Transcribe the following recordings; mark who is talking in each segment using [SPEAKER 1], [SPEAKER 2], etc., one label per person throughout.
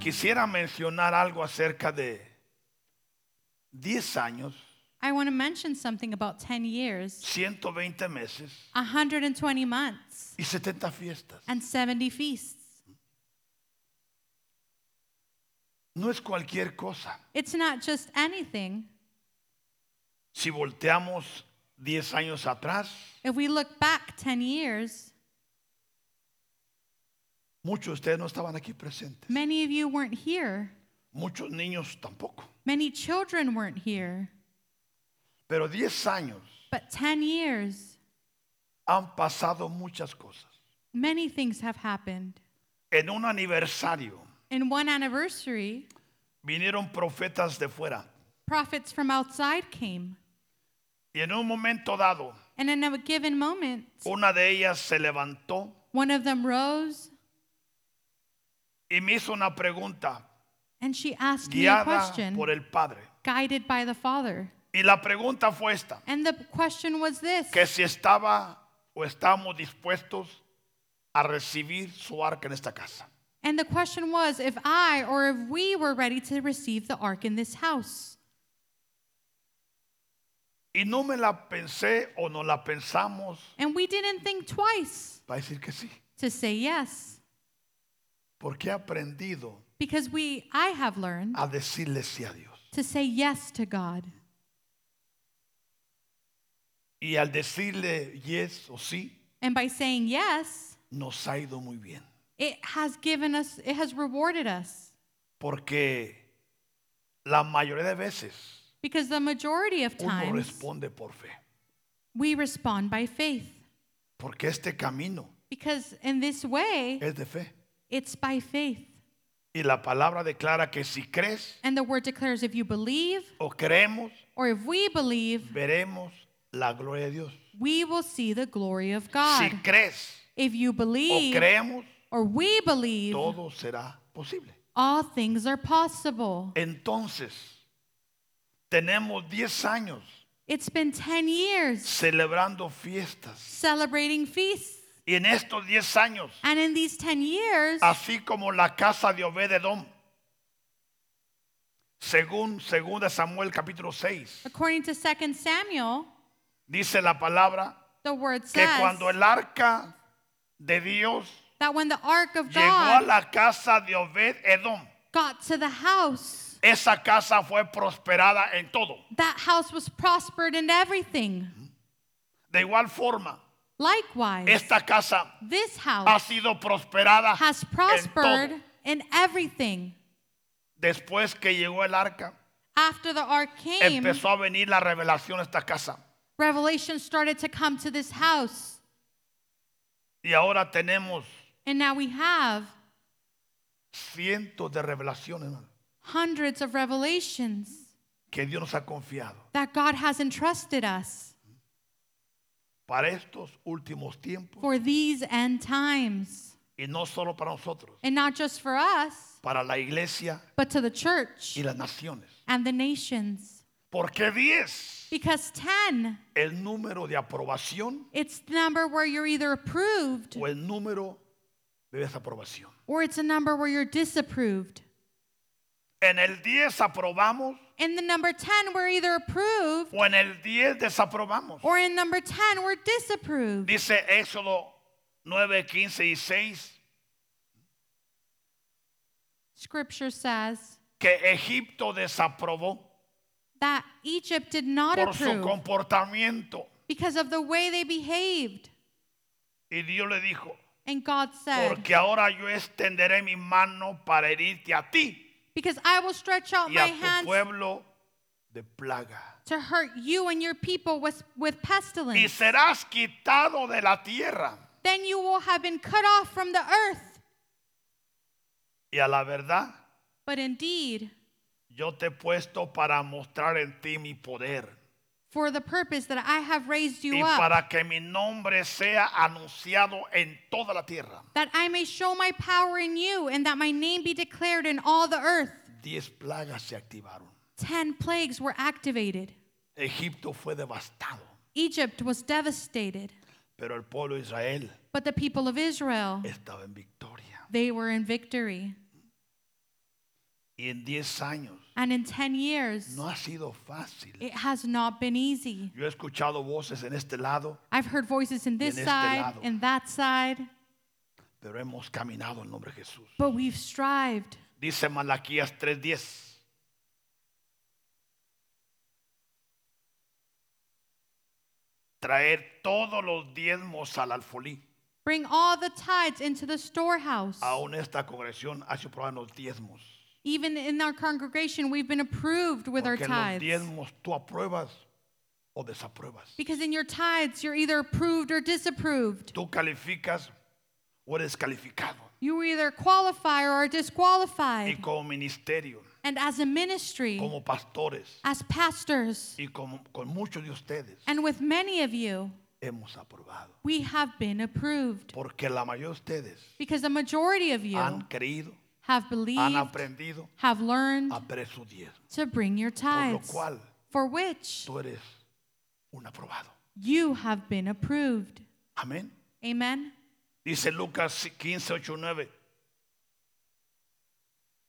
[SPEAKER 1] quisiera mencionar algo acerca de 10 años,
[SPEAKER 2] I want to mention something about 10 years,
[SPEAKER 1] 120 meses
[SPEAKER 2] 120 months,
[SPEAKER 1] y 70 fiestas.
[SPEAKER 2] and 70 feasts.
[SPEAKER 1] No es cualquier cosa.
[SPEAKER 2] It's not just anything.
[SPEAKER 1] Si volteamos 10 años atrás,
[SPEAKER 2] If we look back 10 years,
[SPEAKER 1] muchos de ustedes no estaban aquí presentes.
[SPEAKER 2] many of you weren't here.
[SPEAKER 1] Muchos niños tampoco.
[SPEAKER 2] Many children weren't here.
[SPEAKER 1] Pero 10 años
[SPEAKER 2] But 10 years,
[SPEAKER 1] han pasado muchas cosas.
[SPEAKER 2] many things have happened.
[SPEAKER 1] En un aniversario
[SPEAKER 2] In one anniversary,
[SPEAKER 1] vinieron profetas de fuera.
[SPEAKER 2] prophets from outside came.
[SPEAKER 1] Y en un momento dado,
[SPEAKER 2] And in a given moment,
[SPEAKER 1] una de ellas se levantó
[SPEAKER 2] one of them rose
[SPEAKER 1] y me hizo una pregunta
[SPEAKER 2] and she asked me a
[SPEAKER 1] guiada
[SPEAKER 2] question,
[SPEAKER 1] por el Padre.
[SPEAKER 2] guided by the Father.
[SPEAKER 1] Y la pregunta fue esta,
[SPEAKER 2] And the question was this
[SPEAKER 1] que si estaba o estábamos dispuestos a recibir su arca en esta casa.
[SPEAKER 2] And the question was if I or if we were ready to receive the ark in this house.
[SPEAKER 1] Y no me la pensé o no la pensamos
[SPEAKER 2] And we didn't think twice
[SPEAKER 1] para decir que sí,
[SPEAKER 2] to say yes
[SPEAKER 1] porque he aprendido
[SPEAKER 2] because we I have learned
[SPEAKER 1] a decirle sí a Dios.
[SPEAKER 2] to say yes to God.
[SPEAKER 1] Y al decirle yes o sí,
[SPEAKER 2] And by saying yes,
[SPEAKER 1] nos ha ido muy bien,
[SPEAKER 2] it has given us it has rewarded us
[SPEAKER 1] porque la mayoría de veces
[SPEAKER 2] because the majority of
[SPEAKER 1] uno
[SPEAKER 2] times
[SPEAKER 1] responde por fe,
[SPEAKER 2] we respond by faith
[SPEAKER 1] porque este camino
[SPEAKER 2] because in this way
[SPEAKER 1] es de fe.
[SPEAKER 2] it's by faith.
[SPEAKER 1] Y la palabra declara que si crees
[SPEAKER 2] And the word declares if you believe
[SPEAKER 1] o creemos,
[SPEAKER 2] or if we believe,
[SPEAKER 1] veremos la gloria de Dios.
[SPEAKER 2] we will see the glory of
[SPEAKER 1] Si
[SPEAKER 2] God.
[SPEAKER 1] crees
[SPEAKER 2] If you
[SPEAKER 1] o
[SPEAKER 2] believe
[SPEAKER 1] creemos,
[SPEAKER 2] or we believe,
[SPEAKER 1] todo será posible.
[SPEAKER 2] all things are possible.
[SPEAKER 1] Entonces, tenemos 10 años
[SPEAKER 2] It's been 10 years
[SPEAKER 1] celebrando fiestas.
[SPEAKER 2] celebrating feasts.
[SPEAKER 1] Y en estos 10 años,
[SPEAKER 2] And in these 10 years,
[SPEAKER 1] así como la casa de Obededom, según 2 Samuel capítulo 6,
[SPEAKER 2] according to 2 Samuel,
[SPEAKER 1] dice la palabra
[SPEAKER 2] the word
[SPEAKER 1] que
[SPEAKER 2] says
[SPEAKER 1] cuando el arca de Dios
[SPEAKER 2] that when the ark of
[SPEAKER 1] llegó a
[SPEAKER 2] God
[SPEAKER 1] la casa de Obed Edom.
[SPEAKER 2] got to the house,
[SPEAKER 1] Esa casa fue prosperada en todo.
[SPEAKER 2] that house was prospered in everything.
[SPEAKER 1] De igual forma,
[SPEAKER 2] Likewise,
[SPEAKER 1] esta casa
[SPEAKER 2] this
[SPEAKER 1] ha
[SPEAKER 2] house
[SPEAKER 1] sido prosperada
[SPEAKER 2] has
[SPEAKER 1] en
[SPEAKER 2] prospered
[SPEAKER 1] todo.
[SPEAKER 2] in everything.
[SPEAKER 1] Después que llegó el arca,
[SPEAKER 2] After the ark came,
[SPEAKER 1] empezó a venir la revelación a esta casa.
[SPEAKER 2] revelation started to come to this house.
[SPEAKER 1] Y ahora tenemos
[SPEAKER 2] And now we have
[SPEAKER 1] cientos de revelaciones hermano,
[SPEAKER 2] hundreds of revelations
[SPEAKER 1] que Dios nos ha confiado
[SPEAKER 2] that God has entrusted us
[SPEAKER 1] para estos últimos tiempos
[SPEAKER 2] for these end times.
[SPEAKER 1] y no solo para nosotros,
[SPEAKER 2] And not just for us,
[SPEAKER 1] para la iglesia
[SPEAKER 2] but to the church
[SPEAKER 1] y las naciones.
[SPEAKER 2] and the nations.
[SPEAKER 1] ¿Por qué 10?
[SPEAKER 2] Because 10,
[SPEAKER 1] El número de aprobación
[SPEAKER 2] it's the number where you're either approved
[SPEAKER 1] o el número de desaprobación.
[SPEAKER 2] or it's a number where you're disapproved.
[SPEAKER 1] En el 10 aprobamos
[SPEAKER 2] In the number 10, we're either approved
[SPEAKER 1] o en el 10 desaprobamos.
[SPEAKER 2] or in number 10, we're disapproved.
[SPEAKER 1] Dice Éxodo 9, 15 y 6
[SPEAKER 2] Scripture says
[SPEAKER 1] que Egipto desaprobó
[SPEAKER 2] that Egypt did not
[SPEAKER 1] por su
[SPEAKER 2] approve
[SPEAKER 1] comportamiento.
[SPEAKER 2] because of the way they behaved.
[SPEAKER 1] Y Dios le dijo,
[SPEAKER 2] And God said,
[SPEAKER 1] porque ahora yo extenderé mi mano para herirte a ti
[SPEAKER 2] Because I will stretch out
[SPEAKER 1] y
[SPEAKER 2] my
[SPEAKER 1] a tu
[SPEAKER 2] hands
[SPEAKER 1] pueblo de plaga.
[SPEAKER 2] to hurt you and your people with, with
[SPEAKER 1] Y
[SPEAKER 2] pestilence.
[SPEAKER 1] serás quitado de la tierra.
[SPEAKER 2] Then you will have been cut off from the earth.
[SPEAKER 1] Y a la verdad,
[SPEAKER 2] But indeed,
[SPEAKER 1] yo te he puesto para mostrar en ti mi poder.
[SPEAKER 2] for the purpose that I have raised you
[SPEAKER 1] y
[SPEAKER 2] up,
[SPEAKER 1] para que mi nombre sea anunciado en toda la tierra.
[SPEAKER 2] that I may show my power in you and that my name be declared in all the earth.
[SPEAKER 1] Diez plagas se activaron.
[SPEAKER 2] Ten plagues were activated.
[SPEAKER 1] Egipto fue devastado,
[SPEAKER 2] Egypt was devastated,
[SPEAKER 1] pero el pueblo de Israel
[SPEAKER 2] but the people of Israel,
[SPEAKER 1] estaba en victoria.
[SPEAKER 2] they were in victory.
[SPEAKER 1] y en 10 años.
[SPEAKER 2] And in 10 years,
[SPEAKER 1] No ha sido fácil.
[SPEAKER 2] it has not been easy.
[SPEAKER 1] Yo he escuchado voces en este lado,
[SPEAKER 2] I've heard voices in this
[SPEAKER 1] en este
[SPEAKER 2] side
[SPEAKER 1] lado.
[SPEAKER 2] and that side,
[SPEAKER 1] pero hemos caminado en nombre de Jesús.
[SPEAKER 2] but we've strived.
[SPEAKER 1] Dice Malaquías 3:10. Traer todos los diezmos al alfolí.
[SPEAKER 2] Bring all the tithes into the storehouse.
[SPEAKER 1] Aún esta congregación ha sido probada en los diezmos.
[SPEAKER 2] Even in our congregation, we've been approved with our
[SPEAKER 1] Porque en los
[SPEAKER 2] tithes.
[SPEAKER 1] diezmos tú apruebas o desapruebas.
[SPEAKER 2] Because in your tithes, you're either approved or disapproved.
[SPEAKER 1] Tú calificas o eres calificado.
[SPEAKER 2] You either qualify or are
[SPEAKER 1] Y
[SPEAKER 2] disqualified.
[SPEAKER 1] como ministerio,
[SPEAKER 2] And as a ministry,
[SPEAKER 1] como pastores
[SPEAKER 2] as pastors,
[SPEAKER 1] y como- con muchos de ustedes
[SPEAKER 2] and with many of you,
[SPEAKER 1] hemos aprobado.
[SPEAKER 2] we have been approved.
[SPEAKER 1] Porque la mayoría de ustedes
[SPEAKER 2] Because the majority of
[SPEAKER 1] han
[SPEAKER 2] you
[SPEAKER 1] creído,
[SPEAKER 2] have
[SPEAKER 1] han
[SPEAKER 2] believed,
[SPEAKER 1] aprendido
[SPEAKER 2] have learned
[SPEAKER 1] a ver su diezmo.
[SPEAKER 2] to bring your
[SPEAKER 1] Por lo
[SPEAKER 2] tithes,
[SPEAKER 1] cual
[SPEAKER 2] for which
[SPEAKER 1] tú eres un aprobado.
[SPEAKER 2] you have been approved.
[SPEAKER 1] Amén.
[SPEAKER 2] Amen.
[SPEAKER 1] Dice Lucas 15, 8, 9.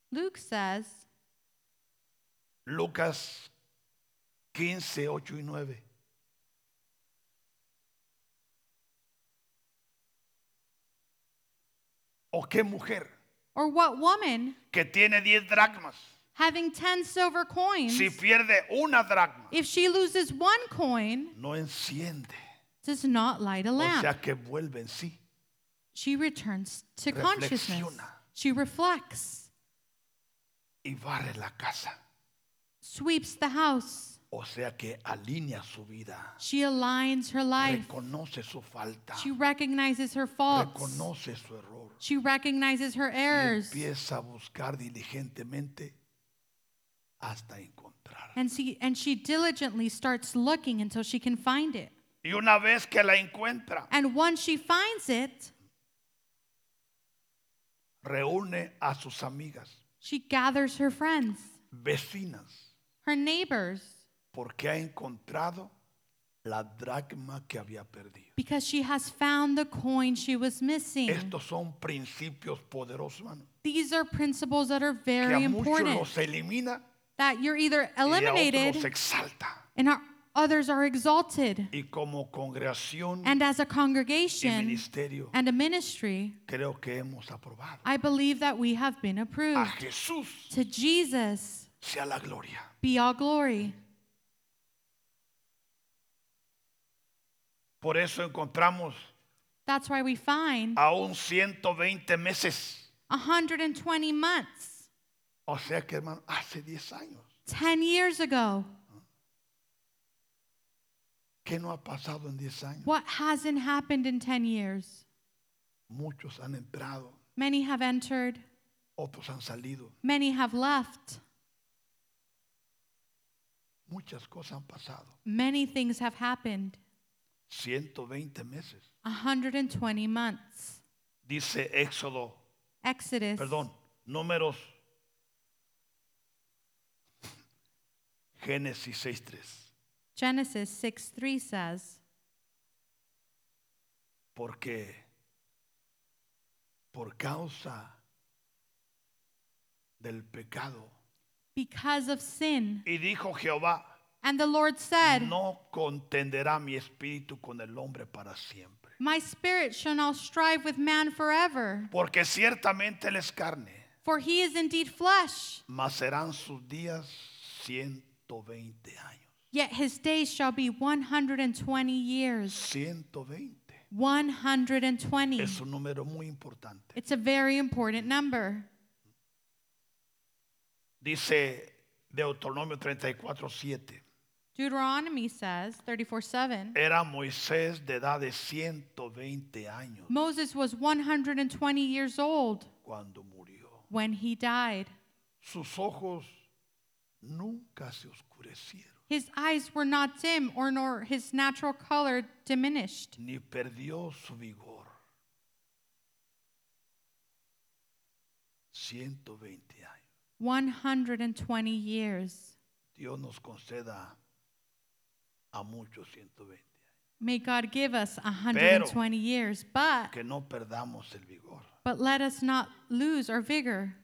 [SPEAKER 2] Luke says,
[SPEAKER 1] Lucas 15, 8 y 9. ¿O qué mujer
[SPEAKER 2] Or what woman,
[SPEAKER 1] que tiene 10 dracmas,
[SPEAKER 2] having 10 silver coins,
[SPEAKER 1] si pierde una dracma,
[SPEAKER 2] if she loses one coin,
[SPEAKER 1] no enciende?
[SPEAKER 2] does not light a
[SPEAKER 1] O
[SPEAKER 2] lamp?
[SPEAKER 1] sea que vuelve en sí.
[SPEAKER 2] she returns to consciousness.
[SPEAKER 1] Reflexiona.
[SPEAKER 2] She reflects,
[SPEAKER 1] y barre la casa.
[SPEAKER 2] sweeps the house.
[SPEAKER 1] O sea que alinea su vida,
[SPEAKER 2] She aligns her life.
[SPEAKER 1] reconoce su falta,
[SPEAKER 2] She recognizes her faults.
[SPEAKER 1] reconoce su error
[SPEAKER 2] She recognizes her
[SPEAKER 1] y
[SPEAKER 2] errors.
[SPEAKER 1] empieza a buscar diligentemente hasta encontrar.
[SPEAKER 2] And she, and she diligently starts looking until she can find it.
[SPEAKER 1] Y una vez que la encuentra,
[SPEAKER 2] And once she finds it,
[SPEAKER 1] reúne a sus amigas,
[SPEAKER 2] she gathers her friends,
[SPEAKER 1] vecinas,
[SPEAKER 2] her neighbors,
[SPEAKER 1] porque ha encontrado la dracma que había perdido.
[SPEAKER 2] because she has found the coin she was missing.
[SPEAKER 1] Estos son principios poderosos, hermano,
[SPEAKER 2] These are principles that are
[SPEAKER 1] que
[SPEAKER 2] very
[SPEAKER 1] a muchos
[SPEAKER 2] important.
[SPEAKER 1] los elimina
[SPEAKER 2] That you're either
[SPEAKER 1] y a otros los
[SPEAKER 2] eliminated
[SPEAKER 1] exalta.
[SPEAKER 2] and our, others are exalted.
[SPEAKER 1] Y como congregación
[SPEAKER 2] And as a
[SPEAKER 1] y
[SPEAKER 2] congregation
[SPEAKER 1] ministerio,
[SPEAKER 2] and a ministry,
[SPEAKER 1] creo que hemos aprobado.
[SPEAKER 2] I believe that we have been
[SPEAKER 1] A
[SPEAKER 2] approved.
[SPEAKER 1] Jesús
[SPEAKER 2] To Jesus
[SPEAKER 1] sea la gloria.
[SPEAKER 2] be all glory.
[SPEAKER 1] Por eso encontramos
[SPEAKER 2] That's why we find
[SPEAKER 1] aún 120 meses.
[SPEAKER 2] 120 months,
[SPEAKER 1] O sea que, hermano, hace 10 años.
[SPEAKER 2] 10 years ago.
[SPEAKER 1] ¿Qué no ha pasado en 10 años?
[SPEAKER 2] What hasn't happened in 10 years?
[SPEAKER 1] Muchos han entrado,
[SPEAKER 2] Many have entered,
[SPEAKER 1] otros han salido.
[SPEAKER 2] many have left,
[SPEAKER 1] Muchas cosas han pasado.
[SPEAKER 2] many things have happened.
[SPEAKER 1] 120 meses.
[SPEAKER 2] 120 months.
[SPEAKER 1] Dice Éxodo,
[SPEAKER 2] Exodus.
[SPEAKER 1] perdón, números. Génesis 6.3.
[SPEAKER 2] Genesis 6 3 says,
[SPEAKER 1] Porque por causa del pecado.
[SPEAKER 2] Because of sin.
[SPEAKER 1] Y dijo Jehová,
[SPEAKER 2] And the Lord said,
[SPEAKER 1] no contenderá mi espíritu con el hombre para siempre.
[SPEAKER 2] My spirit shall not strive with man forever,
[SPEAKER 1] Porque ciertamente él es carne,
[SPEAKER 2] for he is indeed flesh,
[SPEAKER 1] mas serán sus días 120 años.
[SPEAKER 2] yet his days shall be 120 years.
[SPEAKER 1] 120
[SPEAKER 2] 120.
[SPEAKER 1] es un número muy importante.
[SPEAKER 2] It's a very important number.
[SPEAKER 1] Dice Deuteronomio 34, 7.
[SPEAKER 2] Deuteronomy says, 34 7,
[SPEAKER 1] Era Moisés de edad de 120 años
[SPEAKER 2] Moses was 120 years old
[SPEAKER 1] cuando murió.
[SPEAKER 2] when he died.
[SPEAKER 1] Sus ojos nunca se oscurecieron,
[SPEAKER 2] His eyes were not dim, or nor his natural color diminished,
[SPEAKER 1] ni perdió su vigor. 120 años.
[SPEAKER 2] 120 years.
[SPEAKER 1] Dios nos conceda a muchos 120 años.
[SPEAKER 2] May God give us 120 years, but
[SPEAKER 1] Que no perdamos el vigor,
[SPEAKER 2] but let us not lose our vigor,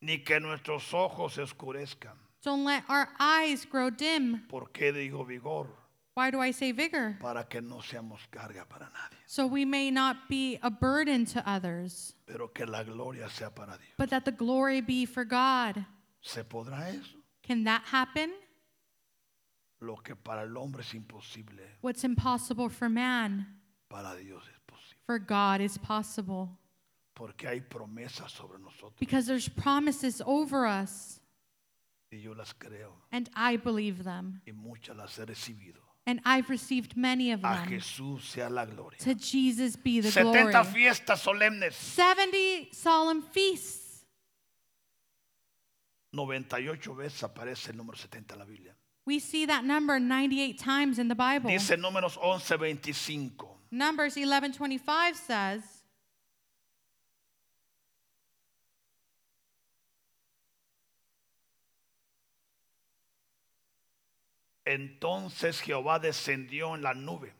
[SPEAKER 1] ni que nuestros ojos se oscurezcan.
[SPEAKER 2] Don't let our eyes grow dim.
[SPEAKER 1] ¿Por qué digo vigor?
[SPEAKER 2] Why do I say vigor?
[SPEAKER 1] Para que no seamos carga para nadie,
[SPEAKER 2] So we may not be a burden to others,
[SPEAKER 1] pero que la gloria sea para Dios.
[SPEAKER 2] but that the glory be for God.
[SPEAKER 1] ¿Se podrá eso?
[SPEAKER 2] Can that happen?
[SPEAKER 1] Lo que para el hombre es imposible,
[SPEAKER 2] What's impossible for man,
[SPEAKER 1] para Dios es posible.
[SPEAKER 2] for God is possible.
[SPEAKER 1] Porque hay promesas sobre nosotros
[SPEAKER 2] Because there's promises over us,
[SPEAKER 1] y yo las creo
[SPEAKER 2] and I believe them,
[SPEAKER 1] y muchas las he recibido.
[SPEAKER 2] and I've received many of
[SPEAKER 1] A
[SPEAKER 2] them.
[SPEAKER 1] Jesús sea la gloria.
[SPEAKER 2] To Jesus be the
[SPEAKER 1] 70
[SPEAKER 2] glory.
[SPEAKER 1] fiestas solemnes,
[SPEAKER 2] 70 solemn feasts.
[SPEAKER 1] 98 veces aparece el número 70 en la Biblia.
[SPEAKER 2] We see that number 98 times in the Bible.
[SPEAKER 1] Dice números 11, 25.
[SPEAKER 2] Numbers 11:25 says,
[SPEAKER 1] Entonces Jehová descendió en la nube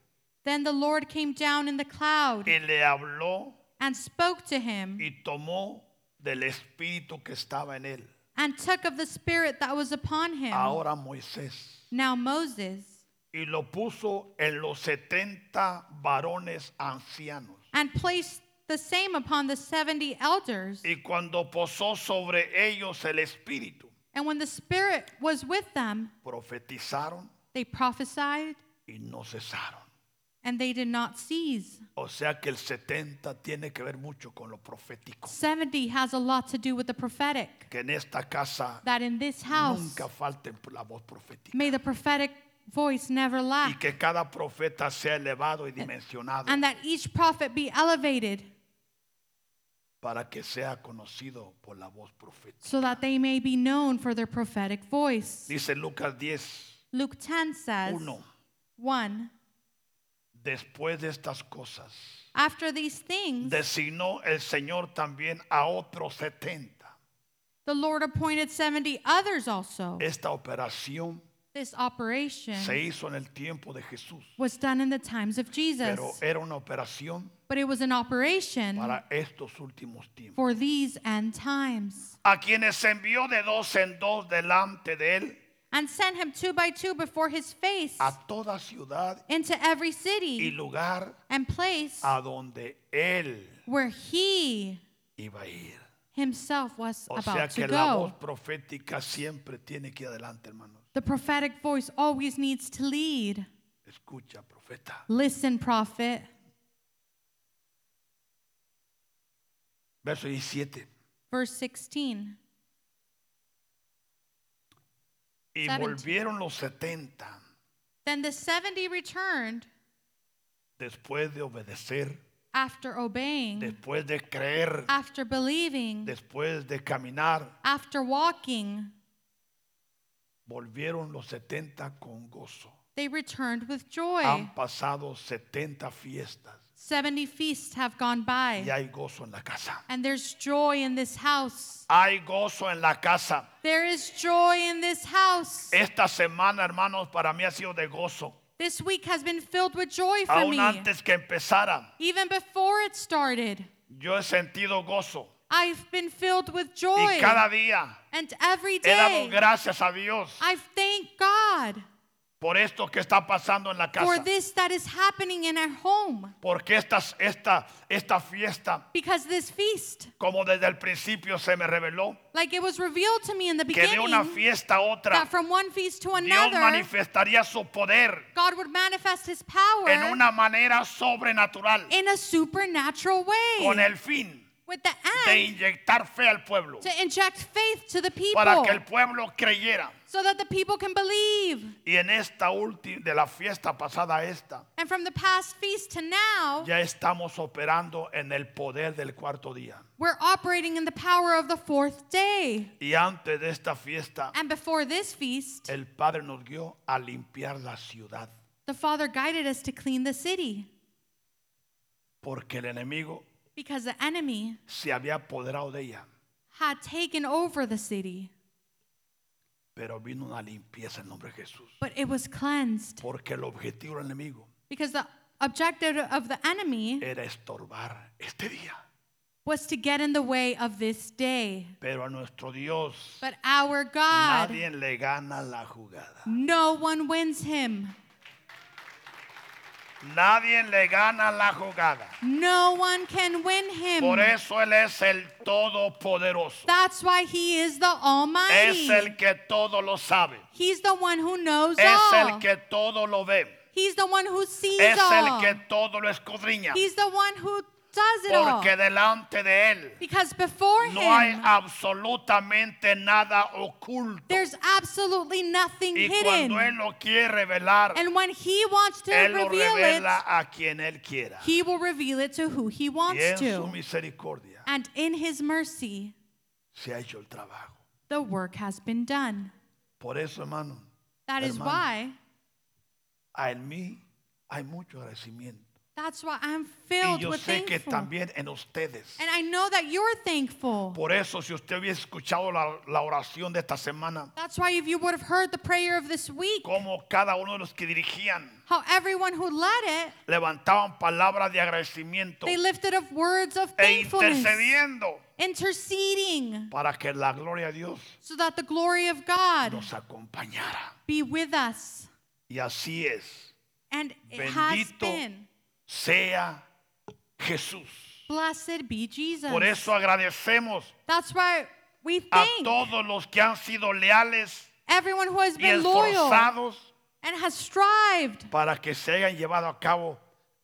[SPEAKER 2] "Then the Lord came down in the cloud
[SPEAKER 1] y le habló
[SPEAKER 2] and spoke to him
[SPEAKER 1] y tomó del espíritu que estaba en él.
[SPEAKER 2] and took of the spirit that was upon him."
[SPEAKER 1] Ahora Moisés.
[SPEAKER 2] Now Moses
[SPEAKER 1] Y lo puso en los 70 varones ancianos.
[SPEAKER 2] and placed the same upon the 70 elders.
[SPEAKER 1] Y cuando posó sobre ellos el espíritu,
[SPEAKER 2] And when the spirit was with them,
[SPEAKER 1] profetizaron
[SPEAKER 2] they prophesied
[SPEAKER 1] y no cesaron.
[SPEAKER 2] and they did not cease.
[SPEAKER 1] O sea que el 70 tiene que ver mucho con lo profético.
[SPEAKER 2] 70 has a lot to do with the prophetic.
[SPEAKER 1] Que en esta casa
[SPEAKER 2] That in this house
[SPEAKER 1] nunca falte la voz profética.
[SPEAKER 2] may the prophetic voice never
[SPEAKER 1] Y
[SPEAKER 2] lack.
[SPEAKER 1] que cada profeta sea elevado y dimensionado
[SPEAKER 2] and that each prophet be elevated
[SPEAKER 1] para que sea conocido por la voz profética.
[SPEAKER 2] so that they may be known for their prophetic voice.
[SPEAKER 1] Dice Lucas 10,
[SPEAKER 2] Luke 10 says,
[SPEAKER 1] 1.
[SPEAKER 2] 1.
[SPEAKER 1] Después de estas cosas,
[SPEAKER 2] After these things,
[SPEAKER 1] designó el Señor también a otros 70.
[SPEAKER 2] the Lord appointed 70 others also.
[SPEAKER 1] Esta operación
[SPEAKER 2] This operation
[SPEAKER 1] se hizo en el tiempo de Jesús,
[SPEAKER 2] was done in the times of Jesus,
[SPEAKER 1] pero era una operación
[SPEAKER 2] but it was an operation
[SPEAKER 1] para estos últimos tiempos.
[SPEAKER 2] for these end times.
[SPEAKER 1] A quienes envió de dos en dos delante de él
[SPEAKER 2] And sent him two by two before his face
[SPEAKER 1] a toda ciudad
[SPEAKER 2] into every
[SPEAKER 1] y Ah.
[SPEAKER 2] city
[SPEAKER 1] lugar
[SPEAKER 2] and place
[SPEAKER 1] a donde él
[SPEAKER 2] where he
[SPEAKER 1] iba a ir.
[SPEAKER 2] himself was
[SPEAKER 1] O sea
[SPEAKER 2] about to
[SPEAKER 1] que la
[SPEAKER 2] go.
[SPEAKER 1] voz profética siempre tiene que ir adelante, hermanos.
[SPEAKER 2] The prophetic voice always needs to lead.
[SPEAKER 1] Escucha, profeta.
[SPEAKER 2] Listen, prophet.
[SPEAKER 1] Verso 17.
[SPEAKER 2] Verse 16.
[SPEAKER 1] Y
[SPEAKER 2] 17.
[SPEAKER 1] volvieron los 70
[SPEAKER 2] Then the 70 returned
[SPEAKER 1] después de obedecer,
[SPEAKER 2] after obeying,
[SPEAKER 1] después de creer,
[SPEAKER 2] after believing,
[SPEAKER 1] después de caminar.
[SPEAKER 2] after walking.
[SPEAKER 1] Volvieron los 70 con gozo.
[SPEAKER 2] They returned with joy.
[SPEAKER 1] Han pasado 70 fiestas
[SPEAKER 2] 70 feasts have gone
[SPEAKER 1] y
[SPEAKER 2] by,
[SPEAKER 1] hay gozo en la casa.
[SPEAKER 2] and there's joy in this house.
[SPEAKER 1] Hay gozo en la casa.
[SPEAKER 2] There is joy in this house.
[SPEAKER 1] Esta semana, hermanos, para mí ha sido de gozo.
[SPEAKER 2] This week has been filled with joy for
[SPEAKER 1] Aún
[SPEAKER 2] me.
[SPEAKER 1] antes que empezara,
[SPEAKER 2] Even before it started,
[SPEAKER 1] yo he sentido gozo.
[SPEAKER 2] I've been filled with
[SPEAKER 1] Y
[SPEAKER 2] joy.
[SPEAKER 1] cada día
[SPEAKER 2] And every
[SPEAKER 1] he dado
[SPEAKER 2] day,
[SPEAKER 1] gracias a Dios
[SPEAKER 2] I thank God
[SPEAKER 1] por esto que está pasando en la
[SPEAKER 2] for
[SPEAKER 1] casa.
[SPEAKER 2] this that is happening in our home.
[SPEAKER 1] Porque esta, esta, esta fiesta,
[SPEAKER 2] Because this feast,
[SPEAKER 1] como desde el principio se me reveló,
[SPEAKER 2] like it was revealed to me in the
[SPEAKER 1] que de
[SPEAKER 2] beginning,
[SPEAKER 1] una fiesta a otra,
[SPEAKER 2] that from one feast to
[SPEAKER 1] Dios
[SPEAKER 2] another,
[SPEAKER 1] manifestaría su poder
[SPEAKER 2] God would manifest his power
[SPEAKER 1] en una manera sobrenatural,
[SPEAKER 2] in a supernatural
[SPEAKER 1] con
[SPEAKER 2] way
[SPEAKER 1] el fin
[SPEAKER 2] with the
[SPEAKER 1] de
[SPEAKER 2] end
[SPEAKER 1] inyectar fe al pueblo,
[SPEAKER 2] to inject faith to the
[SPEAKER 1] para
[SPEAKER 2] people
[SPEAKER 1] que el pueblo creyera.
[SPEAKER 2] so that the people can believe.
[SPEAKER 1] Y en esta última, de la fiesta pasada a esta,
[SPEAKER 2] And from the past feast to now,
[SPEAKER 1] ya estamos operando en el poder del cuarto día.
[SPEAKER 2] we're operating in the power of the fourth day.
[SPEAKER 1] Y antes de esta fiesta,
[SPEAKER 2] And before this feast,
[SPEAKER 1] el Padre nos guió a limpiar la ciudad,
[SPEAKER 2] the Father guided us to clean the city
[SPEAKER 1] porque el enemigo
[SPEAKER 2] because the enemy
[SPEAKER 1] se había apoderado de ella,
[SPEAKER 2] had taken over the city,
[SPEAKER 1] pero vino una limpieza en nombre de Jesús,
[SPEAKER 2] but it was cleansed
[SPEAKER 1] porque el objetivo del enemigo
[SPEAKER 2] because the objective of the enemy
[SPEAKER 1] era estorbar este día.
[SPEAKER 2] was to get in the way of this day.
[SPEAKER 1] Pero a nuestro Dios
[SPEAKER 2] But our God,
[SPEAKER 1] nadie le gana la jugada.
[SPEAKER 2] no one wins him.
[SPEAKER 1] Nadie le gana la jugada.
[SPEAKER 2] No one can win
[SPEAKER 1] Por
[SPEAKER 2] him.
[SPEAKER 1] eso Él es el Todopoderoso.
[SPEAKER 2] That's why he is the
[SPEAKER 1] Es
[SPEAKER 2] Almighty.
[SPEAKER 1] el que todo lo sabe.
[SPEAKER 2] He's the one who knows
[SPEAKER 1] Es el
[SPEAKER 2] all.
[SPEAKER 1] que todo lo ve.
[SPEAKER 2] He's the one who sees
[SPEAKER 1] Es el
[SPEAKER 2] all.
[SPEAKER 1] que todo lo escudriña.
[SPEAKER 2] He's the one who does it all.
[SPEAKER 1] Porque delante de Él
[SPEAKER 2] Because before
[SPEAKER 1] no hay
[SPEAKER 2] him,
[SPEAKER 1] absolutamente nada oculto.
[SPEAKER 2] there's absolutely nothing
[SPEAKER 1] Y cuando Él
[SPEAKER 2] hidden.
[SPEAKER 1] lo quiere revelar,
[SPEAKER 2] And when he wants to
[SPEAKER 1] Él lo
[SPEAKER 2] reveal it,
[SPEAKER 1] revela a quien Él quiera.
[SPEAKER 2] he will reveal it to who he
[SPEAKER 1] Y
[SPEAKER 2] wants
[SPEAKER 1] en su
[SPEAKER 2] to.
[SPEAKER 1] misericordia
[SPEAKER 2] And in his mercy,
[SPEAKER 1] se ha hecho el trabajo.
[SPEAKER 2] the work has been done.
[SPEAKER 1] Por eso, hermano,
[SPEAKER 2] That is
[SPEAKER 1] Hermano.
[SPEAKER 2] why,
[SPEAKER 1] a en mí hay mucho agradecimiento.
[SPEAKER 2] that's why I'm
[SPEAKER 1] Y
[SPEAKER 2] filled
[SPEAKER 1] yo
[SPEAKER 2] with
[SPEAKER 1] sé que
[SPEAKER 2] thankful.
[SPEAKER 1] también en ustedes.
[SPEAKER 2] And I know that you're thankful.
[SPEAKER 1] Por eso, si usted hubiese escuchado la, la oración de esta semana,
[SPEAKER 2] That's why if you would have heard the prayer of this week,
[SPEAKER 1] como cada uno de los que dirigían
[SPEAKER 2] how everyone who led it,
[SPEAKER 1] levantaban palabras de agradecimiento
[SPEAKER 2] they lifted up words of
[SPEAKER 1] e
[SPEAKER 2] thankfulness,
[SPEAKER 1] intercediendo
[SPEAKER 2] interceding,
[SPEAKER 1] para que la gloria de Dios
[SPEAKER 2] so that the glory of God
[SPEAKER 1] nos acompañara.
[SPEAKER 2] be with us.
[SPEAKER 1] Y así es.
[SPEAKER 2] And it has
[SPEAKER 1] Bendito
[SPEAKER 2] been.
[SPEAKER 1] Sea Jesús.
[SPEAKER 2] Blessed be Jesus.
[SPEAKER 1] Por eso agradecemos
[SPEAKER 2] That's why we
[SPEAKER 1] a
[SPEAKER 2] thank
[SPEAKER 1] todos los que han sido leales
[SPEAKER 2] everyone who has
[SPEAKER 1] y
[SPEAKER 2] been loyal
[SPEAKER 1] esforzados
[SPEAKER 2] and has strived
[SPEAKER 1] para que se hayan llevado a cabo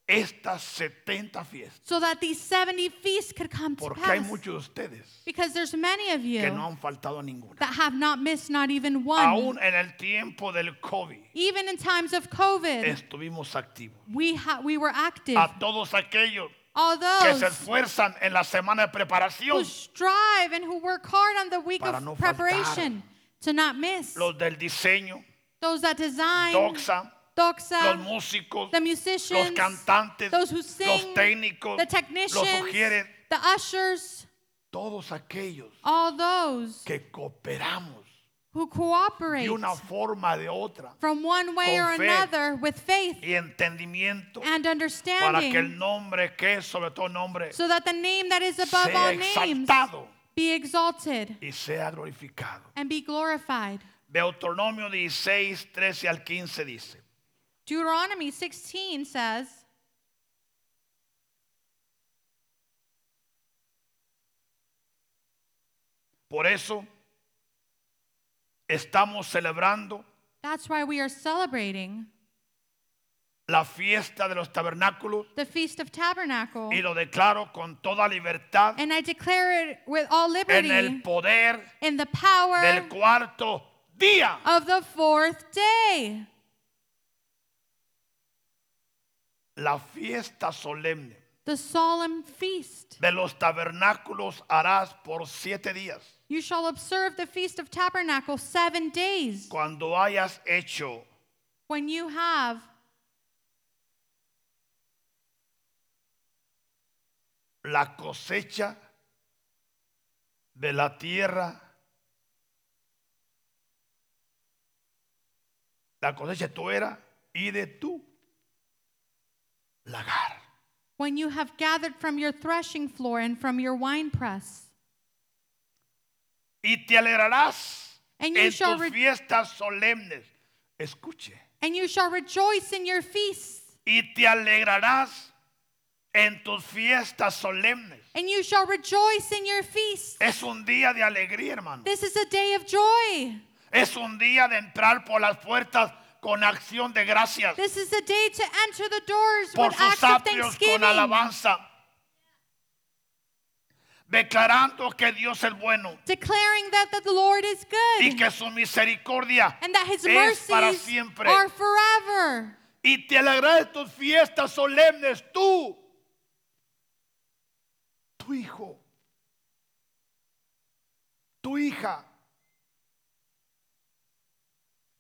[SPEAKER 1] estas 70 fiestas.
[SPEAKER 2] so that these 70 feasts could come to
[SPEAKER 1] Porque hay
[SPEAKER 2] pass.
[SPEAKER 1] muchos de ustedes
[SPEAKER 2] Because there's many of you
[SPEAKER 1] que no han faltado a ninguna.
[SPEAKER 2] that have not missed not even one.
[SPEAKER 1] Aún en el tiempo del COVID
[SPEAKER 2] Even in times of COVID,
[SPEAKER 1] estuvimos activos.
[SPEAKER 2] we, ha- we were active.
[SPEAKER 1] A todos aquellos
[SPEAKER 2] All
[SPEAKER 1] que se
[SPEAKER 2] those
[SPEAKER 1] esfuerzan en la semana de preparación,
[SPEAKER 2] who strive and who work hard on the week
[SPEAKER 1] Para
[SPEAKER 2] of
[SPEAKER 1] no faltar.
[SPEAKER 2] preparation to not miss.
[SPEAKER 1] los del diseño,
[SPEAKER 2] those that design,
[SPEAKER 1] Doxa, los
[SPEAKER 2] doxa,
[SPEAKER 1] músicos,
[SPEAKER 2] the
[SPEAKER 1] los
[SPEAKER 2] musicians,
[SPEAKER 1] cantantes,
[SPEAKER 2] those who
[SPEAKER 1] los
[SPEAKER 2] sing,
[SPEAKER 1] técnicos,
[SPEAKER 2] the
[SPEAKER 1] los
[SPEAKER 2] technicians,
[SPEAKER 1] sugieres,
[SPEAKER 2] the ushers,
[SPEAKER 1] todos aquellos
[SPEAKER 2] all those
[SPEAKER 1] que cooperamos
[SPEAKER 2] who cooperate
[SPEAKER 1] de una forma de otra
[SPEAKER 2] from one way
[SPEAKER 1] con
[SPEAKER 2] or
[SPEAKER 1] fe
[SPEAKER 2] another with faith
[SPEAKER 1] y entendimiento para
[SPEAKER 2] and
[SPEAKER 1] que el
[SPEAKER 2] understanding
[SPEAKER 1] nombre que es sobre todo nombre
[SPEAKER 2] so that the name that is above
[SPEAKER 1] sea
[SPEAKER 2] all names
[SPEAKER 1] exaltado
[SPEAKER 2] be exalted
[SPEAKER 1] y sea glorificado.
[SPEAKER 2] and be glorified.
[SPEAKER 1] Deuteronomio 16, 13 al 15 dice,
[SPEAKER 2] Deuteronomy 16 says,
[SPEAKER 1] por eso estamos celebrando
[SPEAKER 2] That's why we are celebrating
[SPEAKER 1] la fiesta de los tabernáculos
[SPEAKER 2] the Feast of Tabernacle.
[SPEAKER 1] y lo declaro con toda libertad
[SPEAKER 2] And I declare it with all
[SPEAKER 1] en el
[SPEAKER 2] liberty
[SPEAKER 1] poder
[SPEAKER 2] in the
[SPEAKER 1] del
[SPEAKER 2] power
[SPEAKER 1] cuarto día.
[SPEAKER 2] of the fourth day.
[SPEAKER 1] La fiesta solemne
[SPEAKER 2] The solemn feast.
[SPEAKER 1] de los tabernáculos harás por siete días.
[SPEAKER 2] You shall observe the Feast of Tabernacle seven days
[SPEAKER 1] Cuando hayas hecho
[SPEAKER 2] when you have
[SPEAKER 1] la cosecha de la tierra, la cosecha de tu era y de tu lagar.
[SPEAKER 2] when you have gathered from your threshing floor and from your winepress.
[SPEAKER 1] Y te alegrarás
[SPEAKER 2] And you
[SPEAKER 1] en
[SPEAKER 2] shall
[SPEAKER 1] tus
[SPEAKER 2] re-
[SPEAKER 1] fiestas solemnes. Escuche.
[SPEAKER 2] And you shall rejoice in your feasts.
[SPEAKER 1] Y te alegrarás en tus fiestas solemnes.
[SPEAKER 2] And you shall rejoice in your feasts.
[SPEAKER 1] Es un día de alegría, hermano.
[SPEAKER 2] This is a day of joy.
[SPEAKER 1] Es un día de entrar por las puertas con acción de gracias.
[SPEAKER 2] This is a day to enter the doors
[SPEAKER 1] por
[SPEAKER 2] with
[SPEAKER 1] sus
[SPEAKER 2] acts of
[SPEAKER 1] atrios con
[SPEAKER 2] thanksgiving,
[SPEAKER 1] alabanza, declarando que Dios es bueno
[SPEAKER 2] declaring that, that the Lord is good
[SPEAKER 1] y que su misericordia
[SPEAKER 2] and that his
[SPEAKER 1] es para
[SPEAKER 2] mercies
[SPEAKER 1] siempre.
[SPEAKER 2] are forever.
[SPEAKER 1] Y te alegrarás tus fiestas solemnes, tú, tu hijo, tu hija,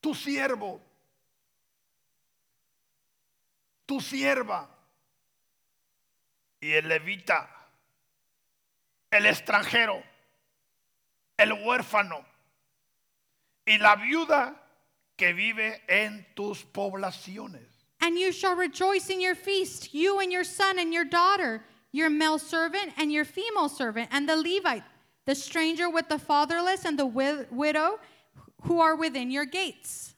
[SPEAKER 1] tu siervo, tu sierva y el levita, el extranjero, el huérfano y la viuda que vive en tus poblaciones.
[SPEAKER 2] And you shall rejoice in your feast, you and your son and your daughter, your male servant and your female servant, and the Levite, the stranger with the fatherless and the wi- widow who are within your gates.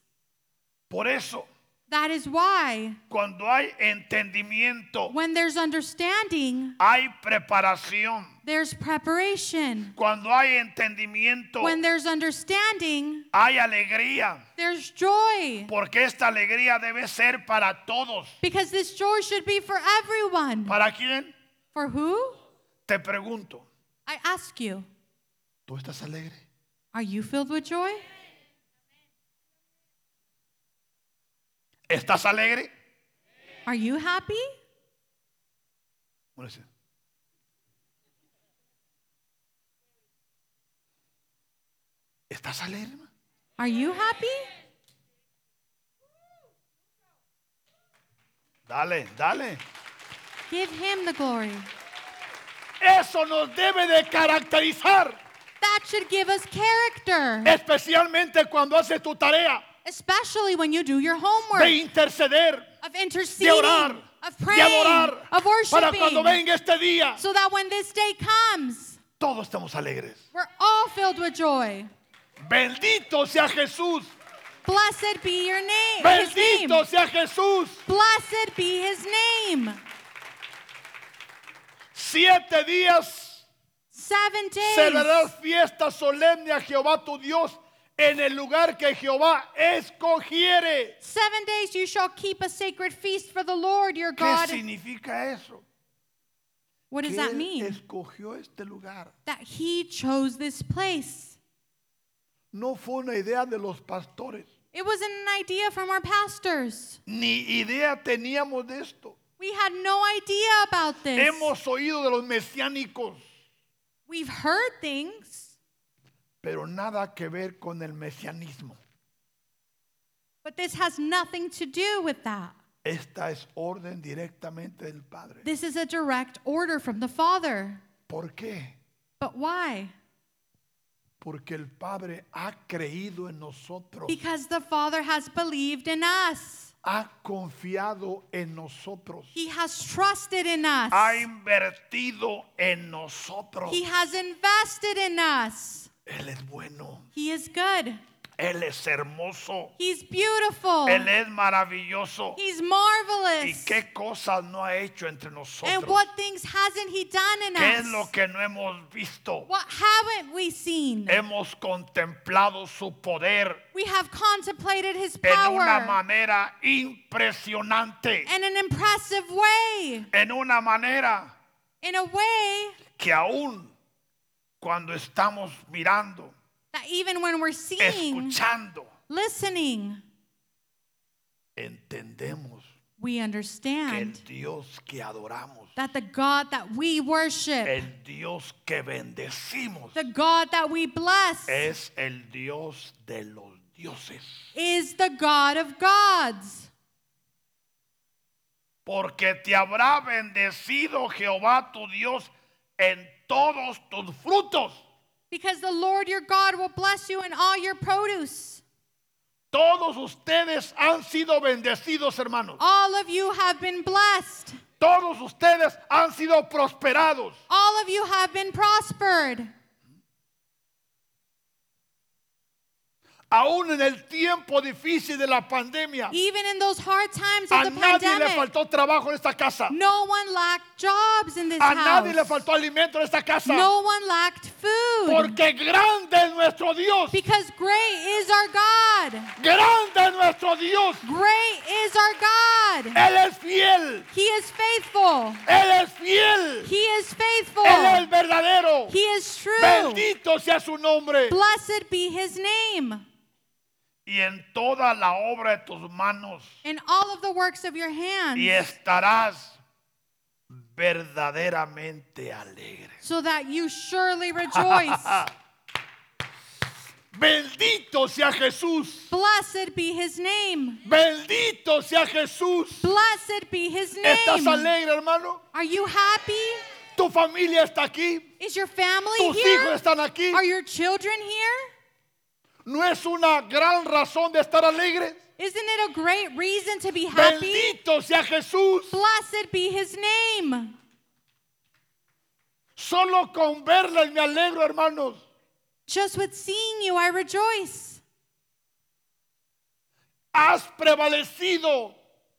[SPEAKER 1] Por eso,
[SPEAKER 2] That is why,
[SPEAKER 1] cuando hay entendimiento,
[SPEAKER 2] when there's understanding,
[SPEAKER 1] hay preparación.
[SPEAKER 2] there's preparation.
[SPEAKER 1] Cuando hay entendimiento,
[SPEAKER 2] When there's understanding,
[SPEAKER 1] hay alegría.
[SPEAKER 2] there's joy.
[SPEAKER 1] Porque esta alegría debe ser para todos.
[SPEAKER 2] Because this joy should be for everyone.
[SPEAKER 1] ¿Para quién?
[SPEAKER 2] For who?
[SPEAKER 1] Te pregunto,
[SPEAKER 2] I ask you,
[SPEAKER 1] ¿tú estás alegre?
[SPEAKER 2] are you filled with joy?
[SPEAKER 1] ¿Estás alegre?
[SPEAKER 2] Are you happy?
[SPEAKER 1] Bueno, sí. ¿Estás alegre? hermano?
[SPEAKER 2] Are you happy?
[SPEAKER 1] Dale, dale.
[SPEAKER 2] Give him the glory.
[SPEAKER 1] Eso nos debe de caracterizar,
[SPEAKER 2] That should give us character,
[SPEAKER 1] especialmente cuando haces tu tarea
[SPEAKER 2] especially when you do your
[SPEAKER 1] de
[SPEAKER 2] homework
[SPEAKER 1] interceder,
[SPEAKER 2] of
[SPEAKER 1] de
[SPEAKER 2] interceding,
[SPEAKER 1] orar,
[SPEAKER 2] of
[SPEAKER 1] de
[SPEAKER 2] praying,
[SPEAKER 1] adorar,
[SPEAKER 2] of
[SPEAKER 1] para cuando
[SPEAKER 2] worshiping,
[SPEAKER 1] venga este día,
[SPEAKER 2] so that when this day comes,
[SPEAKER 1] todos estamos alegres.
[SPEAKER 2] we're all filled with joy.
[SPEAKER 1] Bendito sea Jesús,
[SPEAKER 2] Blessed be your name. His name.
[SPEAKER 1] bendito sea Jesús.
[SPEAKER 2] Blessed be his name.
[SPEAKER 1] Siete días
[SPEAKER 2] Seven days.
[SPEAKER 1] Celebrarás fiesta solemne a Jehová tu Dios en el lugar que Jehová escogiere.
[SPEAKER 2] Seven days you shall keep a sacred feast for the Lord your
[SPEAKER 1] ¿Qué
[SPEAKER 2] God.
[SPEAKER 1] significa eso?
[SPEAKER 2] What does
[SPEAKER 1] Que
[SPEAKER 2] that
[SPEAKER 1] Él
[SPEAKER 2] mean?
[SPEAKER 1] escogió este lugar.
[SPEAKER 2] That he chose this place.
[SPEAKER 1] No fue una idea de los pastores,
[SPEAKER 2] It wasn't an idea from our pastors.
[SPEAKER 1] ni idea teníamos de esto.
[SPEAKER 2] We had no idea about this.
[SPEAKER 1] Hemos oído de los mesiánicos,
[SPEAKER 2] We've heard things,
[SPEAKER 1] pero nada que ver con el mesianismo.
[SPEAKER 2] but this has nothing to do with that.
[SPEAKER 1] Esta es orden directamente del Padre.
[SPEAKER 2] This is a direct order from the Father.
[SPEAKER 1] ¿Por qué?
[SPEAKER 2] But why?
[SPEAKER 1] Porque el Padre ha creído en nosotros.
[SPEAKER 2] Because the Father has believed in us.
[SPEAKER 1] ha confiado en nosotros,
[SPEAKER 2] He has trusted in us.
[SPEAKER 1] ha invertido en nosotros.
[SPEAKER 2] He has invested in us.
[SPEAKER 1] Él es bueno,
[SPEAKER 2] He is good.
[SPEAKER 1] Él es hermoso,
[SPEAKER 2] He's beautiful.
[SPEAKER 1] Él es maravilloso.
[SPEAKER 2] He's
[SPEAKER 1] ¿Y
[SPEAKER 2] marvelous.
[SPEAKER 1] qué cosas no ha hecho entre
[SPEAKER 2] And
[SPEAKER 1] nosotros?
[SPEAKER 2] what things hasn't he done in
[SPEAKER 1] ¿Qué es lo
[SPEAKER 2] us?
[SPEAKER 1] que no hemos visto?
[SPEAKER 2] What haven't we seen?
[SPEAKER 1] Hemos contemplado su poder
[SPEAKER 2] We have contemplated his
[SPEAKER 1] en una
[SPEAKER 2] power
[SPEAKER 1] manera impresionante,
[SPEAKER 2] in an impressive way,
[SPEAKER 1] en una manera
[SPEAKER 2] in a way
[SPEAKER 1] que aún cuando estamos mirando,
[SPEAKER 2] that even when we're seeing,
[SPEAKER 1] escuchando,
[SPEAKER 2] listening,
[SPEAKER 1] entendemos
[SPEAKER 2] we
[SPEAKER 1] que
[SPEAKER 2] understand
[SPEAKER 1] el Dios que adoramos,
[SPEAKER 2] that the God that we worship,
[SPEAKER 1] el Dios que bendecimos,
[SPEAKER 2] the God that we bless,
[SPEAKER 1] es el Dios de los dioses.
[SPEAKER 2] is the God of gods.
[SPEAKER 1] Porque te habrá bendecido Jehová tu Dios en todos tus frutos.
[SPEAKER 2] Because the Lord your God will bless you in all your produce.
[SPEAKER 1] Todos ustedes han sido bendecidos, hermanos.
[SPEAKER 2] All of you have been blessed.
[SPEAKER 1] Todos ustedes han sido prosperados.
[SPEAKER 2] All of you have been prospered.
[SPEAKER 1] Aún en el tiempo difícil de la pandemia,
[SPEAKER 2] Even in those hard times
[SPEAKER 1] a
[SPEAKER 2] of the
[SPEAKER 1] nadie le
[SPEAKER 2] pandemic,
[SPEAKER 1] faltó trabajo en esta casa.
[SPEAKER 2] no one lacked jobs in this
[SPEAKER 1] A nadie le
[SPEAKER 2] house.
[SPEAKER 1] faltó alimento en esta casa.
[SPEAKER 2] No one lacked food.
[SPEAKER 1] Porque grande es nuestro Dios.
[SPEAKER 2] Because great is our God.
[SPEAKER 1] Grande es nuestro Dios.
[SPEAKER 2] Great is our God.
[SPEAKER 1] Él es fiel.
[SPEAKER 2] He is faithful.
[SPEAKER 1] Él es fiel.
[SPEAKER 2] He is
[SPEAKER 1] Él es
[SPEAKER 2] faithful.
[SPEAKER 1] verdadero.
[SPEAKER 2] He is true.
[SPEAKER 1] Bendito sea su nombre.
[SPEAKER 2] Blessed be his name.
[SPEAKER 1] Y en toda la obra de tus manos.
[SPEAKER 2] In all of the works of your
[SPEAKER 1] Y
[SPEAKER 2] hands.
[SPEAKER 1] estarás verdaderamente alegre.
[SPEAKER 2] so that you surely rejoice.
[SPEAKER 1] Bendito sea Jesús.
[SPEAKER 2] Blessed be his name.
[SPEAKER 1] Bendito sea Jesús.
[SPEAKER 2] Blessed be his
[SPEAKER 1] ¿Estás
[SPEAKER 2] name.
[SPEAKER 1] alegre, hermano?
[SPEAKER 2] Are you happy?
[SPEAKER 1] Tu familia está aquí.
[SPEAKER 2] Is your family
[SPEAKER 1] Tus hijos
[SPEAKER 2] here?
[SPEAKER 1] están aquí.
[SPEAKER 2] Are your children here?
[SPEAKER 1] ¿No es una gran razón de estar alegre?
[SPEAKER 2] Isn't it a great reason to be happy?
[SPEAKER 1] Bendito sea Jesús.
[SPEAKER 2] Blessed be his name.
[SPEAKER 1] Solo con verlas me alegro, hermanos.
[SPEAKER 2] Just with seeing you, I rejoice.
[SPEAKER 1] Has prevalecido.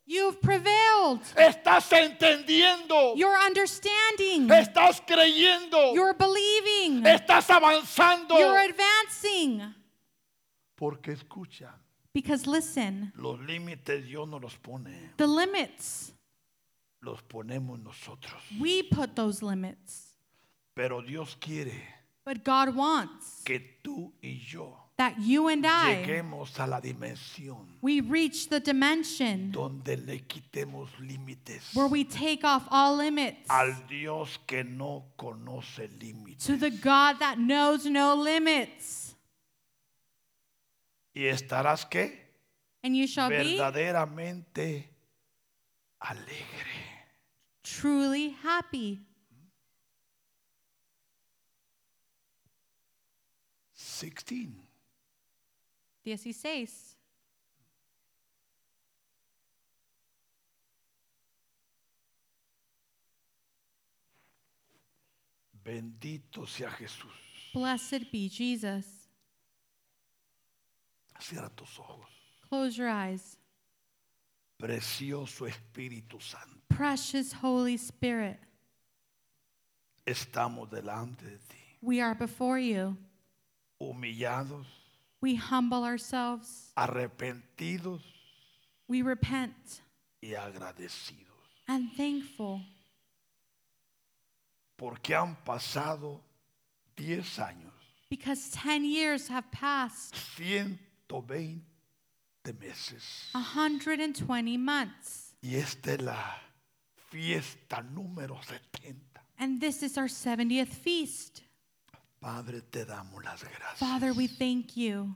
[SPEAKER 2] You've prevailed.
[SPEAKER 1] Estás entendiendo.
[SPEAKER 2] You're understanding.
[SPEAKER 1] Estás creyendo.
[SPEAKER 2] You're believing.
[SPEAKER 1] Estás avanzando.
[SPEAKER 2] You're advancing.
[SPEAKER 1] Porque escucha,
[SPEAKER 2] Because listen,
[SPEAKER 1] los límites Dios no los pone,
[SPEAKER 2] the limits,
[SPEAKER 1] los ponemos nosotros.
[SPEAKER 2] we put those limits.
[SPEAKER 1] Pero Dios quiere
[SPEAKER 2] But God wants
[SPEAKER 1] que tú y yo
[SPEAKER 2] that you and I,
[SPEAKER 1] lleguemos a la dimensión
[SPEAKER 2] we reach the dimension
[SPEAKER 1] donde le quitemos límites
[SPEAKER 2] where we take off all limits
[SPEAKER 1] al Dios que no conoce
[SPEAKER 2] to
[SPEAKER 1] límites.
[SPEAKER 2] the God that knows no limits.
[SPEAKER 1] Y estarás qué?
[SPEAKER 2] And you shall be
[SPEAKER 1] Verdaderamente alegre.
[SPEAKER 2] truly happy.
[SPEAKER 1] Sixteen.
[SPEAKER 2] 16.
[SPEAKER 1] Bendito sea Jesús.
[SPEAKER 2] Blessed be Jesus.
[SPEAKER 1] Cierra tus ojos.
[SPEAKER 2] Close your eyes.
[SPEAKER 1] Precioso Espíritu Santo.
[SPEAKER 2] Precious Holy Spirit,
[SPEAKER 1] Estamos delante de ti.
[SPEAKER 2] we are before you.
[SPEAKER 1] Humillados,
[SPEAKER 2] We humble ourselves,
[SPEAKER 1] arrepentidos
[SPEAKER 2] we repent
[SPEAKER 1] y agradecidos.
[SPEAKER 2] and thankful
[SPEAKER 1] Porque han pasado 10 años,
[SPEAKER 2] because 10 years have passed,
[SPEAKER 1] 120 meses.
[SPEAKER 2] 120 months,
[SPEAKER 1] Y esta es la fiesta número 70.
[SPEAKER 2] and this is our 70th feast.
[SPEAKER 1] Padre, te damos las gracias.
[SPEAKER 2] Father, we thank you.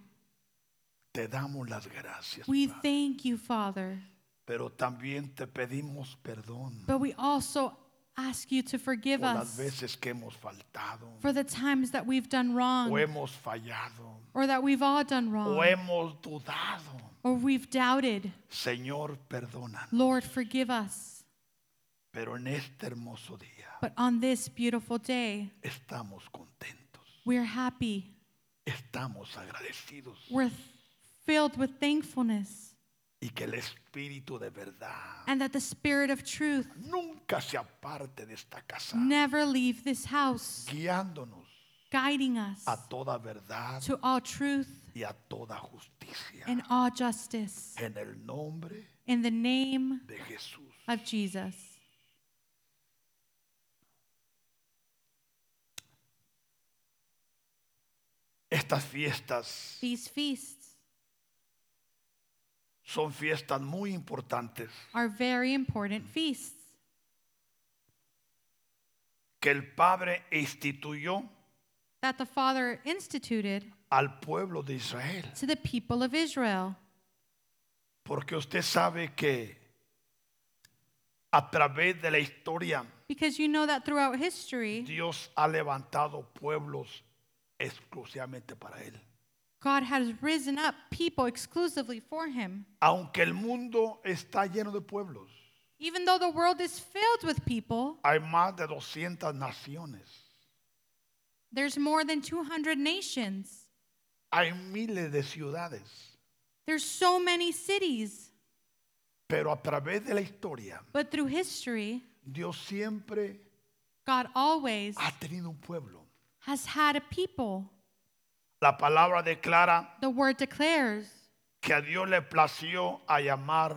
[SPEAKER 1] te damos las gracias.
[SPEAKER 2] We
[SPEAKER 1] Padre.
[SPEAKER 2] thank you, Father,
[SPEAKER 1] Pero también te pedimos perdón.
[SPEAKER 2] but we also ask you to forgive
[SPEAKER 1] por las
[SPEAKER 2] us
[SPEAKER 1] veces que hemos faltado
[SPEAKER 2] for the times that we've done
[SPEAKER 1] o
[SPEAKER 2] wrong
[SPEAKER 1] hemos fallado
[SPEAKER 2] or that we've all done
[SPEAKER 1] o
[SPEAKER 2] wrong
[SPEAKER 1] hemos dudado.
[SPEAKER 2] or we've doubted.
[SPEAKER 1] Señor, perdónanos.
[SPEAKER 2] Lord, forgive us.
[SPEAKER 1] Pero en este hermoso día
[SPEAKER 2] But on this beautiful day,
[SPEAKER 1] estamos contentos,
[SPEAKER 2] we're happy.
[SPEAKER 1] estamos agradecidos
[SPEAKER 2] We're th- filled with thankfulness
[SPEAKER 1] y que el Espíritu de verdad
[SPEAKER 2] and that the Spirit of truth
[SPEAKER 1] nunca se aparte de esta casa,
[SPEAKER 2] never leave this house,
[SPEAKER 1] guiándonos
[SPEAKER 2] guiding us
[SPEAKER 1] a toda verdad
[SPEAKER 2] to all truth
[SPEAKER 1] y a toda justicia.
[SPEAKER 2] and all justice.
[SPEAKER 1] En el nombre
[SPEAKER 2] In the name
[SPEAKER 1] de Jesús.
[SPEAKER 2] of Jesus.
[SPEAKER 1] Estas fiestas
[SPEAKER 2] These feasts
[SPEAKER 1] son fiestas muy importantes
[SPEAKER 2] are very important feasts
[SPEAKER 1] que el Padre instituyó
[SPEAKER 2] that the Father instituted
[SPEAKER 1] al pueblo de Israel.
[SPEAKER 2] to the people of Israel.
[SPEAKER 1] Porque usted sabe que a través de la historia
[SPEAKER 2] Because you know that throughout history,
[SPEAKER 1] Dios ha levantado pueblos exclusivamente para Él.
[SPEAKER 2] God has risen up people exclusively for him.
[SPEAKER 1] Aunque el mundo está lleno de pueblos,
[SPEAKER 2] Even though the world is filled with people,
[SPEAKER 1] hay más de 200 naciones,
[SPEAKER 2] there's more than 200 nations.
[SPEAKER 1] hay miles de ciudades,
[SPEAKER 2] There's so many cities,
[SPEAKER 1] pero a través de la historia
[SPEAKER 2] but through history,
[SPEAKER 1] Dios siempre
[SPEAKER 2] God always
[SPEAKER 1] ha tenido un pueblo.
[SPEAKER 2] has had a people.
[SPEAKER 1] La palabra declara
[SPEAKER 2] The word declares
[SPEAKER 1] que a Dios le plació a llamar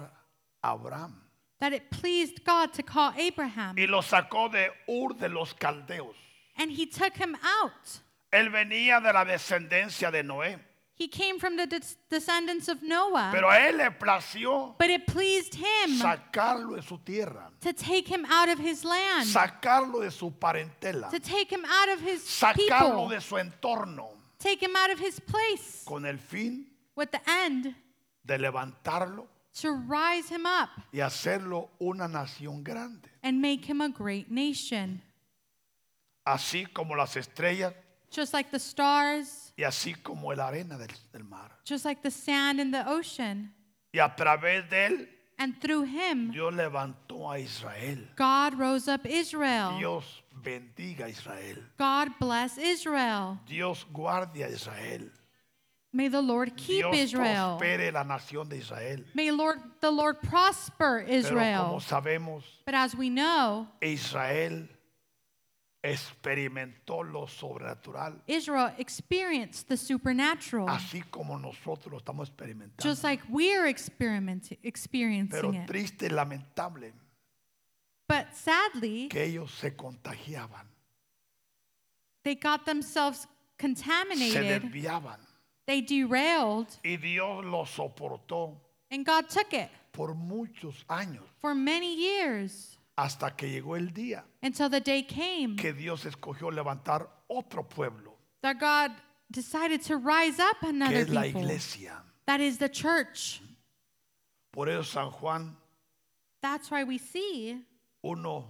[SPEAKER 1] a Abraham
[SPEAKER 2] that it pleased God to call Abraham,
[SPEAKER 1] y lo sacó de Ur de los Caldeos.
[SPEAKER 2] and he took him out.
[SPEAKER 1] Él venía de la descendencia de Noé,
[SPEAKER 2] He came from the des- descendants of Noah,
[SPEAKER 1] pero a él le plació
[SPEAKER 2] but it pleased him
[SPEAKER 1] sacarlo de su tierra,
[SPEAKER 2] to take him out of his land,
[SPEAKER 1] sacarlo de su parentela,
[SPEAKER 2] to take him out of his
[SPEAKER 1] sacarlo
[SPEAKER 2] people,
[SPEAKER 1] de su entorno,
[SPEAKER 2] take him out of his place
[SPEAKER 1] con el fin
[SPEAKER 2] with the end
[SPEAKER 1] de levantarlo
[SPEAKER 2] to rise him up
[SPEAKER 1] y hacerlo una nación grande,
[SPEAKER 2] and make him a great nation,
[SPEAKER 1] así como las estrellas
[SPEAKER 2] just like the stars,
[SPEAKER 1] y así como la arena del, del mar.
[SPEAKER 2] just like the sand in the ocean.
[SPEAKER 1] Y a través de él,
[SPEAKER 2] And through him,
[SPEAKER 1] Dios levantó a Israel.
[SPEAKER 2] God rose up Israel.
[SPEAKER 1] Dios bendiga a Israel.
[SPEAKER 2] God bless Israel.
[SPEAKER 1] Dios guarde a Israel.
[SPEAKER 2] May the Lord keep
[SPEAKER 1] Dios
[SPEAKER 2] Israel.
[SPEAKER 1] prospere la nación de Israel.
[SPEAKER 2] May Lord, the Lord
[SPEAKER 1] Pero
[SPEAKER 2] prosper
[SPEAKER 1] como
[SPEAKER 2] Israel.
[SPEAKER 1] sabemos,
[SPEAKER 2] But as we know,
[SPEAKER 1] Israel experimentó lo sobrenatural,
[SPEAKER 2] Israel experienced the supernatural,
[SPEAKER 1] así como nosotros lo estamos experimentando.
[SPEAKER 2] just like we're experiment-
[SPEAKER 1] Pero
[SPEAKER 2] experiencing it.
[SPEAKER 1] triste y lamentable
[SPEAKER 2] But sadly,
[SPEAKER 1] que ellos se contagiaban,
[SPEAKER 2] they got themselves
[SPEAKER 1] se
[SPEAKER 2] contaminated,
[SPEAKER 1] desviaban
[SPEAKER 2] they derailed,
[SPEAKER 1] y Dios lo soportó
[SPEAKER 2] and God took it
[SPEAKER 1] por muchos años
[SPEAKER 2] for many years
[SPEAKER 1] hasta que llegó el día
[SPEAKER 2] until the day came
[SPEAKER 1] que Dios escogió levantar otro pueblo,
[SPEAKER 2] that God decided to rise up
[SPEAKER 1] que
[SPEAKER 2] another
[SPEAKER 1] es la
[SPEAKER 2] people.
[SPEAKER 1] iglesia.
[SPEAKER 2] That is the church.
[SPEAKER 1] Por eso San Juan
[SPEAKER 2] That's why we see,
[SPEAKER 1] 1,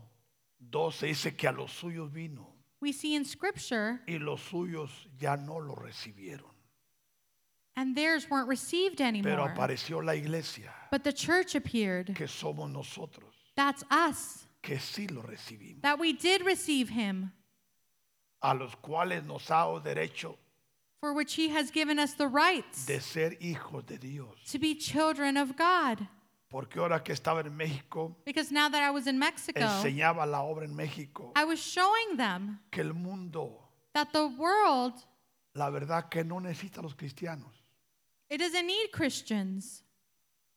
[SPEAKER 1] 12 dice que a los suyos vino
[SPEAKER 2] we see in Scripture,
[SPEAKER 1] y los suyos ya no lo recibieron.
[SPEAKER 2] and theirs weren't received
[SPEAKER 1] Pero
[SPEAKER 2] anymore.
[SPEAKER 1] apareció la iglesia,
[SPEAKER 2] But the church appeared.
[SPEAKER 1] que somos nosotros,
[SPEAKER 2] That's us.
[SPEAKER 1] que sí lo recibimos,
[SPEAKER 2] That we did receive him,
[SPEAKER 1] a los cuales nos ha dado derecho
[SPEAKER 2] for which he has given us the rights
[SPEAKER 1] de ser hijos de Dios.
[SPEAKER 2] to be children of God.
[SPEAKER 1] Porque ahora que estaba en México,
[SPEAKER 2] Because now that I was in Mexico,
[SPEAKER 1] enseñaba la obra en México,
[SPEAKER 2] I was showing them
[SPEAKER 1] que el mundo,
[SPEAKER 2] that the world,
[SPEAKER 1] la verdad que no necesita a los cristianos,
[SPEAKER 2] it doesn't need Christians.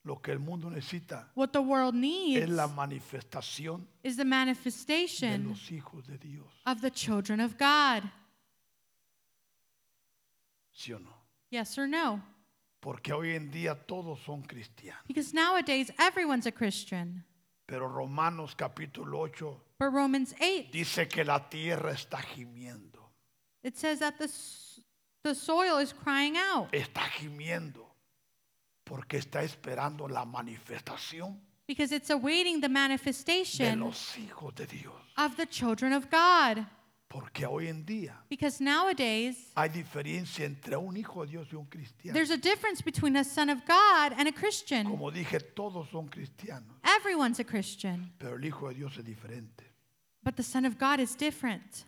[SPEAKER 1] lo que el mundo necesita
[SPEAKER 2] What the world
[SPEAKER 1] es
[SPEAKER 2] needs
[SPEAKER 1] la manifestación
[SPEAKER 2] is the
[SPEAKER 1] de
[SPEAKER 2] manifestation
[SPEAKER 1] los hijos de Dios,
[SPEAKER 2] of the children of God.
[SPEAKER 1] ¿sí o no?
[SPEAKER 2] Yes or no?
[SPEAKER 1] Porque hoy en día todos son cristianos.
[SPEAKER 2] Because nowadays everyone's a Christian.
[SPEAKER 1] Pero Romanos capítulo 8
[SPEAKER 2] But Romans 8,
[SPEAKER 1] dice que la tierra está gimiendo,
[SPEAKER 2] it says that the, s- the soil is crying out
[SPEAKER 1] está gimiendo, porque está esperando la manifestación
[SPEAKER 2] because it's awaiting the
[SPEAKER 1] de
[SPEAKER 2] manifestation
[SPEAKER 1] los hijos de Dios.
[SPEAKER 2] of the children of God.
[SPEAKER 1] Porque hoy en día
[SPEAKER 2] Because nowadays
[SPEAKER 1] hay diferencia entre un hijo de Dios y un cristiano.
[SPEAKER 2] there's a difference between a son of God and a Christian.
[SPEAKER 1] Como dije, todos son cristianos,
[SPEAKER 2] Everyone's a Christian,
[SPEAKER 1] pero el hijo de Dios es diferente.
[SPEAKER 2] but the son of God is different.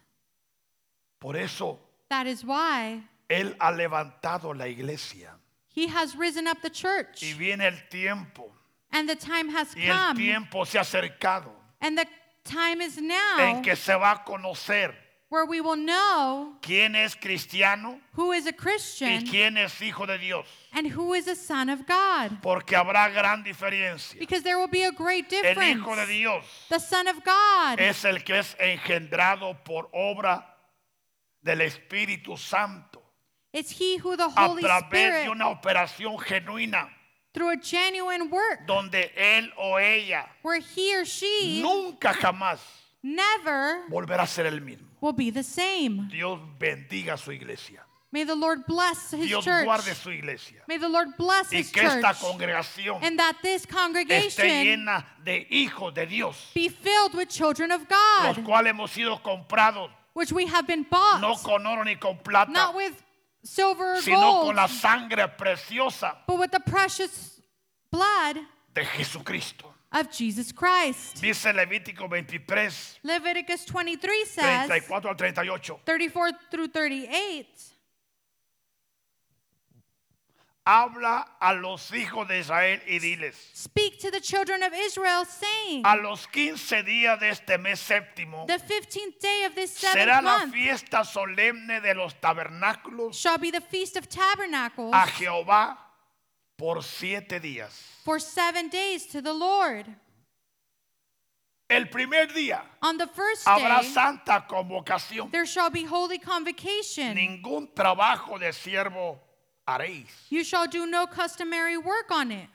[SPEAKER 1] Por eso
[SPEAKER 2] That is why
[SPEAKER 1] Él ha levantado la iglesia
[SPEAKER 2] he has risen up the
[SPEAKER 1] y
[SPEAKER 2] church,
[SPEAKER 1] viene el tiempo
[SPEAKER 2] and the time has
[SPEAKER 1] y el
[SPEAKER 2] come,
[SPEAKER 1] tiempo se ha acercado.
[SPEAKER 2] and the time is
[SPEAKER 1] en
[SPEAKER 2] now
[SPEAKER 1] que se va a conocer
[SPEAKER 2] where we will know
[SPEAKER 1] quién es cristiano
[SPEAKER 2] who is a
[SPEAKER 1] y
[SPEAKER 2] Christian
[SPEAKER 1] quién es hijo de Dios,
[SPEAKER 2] and who is a son of God.
[SPEAKER 1] porque habrá gran diferencia.
[SPEAKER 2] Because there will be a great
[SPEAKER 1] El
[SPEAKER 2] difference.
[SPEAKER 1] hijo de Dios
[SPEAKER 2] The son of God
[SPEAKER 1] es el que es engendrado por obra del Espíritu Santo
[SPEAKER 2] is he who the
[SPEAKER 1] a
[SPEAKER 2] Holy
[SPEAKER 1] través
[SPEAKER 2] Spirit,
[SPEAKER 1] de una operación genuina
[SPEAKER 2] through a genuine work,
[SPEAKER 1] donde él o ella
[SPEAKER 2] where he or she
[SPEAKER 1] nunca jamás
[SPEAKER 2] never
[SPEAKER 1] volverá a ser el mismo.
[SPEAKER 2] will be the same.
[SPEAKER 1] Dios bendiga a su iglesia.
[SPEAKER 2] May the Lord bless his
[SPEAKER 1] Dios
[SPEAKER 2] church.
[SPEAKER 1] guarde su iglesia.
[SPEAKER 2] May the Lord bless
[SPEAKER 1] Y
[SPEAKER 2] his
[SPEAKER 1] que esta
[SPEAKER 2] church.
[SPEAKER 1] congregación
[SPEAKER 2] And that this
[SPEAKER 1] esté
[SPEAKER 2] congregation
[SPEAKER 1] llena de hijos de Dios,
[SPEAKER 2] be filled with children of
[SPEAKER 1] los
[SPEAKER 2] God,
[SPEAKER 1] cuales hemos sido comprados
[SPEAKER 2] which we have been
[SPEAKER 1] no
[SPEAKER 2] bought,
[SPEAKER 1] con oro ni con plata,
[SPEAKER 2] not with silver or
[SPEAKER 1] sino
[SPEAKER 2] gold,
[SPEAKER 1] con la sangre preciosa
[SPEAKER 2] but with the precious blood
[SPEAKER 1] de Jesucristo.
[SPEAKER 2] of Jesus Christ.
[SPEAKER 1] Dice Levítico 23,
[SPEAKER 2] Leviticus 23 says,
[SPEAKER 1] 34 al 38.
[SPEAKER 2] 34 through 38,
[SPEAKER 1] Habla a los hijos de Israel y diles,
[SPEAKER 2] speak to the children of Israel, saying,
[SPEAKER 1] a los 15 días de este mes séptimo
[SPEAKER 2] The 15th day of this
[SPEAKER 1] será
[SPEAKER 2] seventh
[SPEAKER 1] la
[SPEAKER 2] month
[SPEAKER 1] fiesta solemne de los tabernáculos
[SPEAKER 2] shall be the Feast of Tabernacles
[SPEAKER 1] a Jehová por siete días.
[SPEAKER 2] for seven days to the Lord.
[SPEAKER 1] El primer día
[SPEAKER 2] On the first
[SPEAKER 1] habrá
[SPEAKER 2] day,
[SPEAKER 1] santa convocación.
[SPEAKER 2] there shall be holy convocation.
[SPEAKER 1] Ningún trabajo de siervo haréis.
[SPEAKER 2] You shall do no customary work on it.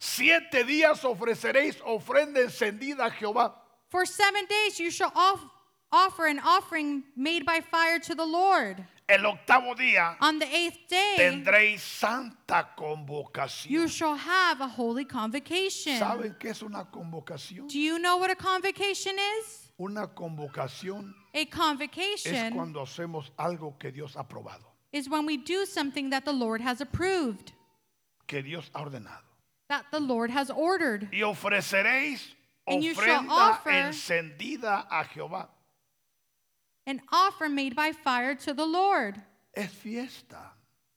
[SPEAKER 1] Siete días ofreceréis ofrenda encendida a Jehová.
[SPEAKER 2] For seven days you shall off- offer an offering made by fire to the Lord.
[SPEAKER 1] El octavo día
[SPEAKER 2] On the eighth day,
[SPEAKER 1] tendréis santa
[SPEAKER 2] you
[SPEAKER 1] convocación.
[SPEAKER 2] shall have a holy convocation.
[SPEAKER 1] ¿Saben qué es una convocación?
[SPEAKER 2] Do you know what a convocation is?
[SPEAKER 1] Una convocación
[SPEAKER 2] A
[SPEAKER 1] es
[SPEAKER 2] convocation
[SPEAKER 1] cuando hacemos algo que Dios ha aprobado,
[SPEAKER 2] is when we do something that the Lord has approved,
[SPEAKER 1] que Dios ha ordenado.
[SPEAKER 2] that the Lord has ordered.
[SPEAKER 1] Y ofreceréis
[SPEAKER 2] And you shall
[SPEAKER 1] ofrenda
[SPEAKER 2] offer-
[SPEAKER 1] encendida a Jehová.
[SPEAKER 2] an offer made by fire to the Lord.
[SPEAKER 1] Es fiesta.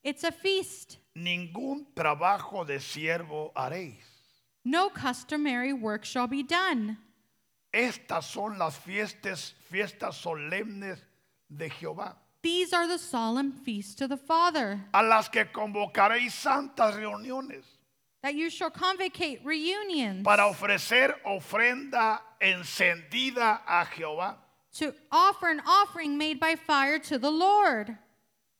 [SPEAKER 2] It's a feast.
[SPEAKER 1] Ningún trabajo de siervo haréis.
[SPEAKER 2] No customary work shall be done.
[SPEAKER 1] Estas son las fiestas, fiestas solemnes de Jehová,
[SPEAKER 2] These are the solemn feasts to the Father,
[SPEAKER 1] a las que convocaréis santas reuniones
[SPEAKER 2] that you shall convocate reunions
[SPEAKER 1] para ofrecer ofrenda encendida a Jehová.
[SPEAKER 2] to offer an offering made by fire to the Lord.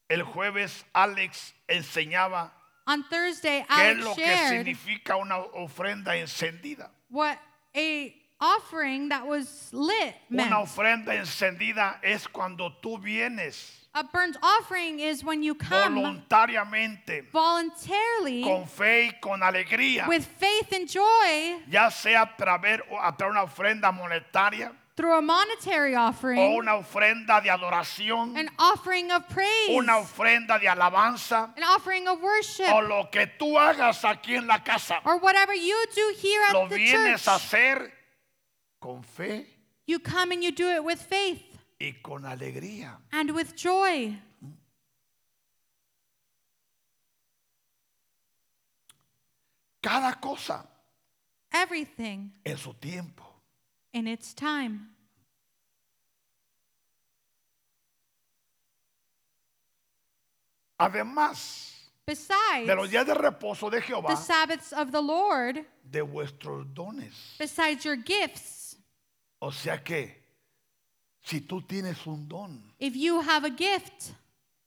[SPEAKER 1] El jueves Alex enseñaba
[SPEAKER 2] On Thursday,
[SPEAKER 1] qué es lo
[SPEAKER 2] Alex
[SPEAKER 1] que
[SPEAKER 2] shared
[SPEAKER 1] significa una ofrenda encendida.
[SPEAKER 2] what a offering that was lit
[SPEAKER 1] Una
[SPEAKER 2] meant.
[SPEAKER 1] ofrenda encendida es cuando tú vienes
[SPEAKER 2] A burnt offering is when you come
[SPEAKER 1] voluntariamente,
[SPEAKER 2] voluntarily
[SPEAKER 1] con fe y con alegría,
[SPEAKER 2] with faith and joy
[SPEAKER 1] ya sea a través o a través de una ofrenda monetaria
[SPEAKER 2] through a monetary
[SPEAKER 1] o
[SPEAKER 2] offering,
[SPEAKER 1] una ofrenda de adoración,
[SPEAKER 2] an offering of praise,
[SPEAKER 1] una ofrenda de alabanza
[SPEAKER 2] an offering of worship,
[SPEAKER 1] o lo que tú hagas aquí en la casa.
[SPEAKER 2] or whatever you do here
[SPEAKER 1] Lo
[SPEAKER 2] at the
[SPEAKER 1] vienes a
[SPEAKER 2] church.
[SPEAKER 1] hacer con fe
[SPEAKER 2] You come and you do it with faith
[SPEAKER 1] y con alegría.
[SPEAKER 2] and with joy.
[SPEAKER 1] Cada cosa
[SPEAKER 2] Everything
[SPEAKER 1] en su tiempo.
[SPEAKER 2] in its time.
[SPEAKER 1] Además de los
[SPEAKER 2] Besides
[SPEAKER 1] días de reposo de Jehová,
[SPEAKER 2] the Sabbaths of the Lord,
[SPEAKER 1] de vuestros dones.
[SPEAKER 2] besides your gifts,
[SPEAKER 1] O sea que si tú tienes un don,
[SPEAKER 2] if you have a gift,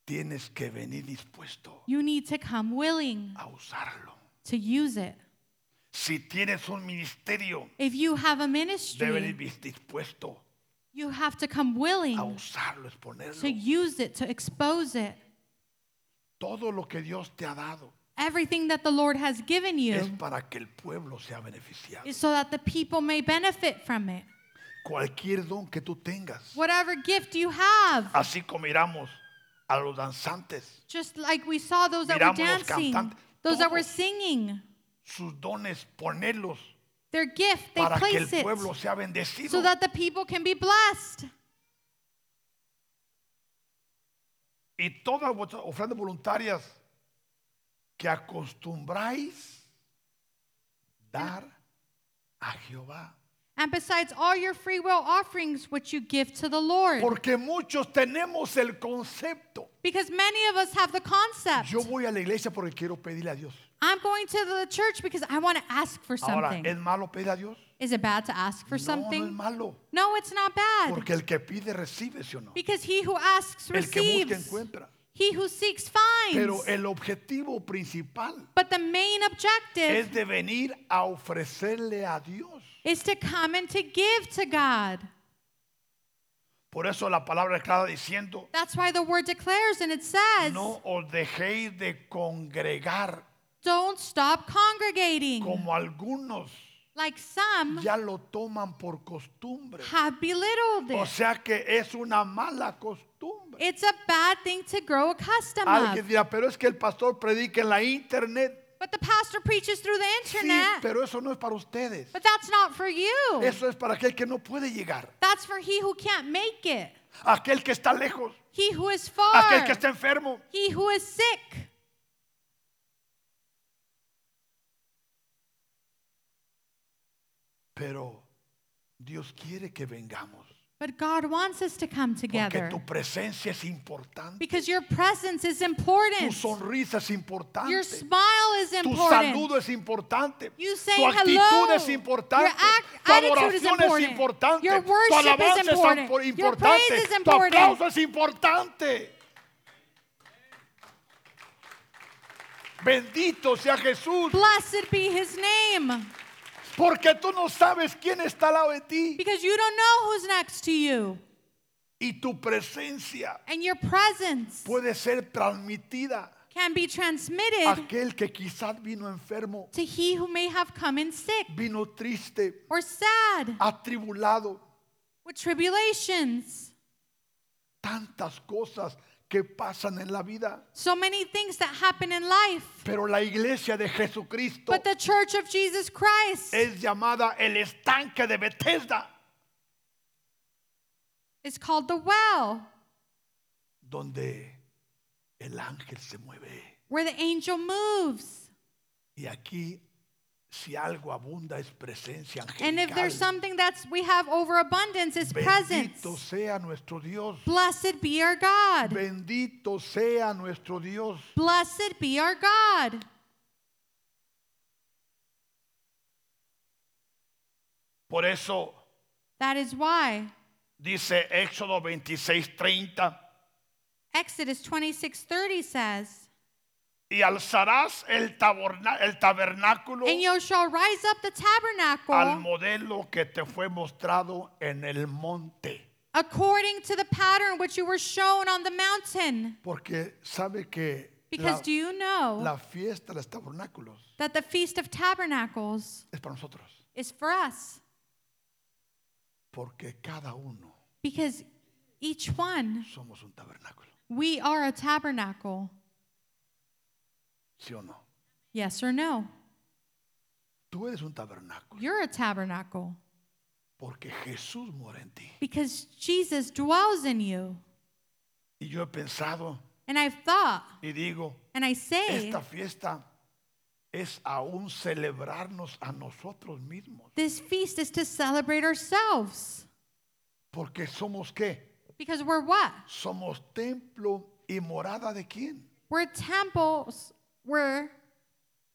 [SPEAKER 1] tienes que venir dispuesto
[SPEAKER 2] you need to come willing
[SPEAKER 1] a usarlo.
[SPEAKER 2] to use it.
[SPEAKER 1] Si tienes un ministerio,
[SPEAKER 2] If you have a
[SPEAKER 1] debes ir
[SPEAKER 2] ministry,
[SPEAKER 1] vis- dispuesto
[SPEAKER 2] you have to come
[SPEAKER 1] a
[SPEAKER 2] willing
[SPEAKER 1] usarlo,
[SPEAKER 2] to
[SPEAKER 1] exponerlo.
[SPEAKER 2] use it, to expose it.
[SPEAKER 1] Todo lo que Dios te ha dado
[SPEAKER 2] Everything that the Lord has given
[SPEAKER 1] es
[SPEAKER 2] you
[SPEAKER 1] para que el pueblo sea beneficiado.
[SPEAKER 2] is so that the people may benefit from it.
[SPEAKER 1] Cualquier don que tú tengas,
[SPEAKER 2] Whatever gift you have,
[SPEAKER 1] así como miramos a los danzantes,
[SPEAKER 2] just like we saw those that were
[SPEAKER 1] Miramos los
[SPEAKER 2] dancing,
[SPEAKER 1] cantantes,
[SPEAKER 2] those that were
[SPEAKER 1] todos.
[SPEAKER 2] singing,
[SPEAKER 1] sus dones, ponerlos
[SPEAKER 2] their gift, they
[SPEAKER 1] para que el
[SPEAKER 2] place it
[SPEAKER 1] pueblo sea
[SPEAKER 2] so
[SPEAKER 1] bendecido.
[SPEAKER 2] that the people can be blessed.
[SPEAKER 1] y todas vuestras ofrendas voluntarias que acostumbráis dar a Jehová.
[SPEAKER 2] And besides all your free will offerings which you give to the Lord.
[SPEAKER 1] Porque muchos tenemos el concepto.
[SPEAKER 2] Because many of us have the concept
[SPEAKER 1] Yo voy a la iglesia porque quiero pedirle a Dios.
[SPEAKER 2] I'm going to the church because I want to ask for
[SPEAKER 1] Ahora,
[SPEAKER 2] something.
[SPEAKER 1] ¿es malo pedir a Dios?
[SPEAKER 2] Is it bad to ask
[SPEAKER 1] No, no
[SPEAKER 2] for
[SPEAKER 1] es
[SPEAKER 2] something?
[SPEAKER 1] malo.
[SPEAKER 2] No, it's not bad.
[SPEAKER 1] Porque el que pide recibe, ¿sí o no?
[SPEAKER 2] because he who asks
[SPEAKER 1] El que busca
[SPEAKER 2] receives.
[SPEAKER 1] encuentra.
[SPEAKER 2] He who seeks finds.
[SPEAKER 1] Pero el objetivo principal
[SPEAKER 2] but the main objective
[SPEAKER 1] es de venir a ofrecerle a Dios.
[SPEAKER 2] is to come and to give to God.
[SPEAKER 1] Por eso la palabra es clara diciendo,
[SPEAKER 2] That's why the word declares and it says,
[SPEAKER 1] No os dejéis de congregar
[SPEAKER 2] don't stop congregating.
[SPEAKER 1] como algunos
[SPEAKER 2] like some
[SPEAKER 1] ya lo toman por costumbre.
[SPEAKER 2] have belittled
[SPEAKER 1] O
[SPEAKER 2] it.
[SPEAKER 1] sea que es una mala costumbre.
[SPEAKER 2] It's a bad thing to grow accustomed
[SPEAKER 1] Alguien
[SPEAKER 2] of.
[SPEAKER 1] dirá, pero es que el pastor predica en la internet.
[SPEAKER 2] But the pastor preaches through the
[SPEAKER 1] Sí,
[SPEAKER 2] internet.
[SPEAKER 1] pero eso no es para ustedes.
[SPEAKER 2] But that's not for you.
[SPEAKER 1] Eso es para aquel que no puede llegar,
[SPEAKER 2] That's for he who can't make it.
[SPEAKER 1] aquel que está lejos,
[SPEAKER 2] He who is far.
[SPEAKER 1] aquel que está enfermo.
[SPEAKER 2] He who is sick.
[SPEAKER 1] Pero Dios quiere que vengamos,
[SPEAKER 2] But God wants us to come
[SPEAKER 1] porque
[SPEAKER 2] together.
[SPEAKER 1] tu presencia es importante,
[SPEAKER 2] Because your presence is
[SPEAKER 1] tu
[SPEAKER 2] important.
[SPEAKER 1] sonrisa es
[SPEAKER 2] Your
[SPEAKER 1] importante.
[SPEAKER 2] smile is
[SPEAKER 1] Tu
[SPEAKER 2] important.
[SPEAKER 1] saludo es importante.
[SPEAKER 2] You saying
[SPEAKER 1] tu actitud
[SPEAKER 2] hello.
[SPEAKER 1] es importante.
[SPEAKER 2] Your act-
[SPEAKER 1] tu
[SPEAKER 2] attitude
[SPEAKER 1] adoración
[SPEAKER 2] is
[SPEAKER 1] es
[SPEAKER 2] important.
[SPEAKER 1] importante.
[SPEAKER 2] Your
[SPEAKER 1] tu
[SPEAKER 2] worship is
[SPEAKER 1] alabanza es
[SPEAKER 2] important.
[SPEAKER 1] ampo-
[SPEAKER 2] Your
[SPEAKER 1] importante.
[SPEAKER 2] praise is
[SPEAKER 1] Tu
[SPEAKER 2] important.
[SPEAKER 1] aplauso es importante. Bendito sea Jesús,
[SPEAKER 2] Blessed be his name.
[SPEAKER 1] porque tú no sabes quién está al lado de ti
[SPEAKER 2] Because you don't know who's next to you.
[SPEAKER 1] y tu presencia
[SPEAKER 2] And your presence
[SPEAKER 1] puede ser transmitida
[SPEAKER 2] can be
[SPEAKER 1] a
[SPEAKER 2] transmitted
[SPEAKER 1] aquel que quizás vino enfermo,
[SPEAKER 2] to he who may have come in sick
[SPEAKER 1] vino triste,
[SPEAKER 2] or sad
[SPEAKER 1] atribulado,
[SPEAKER 2] with tribulations.
[SPEAKER 1] tantas cosas que pasan en la vida.
[SPEAKER 2] So many things that happen in life.
[SPEAKER 1] Pero la iglesia de Jesucristo
[SPEAKER 2] But the church of Jesus Christ
[SPEAKER 1] es llamada el estanque de Bethesda.
[SPEAKER 2] It's called the well,
[SPEAKER 1] donde el ángel se mueve.
[SPEAKER 2] where the angel moves.
[SPEAKER 1] Y aquí, si algo abunda, es presencia
[SPEAKER 2] And if there's
[SPEAKER 1] angelical.
[SPEAKER 2] something that's we have overabundance, it's presence.
[SPEAKER 1] Bendito sea nuestro Dios.
[SPEAKER 2] Blessed be our God.
[SPEAKER 1] Bendito sea nuestro Dios.
[SPEAKER 2] Blessed be our God.
[SPEAKER 1] Por eso
[SPEAKER 2] That is why
[SPEAKER 1] dice Éxodo 26, 30.
[SPEAKER 2] Exodus 26:30 says,
[SPEAKER 1] Y alzarás el, taborna- el tabernáculo
[SPEAKER 2] "And you shall rise up the
[SPEAKER 1] al
[SPEAKER 2] tabernacle
[SPEAKER 1] modelo que te fue mostrado en el monte.
[SPEAKER 2] according to the pattern which you were shown on the mountain."
[SPEAKER 1] Porque sabe que
[SPEAKER 2] Because
[SPEAKER 1] la,
[SPEAKER 2] do you know
[SPEAKER 1] la fiesta de los tabernáculos
[SPEAKER 2] that the feast of tabernacles
[SPEAKER 1] es para nosotros.
[SPEAKER 2] is for us
[SPEAKER 1] Porque cada uno
[SPEAKER 2] because each one
[SPEAKER 1] somos un tabernáculo.
[SPEAKER 2] we are a tabernacle.
[SPEAKER 1] ¿Sí o no?
[SPEAKER 2] Yes or no?
[SPEAKER 1] Tú eres un tabernáculo.
[SPEAKER 2] You're a tabernacle
[SPEAKER 1] Porque Jesús mora en ti.
[SPEAKER 2] because Jesus dwells in you.
[SPEAKER 1] Y yo he pensado
[SPEAKER 2] And I've thought
[SPEAKER 1] y digo,
[SPEAKER 2] and I say
[SPEAKER 1] Esta fiesta es aún celebrarnos a nosotros mismos,
[SPEAKER 2] this feast is to celebrate ourselves
[SPEAKER 1] porque somos qué?
[SPEAKER 2] because we're what?
[SPEAKER 1] Somos templo y morada de quién?
[SPEAKER 2] We're temples. We're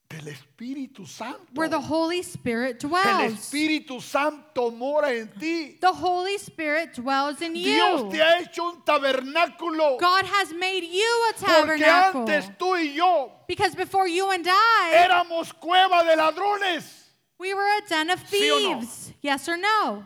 [SPEAKER 1] Del Espíritu Santo.
[SPEAKER 2] where the Holy Spirit
[SPEAKER 1] El
[SPEAKER 2] dwells.
[SPEAKER 1] Espíritu Santo mora en ti.
[SPEAKER 2] The Holy Spirit dwells in
[SPEAKER 1] Dios
[SPEAKER 2] you.
[SPEAKER 1] te ha hecho un tabernáculo,
[SPEAKER 2] God has made you a
[SPEAKER 1] porque
[SPEAKER 2] tabernacle.
[SPEAKER 1] antes tú y yo
[SPEAKER 2] Because before you and I,
[SPEAKER 1] éramos cueva de ladrones.
[SPEAKER 2] we were a den of
[SPEAKER 1] Sí o no?
[SPEAKER 2] thieves. Yes or no?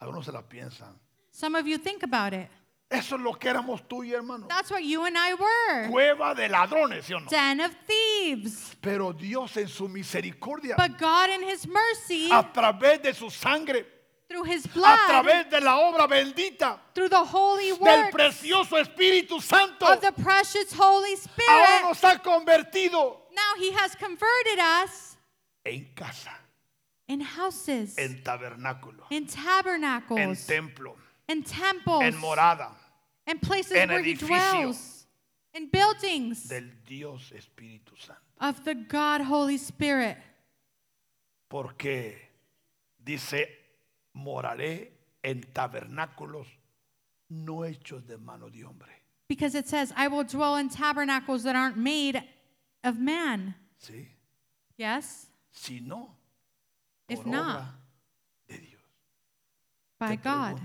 [SPEAKER 1] Algunos se la piensan.
[SPEAKER 2] Some of you think about it.
[SPEAKER 1] Eso es lo que éramos tú y hermano.
[SPEAKER 2] That's what you and I were.
[SPEAKER 1] Cueva de ladrones, ¿sí o no?
[SPEAKER 2] Den of thieves.
[SPEAKER 1] Pero Dios en su misericordia,
[SPEAKER 2] But God in his mercy,
[SPEAKER 1] a través de su sangre,
[SPEAKER 2] through his
[SPEAKER 1] a
[SPEAKER 2] blood,
[SPEAKER 1] través de la obra bendita
[SPEAKER 2] through the holy
[SPEAKER 1] del
[SPEAKER 2] work
[SPEAKER 1] precioso Espíritu Santo,
[SPEAKER 2] of the precious
[SPEAKER 1] ahora
[SPEAKER 2] Holy Spirit,
[SPEAKER 1] nos ha convertido
[SPEAKER 2] now he has converted us
[SPEAKER 1] en casa,
[SPEAKER 2] in houses,
[SPEAKER 1] en tabernáculo,
[SPEAKER 2] in
[SPEAKER 1] en
[SPEAKER 2] tabernacles,
[SPEAKER 1] templo,
[SPEAKER 2] in temples,
[SPEAKER 1] en morada
[SPEAKER 2] in places
[SPEAKER 1] en
[SPEAKER 2] where he
[SPEAKER 1] edificio.
[SPEAKER 2] dwells, in buildings
[SPEAKER 1] del Dios Espíritu Santo.
[SPEAKER 2] of the God Holy Spirit.
[SPEAKER 1] Porque dice, moraré en tabernáculos no hechos de mano de hombre.
[SPEAKER 2] Because it says, I will dwell in tabernacles that aren't made of man.
[SPEAKER 1] ¿Sí?
[SPEAKER 2] Yes?
[SPEAKER 1] Sino por
[SPEAKER 2] If not,
[SPEAKER 1] obra de Dios. Te
[SPEAKER 2] By God.
[SPEAKER 1] pregunto.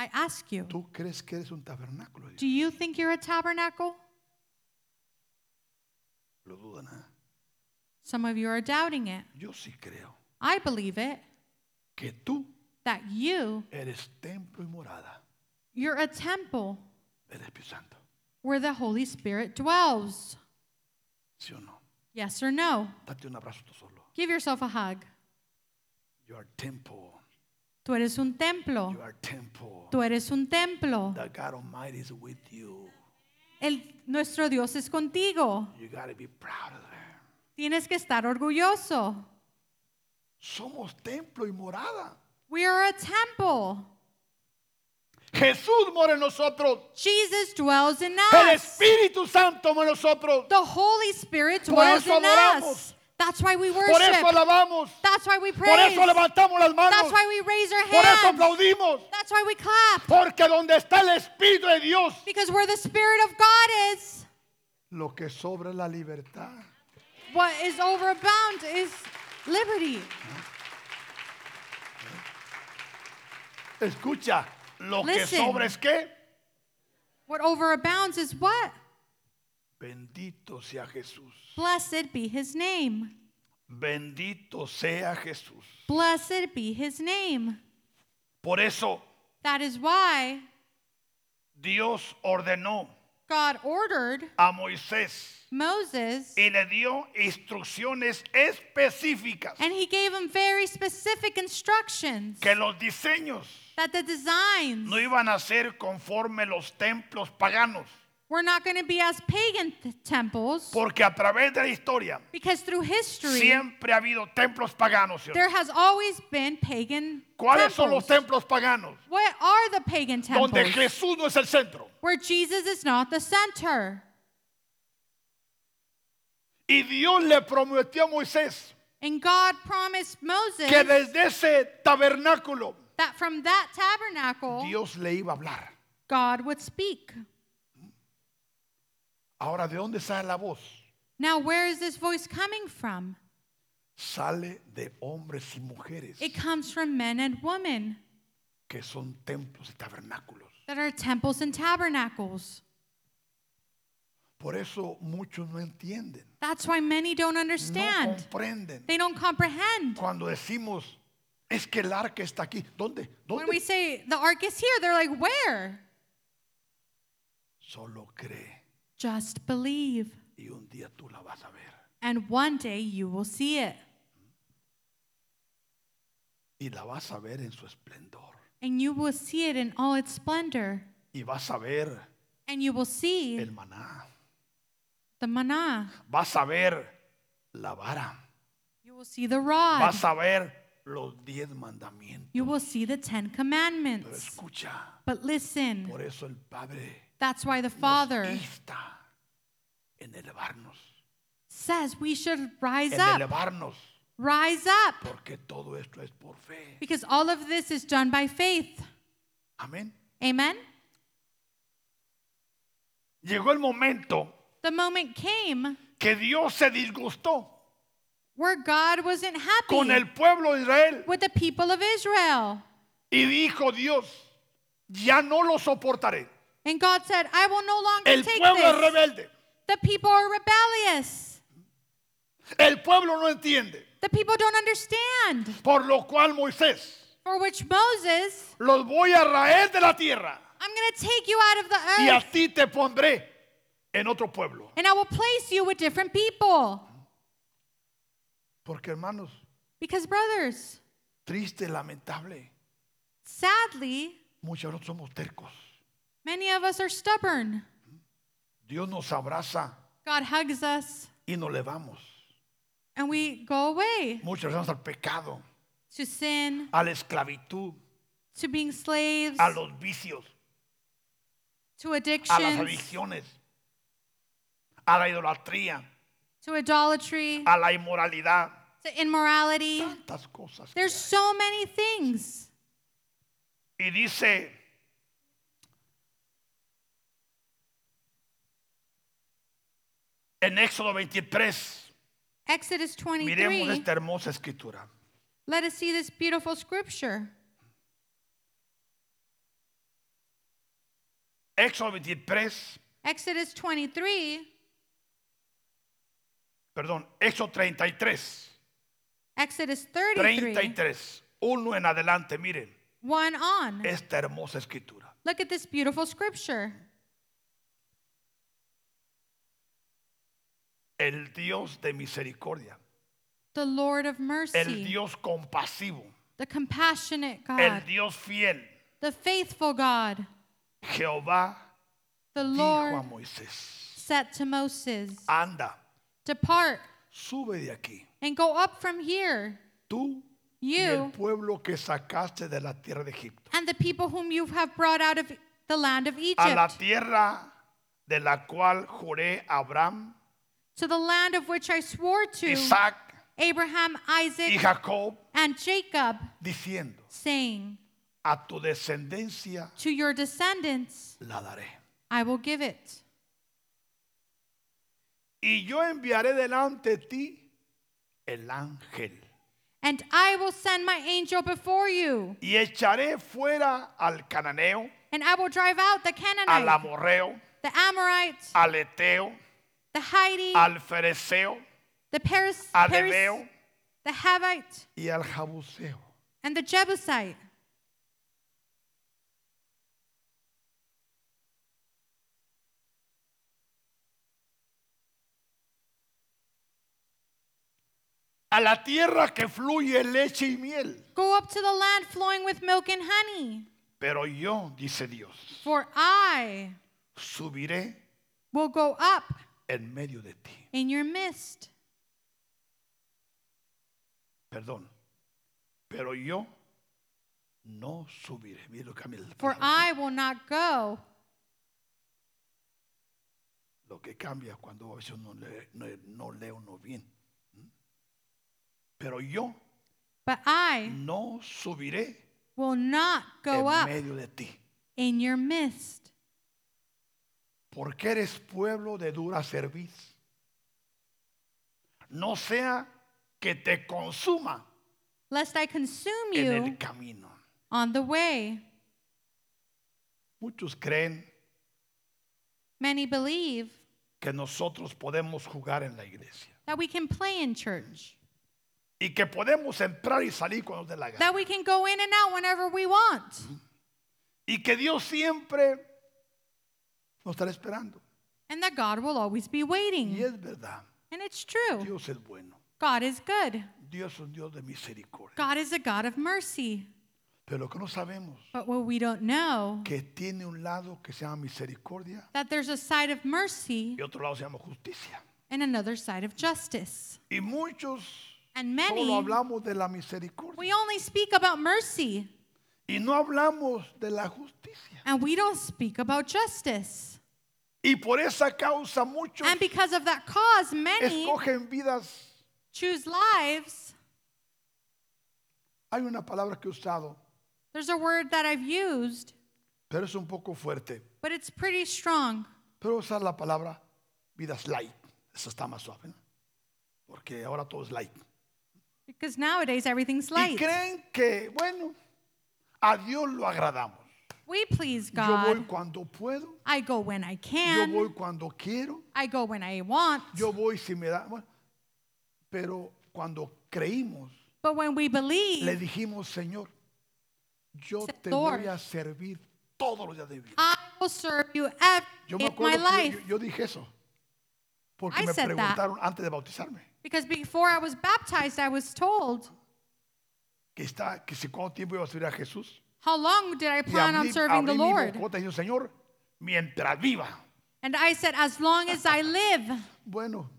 [SPEAKER 2] I ask you,
[SPEAKER 1] ¿Tú crees que eres un tabernáculo? de Dios?
[SPEAKER 2] do you think you're a tabernacle?
[SPEAKER 1] Lo dudan. ¿ah?
[SPEAKER 2] Some of you are doubting it.
[SPEAKER 1] Yo sí creo
[SPEAKER 2] I believe it
[SPEAKER 1] que tú
[SPEAKER 2] that you,
[SPEAKER 1] eres templo y morada
[SPEAKER 2] you're a temple
[SPEAKER 1] del Espíritu Santo.
[SPEAKER 2] where the Holy Spirit dwells.
[SPEAKER 1] ¿Sí o no?
[SPEAKER 2] Yes or no?
[SPEAKER 1] Date un abrazo tú solo.
[SPEAKER 2] Give yourself a hug.
[SPEAKER 1] You are temple.
[SPEAKER 2] Tú eres un templo.
[SPEAKER 1] You are temple.
[SPEAKER 2] Tú eres un templo.
[SPEAKER 1] The God Almighty is with you.
[SPEAKER 2] El, nuestro Dios es contigo.
[SPEAKER 1] You gotta be proud of that.
[SPEAKER 2] Tienes que estar orgulloso.
[SPEAKER 1] Somos templo y morada.
[SPEAKER 2] We are a temple.
[SPEAKER 1] Jesús mora en nosotros.
[SPEAKER 2] Jesus dwells in
[SPEAKER 1] El
[SPEAKER 2] us.
[SPEAKER 1] Espíritu Santo mora en nosotros.
[SPEAKER 2] The Holy Spirit
[SPEAKER 1] Por
[SPEAKER 2] dwells
[SPEAKER 1] eso
[SPEAKER 2] in
[SPEAKER 1] adoramos.
[SPEAKER 2] us. That's why we
[SPEAKER 1] Por eso
[SPEAKER 2] worship.
[SPEAKER 1] alabamos.
[SPEAKER 2] That's why we
[SPEAKER 1] Por
[SPEAKER 2] praise.
[SPEAKER 1] eso levantamos las
[SPEAKER 2] That's
[SPEAKER 1] manos.
[SPEAKER 2] why we raise our
[SPEAKER 1] Por eso
[SPEAKER 2] hands.
[SPEAKER 1] aplaudimos.
[SPEAKER 2] That's why we clap.
[SPEAKER 1] Porque donde está el Espíritu de Dios,
[SPEAKER 2] Because where the Spirit of God is,
[SPEAKER 1] lo que sobra es la libertad.
[SPEAKER 2] what is overbound is liberty.
[SPEAKER 1] Escucha, lo que
[SPEAKER 2] Listen.
[SPEAKER 1] sobra es que
[SPEAKER 2] What overabounds is what?
[SPEAKER 1] bendito sea Jesús.
[SPEAKER 2] Blessed be his name.
[SPEAKER 1] Bendito sea Jesús.
[SPEAKER 2] Blessed be his name.
[SPEAKER 1] Por eso
[SPEAKER 2] That is why
[SPEAKER 1] Dios ordenó
[SPEAKER 2] God ordered
[SPEAKER 1] a Moisés
[SPEAKER 2] Moses
[SPEAKER 1] y le dio instrucciones específicas
[SPEAKER 2] and he gave him very specific instructions
[SPEAKER 1] que los diseños
[SPEAKER 2] that the designs
[SPEAKER 1] no iban a ser conforme los templos paganos,
[SPEAKER 2] We're not going to be as pagan th- temples
[SPEAKER 1] Porque a través de la historia
[SPEAKER 2] because through history,
[SPEAKER 1] siempre ha habido templos paganos. ¿sí o no?
[SPEAKER 2] there has always been pagan
[SPEAKER 1] ¿Cuáles son los
[SPEAKER 2] temples.
[SPEAKER 1] templos paganos?
[SPEAKER 2] What are the pagan
[SPEAKER 1] Donde
[SPEAKER 2] temples
[SPEAKER 1] Jesús no es el centro.
[SPEAKER 2] where Jesus is not the center?
[SPEAKER 1] Y Dios le prometió a Moisés
[SPEAKER 2] And God promised Moses
[SPEAKER 1] que desde ese tabernáculo
[SPEAKER 2] that from that tabernacle,
[SPEAKER 1] Dios le iba a hablar.
[SPEAKER 2] God would speak.
[SPEAKER 1] Ahora, ¿de dónde sale la voz?
[SPEAKER 2] Now, where is this voice coming from?
[SPEAKER 1] Sale de hombres y mujeres
[SPEAKER 2] It comes from men and women
[SPEAKER 1] que son templos y tabernáculos.
[SPEAKER 2] that are temples and tabernacles.
[SPEAKER 1] Por eso muchos no entienden,
[SPEAKER 2] That's why many don't
[SPEAKER 1] no
[SPEAKER 2] understand.
[SPEAKER 1] comprenden.
[SPEAKER 2] They don't comprehend.
[SPEAKER 1] Cuando decimos, es que el arca está aquí, ¿dónde?
[SPEAKER 2] When we
[SPEAKER 1] ¿Dónde?
[SPEAKER 2] say the ark is here, they're like, where?
[SPEAKER 1] Solo cree
[SPEAKER 2] Just believe,
[SPEAKER 1] y un día tú la vas a ver.
[SPEAKER 2] and one day you will see it,
[SPEAKER 1] Y la vas a ver en su esplendor.
[SPEAKER 2] and you will see it in all its splendor,
[SPEAKER 1] Y vas a ver
[SPEAKER 2] and you will see
[SPEAKER 1] el maná.
[SPEAKER 2] the manna.
[SPEAKER 1] Vas a ver la vara.
[SPEAKER 2] You will see the rod.
[SPEAKER 1] Vas a ver los diez mandamientos.
[SPEAKER 2] You will see the Ten
[SPEAKER 1] Pero
[SPEAKER 2] Commandments.
[SPEAKER 1] escucha,
[SPEAKER 2] But listen,
[SPEAKER 1] por eso el Padre
[SPEAKER 2] that's why the
[SPEAKER 1] nos
[SPEAKER 2] Father
[SPEAKER 1] insta en elevarnos.
[SPEAKER 2] says we should rise
[SPEAKER 1] En
[SPEAKER 2] up,
[SPEAKER 1] elevarnos.
[SPEAKER 2] rise up,
[SPEAKER 1] Porque todo esto es por fe.
[SPEAKER 2] because all of this is done by faith.
[SPEAKER 1] Amén.
[SPEAKER 2] Amen?
[SPEAKER 1] Llegó el momento
[SPEAKER 2] The moment came
[SPEAKER 1] que Dios se disgustó
[SPEAKER 2] where God wasn't
[SPEAKER 1] con
[SPEAKER 2] happy
[SPEAKER 1] el pueblo de Israel
[SPEAKER 2] with the people of Israel.
[SPEAKER 1] y dijo Dios, ya no lo soportaré.
[SPEAKER 2] And God said, I will no longer
[SPEAKER 1] El
[SPEAKER 2] take
[SPEAKER 1] pueblo es
[SPEAKER 2] this.
[SPEAKER 1] rebelde.
[SPEAKER 2] The people are rebellious.
[SPEAKER 1] El pueblo no entiende.
[SPEAKER 2] The people don't understand.
[SPEAKER 1] Por lo cual Moisés,
[SPEAKER 2] For which Moses,
[SPEAKER 1] los voy a raer de la tierra
[SPEAKER 2] I'm going to take you out
[SPEAKER 1] y
[SPEAKER 2] of the
[SPEAKER 1] a
[SPEAKER 2] earth,
[SPEAKER 1] ti te pondré en otro pueblo.
[SPEAKER 2] and I will place you with different people.
[SPEAKER 1] Porque hermanos,
[SPEAKER 2] Because, brothers,
[SPEAKER 1] triste, lamentable,
[SPEAKER 2] sadly,
[SPEAKER 1] muchos de nosotros somos tercos.
[SPEAKER 2] many of us are stubborn.
[SPEAKER 1] Dios nos abraza
[SPEAKER 2] God hugs us,
[SPEAKER 1] y nos levamos.
[SPEAKER 2] and we go away
[SPEAKER 1] Muchos vamos al pecado,
[SPEAKER 2] to sin,
[SPEAKER 1] a la esclavitud,
[SPEAKER 2] to being slaves,
[SPEAKER 1] a los vicios, a
[SPEAKER 2] to
[SPEAKER 1] las
[SPEAKER 2] addictions,
[SPEAKER 1] adicciones, a la idolatría,
[SPEAKER 2] to idolatry,
[SPEAKER 1] a la inmoralidad,
[SPEAKER 2] to immorality.
[SPEAKER 1] tantas cosas. que
[SPEAKER 2] There's
[SPEAKER 1] hay.
[SPEAKER 2] so many things.
[SPEAKER 1] Y dice, en Éxodo 23,
[SPEAKER 2] Exodus
[SPEAKER 1] miremos
[SPEAKER 2] 23.
[SPEAKER 1] esta hermosa escritura.
[SPEAKER 2] Let us see this beautiful scripture.
[SPEAKER 1] Éxodo 23,
[SPEAKER 2] Exodus 23,
[SPEAKER 1] perdón, Éxodo 33,
[SPEAKER 2] Exodus 33,
[SPEAKER 1] 33, uno en adelante, miren,
[SPEAKER 2] 1 on.
[SPEAKER 1] esta hermosa escritura.
[SPEAKER 2] Look at this beautiful scripture.
[SPEAKER 1] El Dios de misericordia,
[SPEAKER 2] The Lord of
[SPEAKER 1] el
[SPEAKER 2] mercy,
[SPEAKER 1] Dios compasivo,
[SPEAKER 2] the compassionate God,
[SPEAKER 1] el Dios fiel,
[SPEAKER 2] the faithful God,
[SPEAKER 1] Jehová
[SPEAKER 2] the
[SPEAKER 1] dijo a
[SPEAKER 2] Lord
[SPEAKER 1] Moisés,
[SPEAKER 2] said to Moses,
[SPEAKER 1] anda,
[SPEAKER 2] Depart
[SPEAKER 1] sube de aquí,
[SPEAKER 2] and go up from here,
[SPEAKER 1] tú y el
[SPEAKER 2] you
[SPEAKER 1] pueblo que sacaste de la tierra de Egipto,
[SPEAKER 2] and the people whom you have brought out of the land of
[SPEAKER 1] a la
[SPEAKER 2] Egypt,
[SPEAKER 1] tierra de la cual juré a Abraham,
[SPEAKER 2] to the land of which I swore to
[SPEAKER 1] Isaac
[SPEAKER 2] Abraham,
[SPEAKER 1] y
[SPEAKER 2] Isaac,
[SPEAKER 1] Jacob,
[SPEAKER 2] and Jacob,
[SPEAKER 1] diciendo,
[SPEAKER 2] saying,
[SPEAKER 1] a tu descendencia
[SPEAKER 2] To your descendants
[SPEAKER 1] la daré.
[SPEAKER 2] I will give it.
[SPEAKER 1] Y yo enviaré delante de ti el ángel
[SPEAKER 2] And I will send my angel before you,
[SPEAKER 1] y echaré fuera al cananeo,
[SPEAKER 2] and I will drive out the
[SPEAKER 1] al
[SPEAKER 2] Canaanite,
[SPEAKER 1] amorreo,
[SPEAKER 2] the Amorite,
[SPEAKER 1] al eteo,
[SPEAKER 2] the Hiti,
[SPEAKER 1] al fereceo,
[SPEAKER 2] the Paris,
[SPEAKER 1] al
[SPEAKER 2] Paris-
[SPEAKER 1] ebeo
[SPEAKER 2] the Havite,
[SPEAKER 1] y al jabuseo.
[SPEAKER 2] and the Jebusite.
[SPEAKER 1] A la tierra que fluye leche y miel.
[SPEAKER 2] Go up to the land flowing with milk and honey,
[SPEAKER 1] Pero yo, dice Dios,
[SPEAKER 2] for I
[SPEAKER 1] subiré
[SPEAKER 2] will go up
[SPEAKER 1] en medio de ti.
[SPEAKER 2] in your midst.
[SPEAKER 1] Perdón. Pero yo no subiré. Mire lo que cambia la
[SPEAKER 2] For
[SPEAKER 1] palabra.
[SPEAKER 2] I will not go.
[SPEAKER 1] Lo que cambia cuando a veces uno lee- no, no lee uno bien. ¿Mm? Pero yo
[SPEAKER 2] But I
[SPEAKER 1] no subiré
[SPEAKER 2] will not
[SPEAKER 1] en
[SPEAKER 2] go up
[SPEAKER 1] medio de ti.
[SPEAKER 2] in your midst
[SPEAKER 1] Porque eres pueblo de dura cerviz. No sea que te consuma
[SPEAKER 2] lest I consume
[SPEAKER 1] en el
[SPEAKER 2] you
[SPEAKER 1] camino.
[SPEAKER 2] on the way.
[SPEAKER 1] Muchos creen
[SPEAKER 2] Many believe
[SPEAKER 1] que nosotros podemos jugar en la iglesia
[SPEAKER 2] that we can play in church,
[SPEAKER 1] y que podemos entrar y salir cuando nos dé la gana.
[SPEAKER 2] that we can go in and out whenever we want,
[SPEAKER 1] Y que Dios siempre nos estará esperando.
[SPEAKER 2] and that God will always be
[SPEAKER 1] Y
[SPEAKER 2] waiting.
[SPEAKER 1] es verdad,
[SPEAKER 2] And it's true.
[SPEAKER 1] Dios es bueno,
[SPEAKER 2] God is good.
[SPEAKER 1] Dios es un Dios de misericordia.
[SPEAKER 2] God is a God of mercy.
[SPEAKER 1] Pero lo que no sabemos,
[SPEAKER 2] But what we don't know
[SPEAKER 1] que tiene un lado que se llama misericordia
[SPEAKER 2] that there's a side of mercy
[SPEAKER 1] y otro lado se llama justicia.
[SPEAKER 2] and another side of justice.
[SPEAKER 1] Y muchos
[SPEAKER 2] And
[SPEAKER 1] solo
[SPEAKER 2] many
[SPEAKER 1] hablamos de la misericordia
[SPEAKER 2] we only speak about mercy
[SPEAKER 1] y no hablamos de la justicia.
[SPEAKER 2] and we don't speak about justice.
[SPEAKER 1] Y por esa causa muchos
[SPEAKER 2] And because of that cause many
[SPEAKER 1] escogen vidas
[SPEAKER 2] choose lives.
[SPEAKER 1] Hay una palabra que he usado,
[SPEAKER 2] There's a word that I've used,
[SPEAKER 1] pero es un poco fuerte.
[SPEAKER 2] but it's pretty strong.
[SPEAKER 1] Pero voy a usar la palabra vidas light. Eso está más suave, ¿no? Porque ahora todo es light.
[SPEAKER 2] Because nowadays everything's
[SPEAKER 1] Y
[SPEAKER 2] light.
[SPEAKER 1] creen que, bueno, a Dios lo agradamos.
[SPEAKER 2] We please
[SPEAKER 1] Yo voy
[SPEAKER 2] God.
[SPEAKER 1] cuando puedo,
[SPEAKER 2] I go when I
[SPEAKER 1] yo
[SPEAKER 2] can.
[SPEAKER 1] voy cuando quiero,
[SPEAKER 2] I go when I want.
[SPEAKER 1] yo voy si me da. bueno. pero cuando creímos,
[SPEAKER 2] But when we
[SPEAKER 1] le
[SPEAKER 2] believe,
[SPEAKER 1] dijimos, Señor, yo
[SPEAKER 2] Said,
[SPEAKER 1] te
[SPEAKER 2] "Lord."
[SPEAKER 1] voy a servir todos los días de mi vida.
[SPEAKER 2] I will serve you every
[SPEAKER 1] Yo
[SPEAKER 2] day
[SPEAKER 1] me
[SPEAKER 2] of my
[SPEAKER 1] acuerdo que
[SPEAKER 2] life.
[SPEAKER 1] yo- yo, yo dije eso. Porque
[SPEAKER 2] I
[SPEAKER 1] me
[SPEAKER 2] said that.
[SPEAKER 1] preguntaron antes de bautizarme.
[SPEAKER 2] Because before I was baptized, I was told,
[SPEAKER 1] que está, que si cuánto tiempo iba a servir a Jesús.
[SPEAKER 2] How long did I
[SPEAKER 1] Y a
[SPEAKER 2] plan on
[SPEAKER 1] mí-
[SPEAKER 2] serving the
[SPEAKER 1] abrí mi
[SPEAKER 2] Lord?
[SPEAKER 1] bocota y dije, Señor, mientras viva.
[SPEAKER 2] And I said, As long as I live.
[SPEAKER 1] Bueno,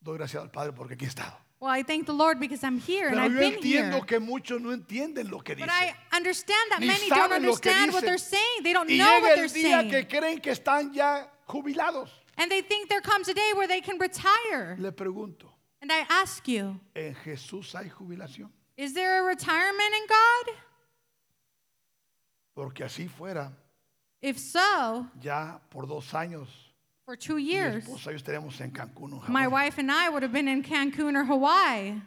[SPEAKER 1] doy gracias al Padre porque aquí he estado.
[SPEAKER 2] Well, I thank the Lord because I'm here and
[SPEAKER 1] Pero
[SPEAKER 2] I've
[SPEAKER 1] yo
[SPEAKER 2] been here.
[SPEAKER 1] entiendo que muchos no entienden lo que
[SPEAKER 2] But
[SPEAKER 1] dice.
[SPEAKER 2] I understand that
[SPEAKER 1] Ni
[SPEAKER 2] many don't
[SPEAKER 1] saben lo que
[SPEAKER 2] understand what
[SPEAKER 1] dicen.
[SPEAKER 2] they're saying. They don't
[SPEAKER 1] Y
[SPEAKER 2] know
[SPEAKER 1] llega
[SPEAKER 2] what they're
[SPEAKER 1] el día
[SPEAKER 2] saying.
[SPEAKER 1] que creen que están ya jubilados.
[SPEAKER 2] And they think there comes a day where they can retire.
[SPEAKER 1] Le pregunto,
[SPEAKER 2] And I ask you,
[SPEAKER 1] ¿en Jesús hay jubilación?
[SPEAKER 2] is there a retirement in God?
[SPEAKER 1] Porque así fuera,
[SPEAKER 2] If so,
[SPEAKER 1] ya por dos años,
[SPEAKER 2] for two
[SPEAKER 1] mi
[SPEAKER 2] years,
[SPEAKER 1] esposa y yo estaremos en Cancún, en
[SPEAKER 2] my
[SPEAKER 1] Hawái.
[SPEAKER 2] wife and I would have been in Cancun or Hawaii.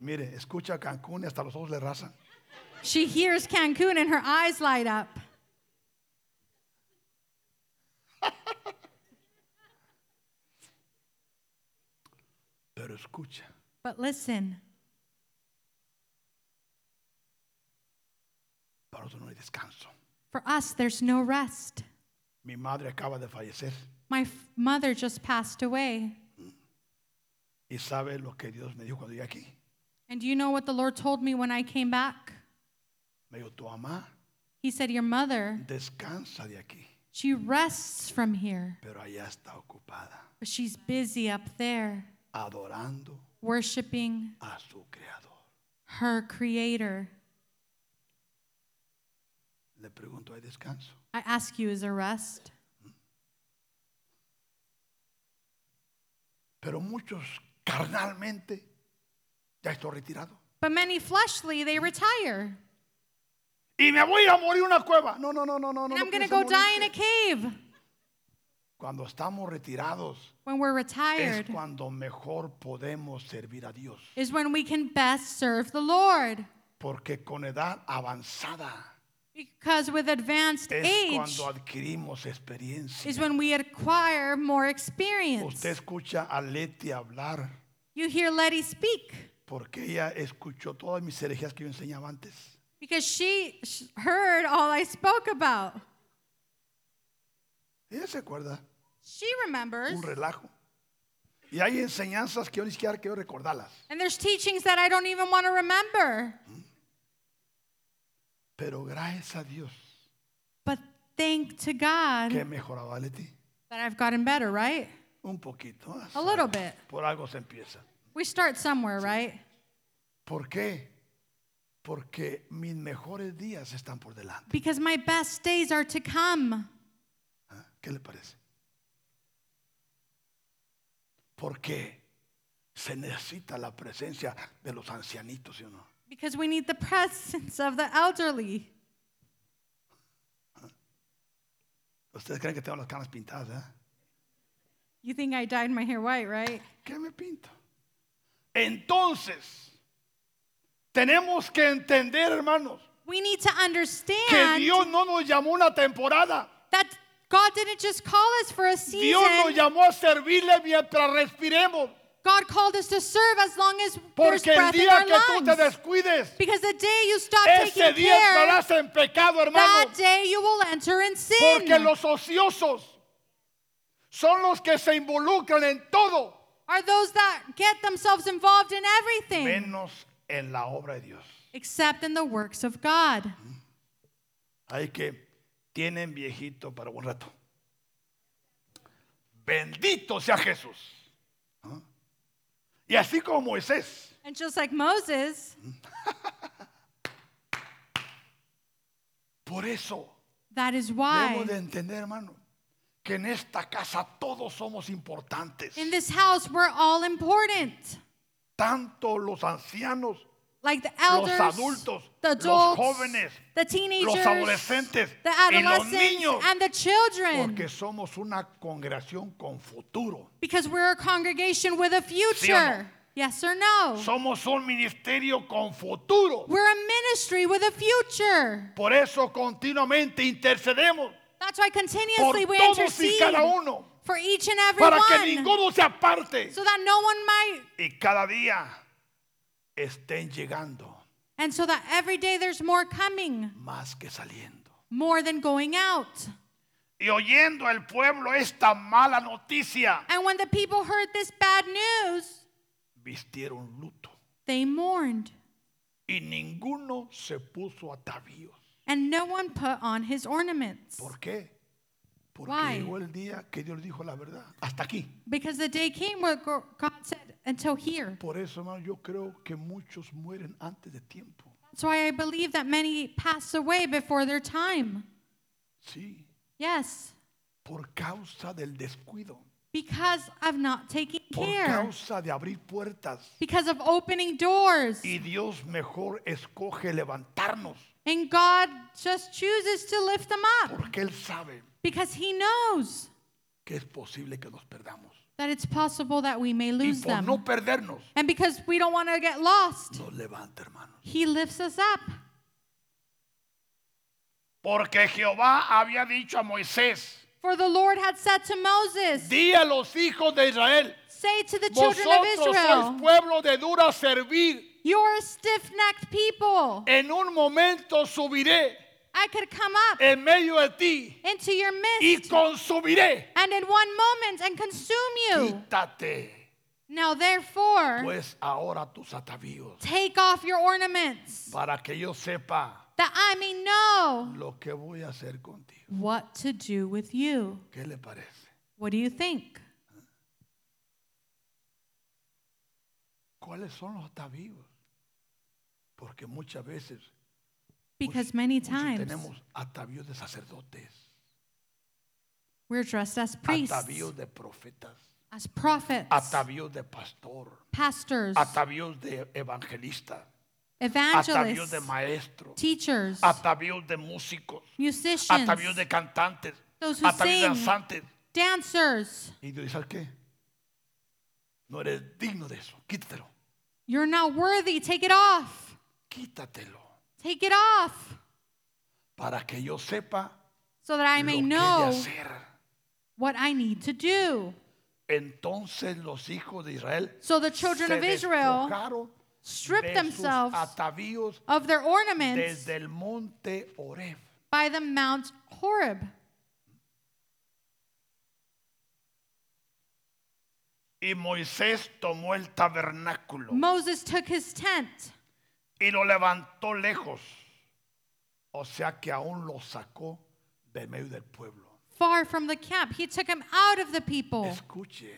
[SPEAKER 1] Mire, escucha Cancún y hasta los ojos le rasan.
[SPEAKER 2] She hears Cancun and her eyes light up.
[SPEAKER 1] Pero escucha,
[SPEAKER 2] But listen,
[SPEAKER 1] para nosotros no hay descanso.
[SPEAKER 2] for us, there's no rest.
[SPEAKER 1] Mi madre acaba de fallecer.
[SPEAKER 2] My f- mother just passed away.
[SPEAKER 1] Y sabe lo que Dios me dijo cuando llegué aquí.
[SPEAKER 2] And do you know what the Lord told me when I came back?
[SPEAKER 1] Me dijo, tu mamá
[SPEAKER 2] He said, Your mother,
[SPEAKER 1] descansa de aquí,
[SPEAKER 2] she rests from here,
[SPEAKER 1] pero allá está ocupada
[SPEAKER 2] but she's busy up there,
[SPEAKER 1] adorando
[SPEAKER 2] worshiping
[SPEAKER 1] a su creador.
[SPEAKER 2] her Creator.
[SPEAKER 1] Le pregunto, ¿hay descanso?
[SPEAKER 2] I ask you, is there rest?
[SPEAKER 1] Pero muchos carnalmente ya estoy retirado.
[SPEAKER 2] But many fleshly, they retire.
[SPEAKER 1] Y me voy a morir en una cueva. No, no, no, no, no. no
[SPEAKER 2] And I'm going to
[SPEAKER 1] pienso
[SPEAKER 2] go die in a
[SPEAKER 1] morirte.
[SPEAKER 2] cave.
[SPEAKER 1] Cuando estamos retirados
[SPEAKER 2] When we're
[SPEAKER 1] es
[SPEAKER 2] retired,
[SPEAKER 1] cuando mejor podemos servir a Dios.
[SPEAKER 2] is when we can best serve the Lord.
[SPEAKER 1] Porque con edad avanzada
[SPEAKER 2] Because with advanced
[SPEAKER 1] es
[SPEAKER 2] age
[SPEAKER 1] cuando adquirimos experiencia.
[SPEAKER 2] is when we acquire more experience.
[SPEAKER 1] Usted escucha a Leti hablar
[SPEAKER 2] You hear Letty speak
[SPEAKER 1] porque ella escuchó todas mis herejías que yo enseñaba antes.
[SPEAKER 2] because she sh- heard all I spoke about.
[SPEAKER 1] Ella se acuerda,
[SPEAKER 2] She remembers.
[SPEAKER 1] un relajo. Y hay enseñanzas que yo ni siquiera quiero recordarlas,
[SPEAKER 2] And there's teachings that I don't even want to remember.
[SPEAKER 1] pero gracias a Dios
[SPEAKER 2] But thank
[SPEAKER 1] que
[SPEAKER 2] to
[SPEAKER 1] he
[SPEAKER 2] God Mm.
[SPEAKER 1] mejorado a Leti.
[SPEAKER 2] But I've gotten better, right?
[SPEAKER 1] Un poquito. ¿eh?
[SPEAKER 2] A little bit.
[SPEAKER 1] Por algo se empieza.
[SPEAKER 2] We start somewhere, right?
[SPEAKER 1] ¿Por qué? Porque mis mejores días están por delante.
[SPEAKER 2] Because my best days are to come.
[SPEAKER 1] ¿Ah? ¿Qué le parece? Porque se necesita la presencia de los ancianitos, ¿sí o no?
[SPEAKER 2] Because we need the presence of the elderly.
[SPEAKER 1] Ustedes creen que tengo las canas pintadas, ¿verdad?
[SPEAKER 2] You think I dyed my hair white, right?
[SPEAKER 1] ¿Qué me pinto? Entonces, tenemos que entender, hermanos,
[SPEAKER 2] We need to
[SPEAKER 1] que
[SPEAKER 2] understand
[SPEAKER 1] Dios no nos llamó una temporada.
[SPEAKER 2] that God didn't just call us for a
[SPEAKER 1] Dios nos
[SPEAKER 2] season.
[SPEAKER 1] llamó a servirle mientras respiremos.
[SPEAKER 2] God called us to serve as long as there's
[SPEAKER 1] Porque el
[SPEAKER 2] breath in
[SPEAKER 1] día
[SPEAKER 2] our
[SPEAKER 1] que tú te
[SPEAKER 2] lungs.
[SPEAKER 1] descuides,
[SPEAKER 2] Because the day you stop
[SPEAKER 1] ese
[SPEAKER 2] taking
[SPEAKER 1] día
[SPEAKER 2] care,
[SPEAKER 1] estarás en pecado, hermano.
[SPEAKER 2] that day you will enter in
[SPEAKER 1] Porque
[SPEAKER 2] sin.
[SPEAKER 1] los ociosos son los que se involucran en todo,
[SPEAKER 2] Are those that get themselves involved in everything
[SPEAKER 1] menos en la obra de Dios.
[SPEAKER 2] except in the works of God.
[SPEAKER 1] Hay que tienen viejito para un rato. Bendito sea Jesús. ¿Ah? Y así como Moisés,
[SPEAKER 2] And just like Moses,
[SPEAKER 1] por eso
[SPEAKER 2] that is
[SPEAKER 1] debemos
[SPEAKER 2] why
[SPEAKER 1] de entender, hermano, que en esta casa todos somos importantes,
[SPEAKER 2] in this house we're all important.
[SPEAKER 1] tanto los ancianos
[SPEAKER 2] Like the elders,
[SPEAKER 1] adultos,
[SPEAKER 2] the
[SPEAKER 1] los
[SPEAKER 2] adults,
[SPEAKER 1] jóvenes,
[SPEAKER 2] the teenagers,
[SPEAKER 1] adolescentes
[SPEAKER 2] the
[SPEAKER 1] y los
[SPEAKER 2] adolescents,
[SPEAKER 1] niños.
[SPEAKER 2] and the children.
[SPEAKER 1] Porque somos una congregación con futuro.
[SPEAKER 2] because we're a congregation with a future. Yes or no?
[SPEAKER 1] Somos un ministerio con futuro.
[SPEAKER 2] we're a ministry with a future.
[SPEAKER 1] Por eso continuamente intercedemos
[SPEAKER 2] That's why
[SPEAKER 1] por
[SPEAKER 2] continuously we
[SPEAKER 1] todos y
[SPEAKER 2] intercede
[SPEAKER 1] cada uno
[SPEAKER 2] for each and every
[SPEAKER 1] para que
[SPEAKER 2] one
[SPEAKER 1] ninguno se aparte
[SPEAKER 2] so that no one might
[SPEAKER 1] y cada día estén llegando
[SPEAKER 2] and so that every day there's more coming,
[SPEAKER 1] más que saliendo.
[SPEAKER 2] more than going out.
[SPEAKER 1] Y oyendo el pueblo esta mala noticia,
[SPEAKER 2] And when the people heard this bad news,
[SPEAKER 1] vistieron luto
[SPEAKER 2] they mourned,
[SPEAKER 1] y ninguno se puso atavíos.
[SPEAKER 2] and no one put on his ornaments.
[SPEAKER 1] ¿Por qué? Porque
[SPEAKER 2] Why?
[SPEAKER 1] llegó el día que Dios dijo la verdad. Hasta aquí.
[SPEAKER 2] Because the day came where go- God said, until here.
[SPEAKER 1] Por eso, hermano, yo creo que muchos mueren antes de tiempo.
[SPEAKER 2] That's why I believe that many pass away before their time.
[SPEAKER 1] Sí,
[SPEAKER 2] Yes,
[SPEAKER 1] por causa del descuido,
[SPEAKER 2] because of not taking
[SPEAKER 1] por
[SPEAKER 2] care,
[SPEAKER 1] causa de abrir puertas.
[SPEAKER 2] because of opening doors.
[SPEAKER 1] Y Dios mejor escoge levantarnos,
[SPEAKER 2] And God just chooses to lift them up
[SPEAKER 1] porque Él sabe
[SPEAKER 2] because He knows
[SPEAKER 1] que es posible que nos perdamos.
[SPEAKER 2] that it's possible that we may
[SPEAKER 1] Y
[SPEAKER 2] lose
[SPEAKER 1] por
[SPEAKER 2] them.
[SPEAKER 1] no perdernos,
[SPEAKER 2] And because we don't want to get lost,
[SPEAKER 1] nos levanta, hermanos.
[SPEAKER 2] He lifts us up.
[SPEAKER 1] Porque Jehová había dicho a Moisés,
[SPEAKER 2] For the Lord had said to Moses,
[SPEAKER 1] di a los hijos de Israel,
[SPEAKER 2] Say to the children of
[SPEAKER 1] vosotros sois
[SPEAKER 2] Israel,
[SPEAKER 1] pueblo de dura servir.
[SPEAKER 2] You are a stiff necked people.
[SPEAKER 1] En un momento subiré
[SPEAKER 2] I could come up
[SPEAKER 1] en medio de ti
[SPEAKER 2] into your
[SPEAKER 1] y
[SPEAKER 2] midst
[SPEAKER 1] consumiré.
[SPEAKER 2] and in one moment and consume you.
[SPEAKER 1] Quítate
[SPEAKER 2] Now therefore,
[SPEAKER 1] pues ahora tus atavíos
[SPEAKER 2] take off your ornaments
[SPEAKER 1] para que yo sepa
[SPEAKER 2] that I may know
[SPEAKER 1] lo que voy a hacer contigo.
[SPEAKER 2] what to do with you.
[SPEAKER 1] ¿Qué le parece?
[SPEAKER 2] What do you think?
[SPEAKER 1] ¿Cuáles son los atavíos? Porque muchas veces muchos-
[SPEAKER 2] Because many
[SPEAKER 1] muchos
[SPEAKER 2] times
[SPEAKER 1] tenemos atavíos de sacerdotes,
[SPEAKER 2] we're dressed as priests,
[SPEAKER 1] atavíos de profetas,
[SPEAKER 2] as prophets,
[SPEAKER 1] atavíos de pastor,
[SPEAKER 2] pastors,
[SPEAKER 1] atavíos de evangelista, atavíos
[SPEAKER 2] evangelists,
[SPEAKER 1] de maestro,
[SPEAKER 2] teachers,
[SPEAKER 1] atavíos de músicos. atavíos
[SPEAKER 2] musicians,
[SPEAKER 1] de cantantes,
[SPEAKER 2] Those who
[SPEAKER 1] atavíos de
[SPEAKER 2] sing.
[SPEAKER 1] danzantes.
[SPEAKER 2] dancers.
[SPEAKER 1] Y Dios dice, ¿sabes qué? No eres digno de eso. Quítatelo.
[SPEAKER 2] You're not worthy. Take it off.
[SPEAKER 1] Quítatelo.
[SPEAKER 2] Take it off
[SPEAKER 1] Para que yo sepa
[SPEAKER 2] so that I
[SPEAKER 1] lo
[SPEAKER 2] may
[SPEAKER 1] que he de
[SPEAKER 2] know
[SPEAKER 1] hacer.
[SPEAKER 2] what I need to do.
[SPEAKER 1] Entonces los hijos de Israel
[SPEAKER 2] So the children
[SPEAKER 1] se
[SPEAKER 2] of Israel
[SPEAKER 1] despojaron
[SPEAKER 2] stripped
[SPEAKER 1] de sus
[SPEAKER 2] themselves
[SPEAKER 1] atavíos
[SPEAKER 2] of their ornaments
[SPEAKER 1] desde el monte Oreb.
[SPEAKER 2] by the Mount Horeb.
[SPEAKER 1] Y Moisés tomó el tabernáculo
[SPEAKER 2] Moses took his tent
[SPEAKER 1] y lo levantó lejos. O sea que aún lo sacó de medio del pueblo.
[SPEAKER 2] far from the camp. He took him out of the people.
[SPEAKER 1] Escuchen,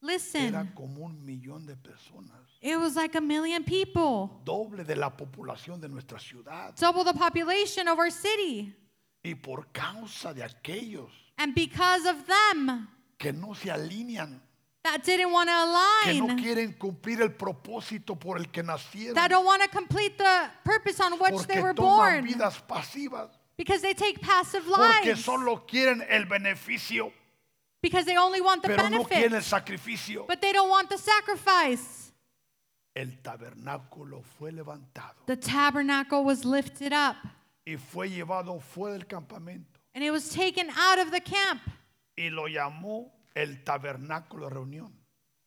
[SPEAKER 2] Listen,
[SPEAKER 1] era como un millón de personas,
[SPEAKER 2] it was like a million people,
[SPEAKER 1] doble de la población de nuestra ciudad.
[SPEAKER 2] double the population of our city.
[SPEAKER 1] Y por causa de aquellos
[SPEAKER 2] And because of them
[SPEAKER 1] que no se alinean,
[SPEAKER 2] that didn't want to
[SPEAKER 1] que no
[SPEAKER 2] align,
[SPEAKER 1] quieren cumplir el propósito por el que
[SPEAKER 2] that
[SPEAKER 1] nacieron,
[SPEAKER 2] don't want to complete the purpose on which they
[SPEAKER 1] porque toman
[SPEAKER 2] were born,
[SPEAKER 1] vidas pasivas,
[SPEAKER 2] because they take passive
[SPEAKER 1] porque
[SPEAKER 2] lives,
[SPEAKER 1] solo quieren el beneficio,
[SPEAKER 2] because they only want the
[SPEAKER 1] pero no quieren
[SPEAKER 2] benefit,
[SPEAKER 1] el sacrificio.
[SPEAKER 2] but they don't want the sacrifice.
[SPEAKER 1] El tabernáculo fue levantado
[SPEAKER 2] The tabernacle was lifted up
[SPEAKER 1] y fue llevado fuera del campamento
[SPEAKER 2] and it was taken out of the camp.
[SPEAKER 1] y lo llamó el tabernáculo de reunión.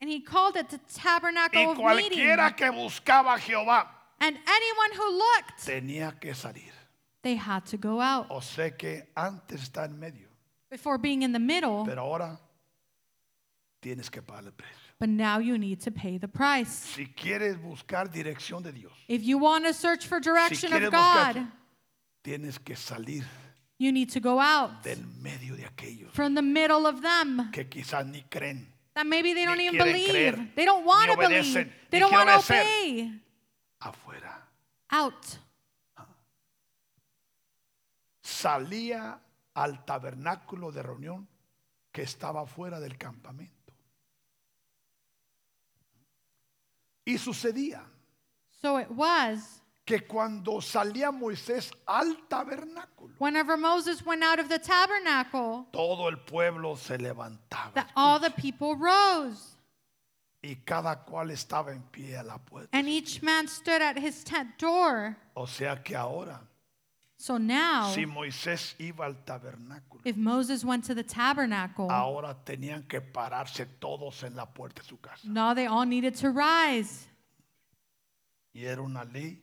[SPEAKER 2] And he called it the tabernacle
[SPEAKER 1] Y
[SPEAKER 2] of meeting.
[SPEAKER 1] cualquiera que buscaba a Jehová
[SPEAKER 2] And anyone who looked,
[SPEAKER 1] tenía que salir.
[SPEAKER 2] they had to go out
[SPEAKER 1] O sea que antes está en medio,
[SPEAKER 2] before being in the middle.
[SPEAKER 1] pero ahora tienes que pagar el precio.
[SPEAKER 2] But now you need to pay the price.
[SPEAKER 1] Si quieres buscar dirección de Dios,
[SPEAKER 2] If you want to search for direction
[SPEAKER 1] quieres
[SPEAKER 2] of
[SPEAKER 1] buscar-
[SPEAKER 2] God,
[SPEAKER 1] tienes que salir
[SPEAKER 2] you need to go out
[SPEAKER 1] del medio de aquellos
[SPEAKER 2] from the middle of them
[SPEAKER 1] que quizás ni creen.
[SPEAKER 2] that maybe they don't
[SPEAKER 1] Ni
[SPEAKER 2] even
[SPEAKER 1] quieren
[SPEAKER 2] believe.
[SPEAKER 1] creer,
[SPEAKER 2] they don't
[SPEAKER 1] ni
[SPEAKER 2] want to
[SPEAKER 1] obedecen,
[SPEAKER 2] believe.
[SPEAKER 1] ni
[SPEAKER 2] They don't
[SPEAKER 1] quieren
[SPEAKER 2] want to
[SPEAKER 1] obedecer.
[SPEAKER 2] obey.
[SPEAKER 1] Afuera.
[SPEAKER 2] Out.
[SPEAKER 1] Salía al tabernáculo de reunión que estaba fuera del campamento. Y sucedía
[SPEAKER 2] So it was
[SPEAKER 1] que cuando salía Moisés al tabernáculo,
[SPEAKER 2] whenever Moses went out of the tabernacle
[SPEAKER 1] todo el pueblo se levantaba
[SPEAKER 2] that all the people rose
[SPEAKER 1] y cada cual estaba en pie a la puerta.
[SPEAKER 2] and each man stood at his tent door.
[SPEAKER 1] O sea que ahora,
[SPEAKER 2] So now,
[SPEAKER 1] si Moisés iba al tabernáculo,
[SPEAKER 2] if Moses went to the tabernacle,
[SPEAKER 1] ahora tenían que pararse todos en la puerta de su casa.
[SPEAKER 2] now they all needed to rise.
[SPEAKER 1] Y era una ley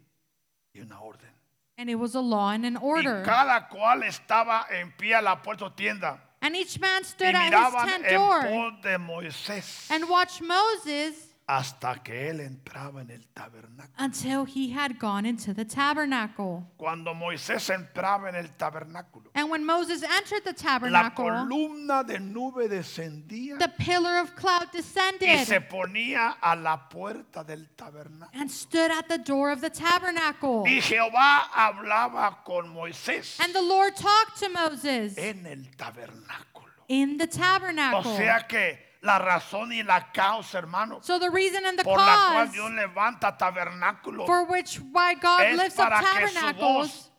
[SPEAKER 1] y una orden.
[SPEAKER 2] And it was a law and an
[SPEAKER 1] Y
[SPEAKER 2] order.
[SPEAKER 1] cada cual estaba en pie a la puerta o tienda
[SPEAKER 2] And each man
[SPEAKER 1] y
[SPEAKER 2] stood at his
[SPEAKER 1] miraban
[SPEAKER 2] tent
[SPEAKER 1] en
[SPEAKER 2] door
[SPEAKER 1] pos de Moisés
[SPEAKER 2] and watched Moses
[SPEAKER 1] hasta que él entraba en el tabernáculo.
[SPEAKER 2] until he had gone into the tabernacle.
[SPEAKER 1] Cuando Moisés entraba en el tabernáculo,
[SPEAKER 2] And when Moses entered the
[SPEAKER 1] la
[SPEAKER 2] tabernacle,
[SPEAKER 1] columna de nube descendía
[SPEAKER 2] the pillar of cloud
[SPEAKER 1] y se
[SPEAKER 2] descended
[SPEAKER 1] ponía a la puerta del tabernáculo.
[SPEAKER 2] and stood at the door of the tabernacle.
[SPEAKER 1] Y Jehová hablaba con Moisés
[SPEAKER 2] And the Lord talked to Moses
[SPEAKER 1] en el tabernáculo.
[SPEAKER 2] in the
[SPEAKER 1] O
[SPEAKER 2] tabernacle.
[SPEAKER 1] sea que la razón y la causa, hermano,
[SPEAKER 2] So the reason and the
[SPEAKER 1] por la cual
[SPEAKER 2] cause
[SPEAKER 1] Dios levanta tabernáculos
[SPEAKER 2] for which why God
[SPEAKER 1] es
[SPEAKER 2] lifts up
[SPEAKER 1] para que su
[SPEAKER 2] tabernacles
[SPEAKER 1] voz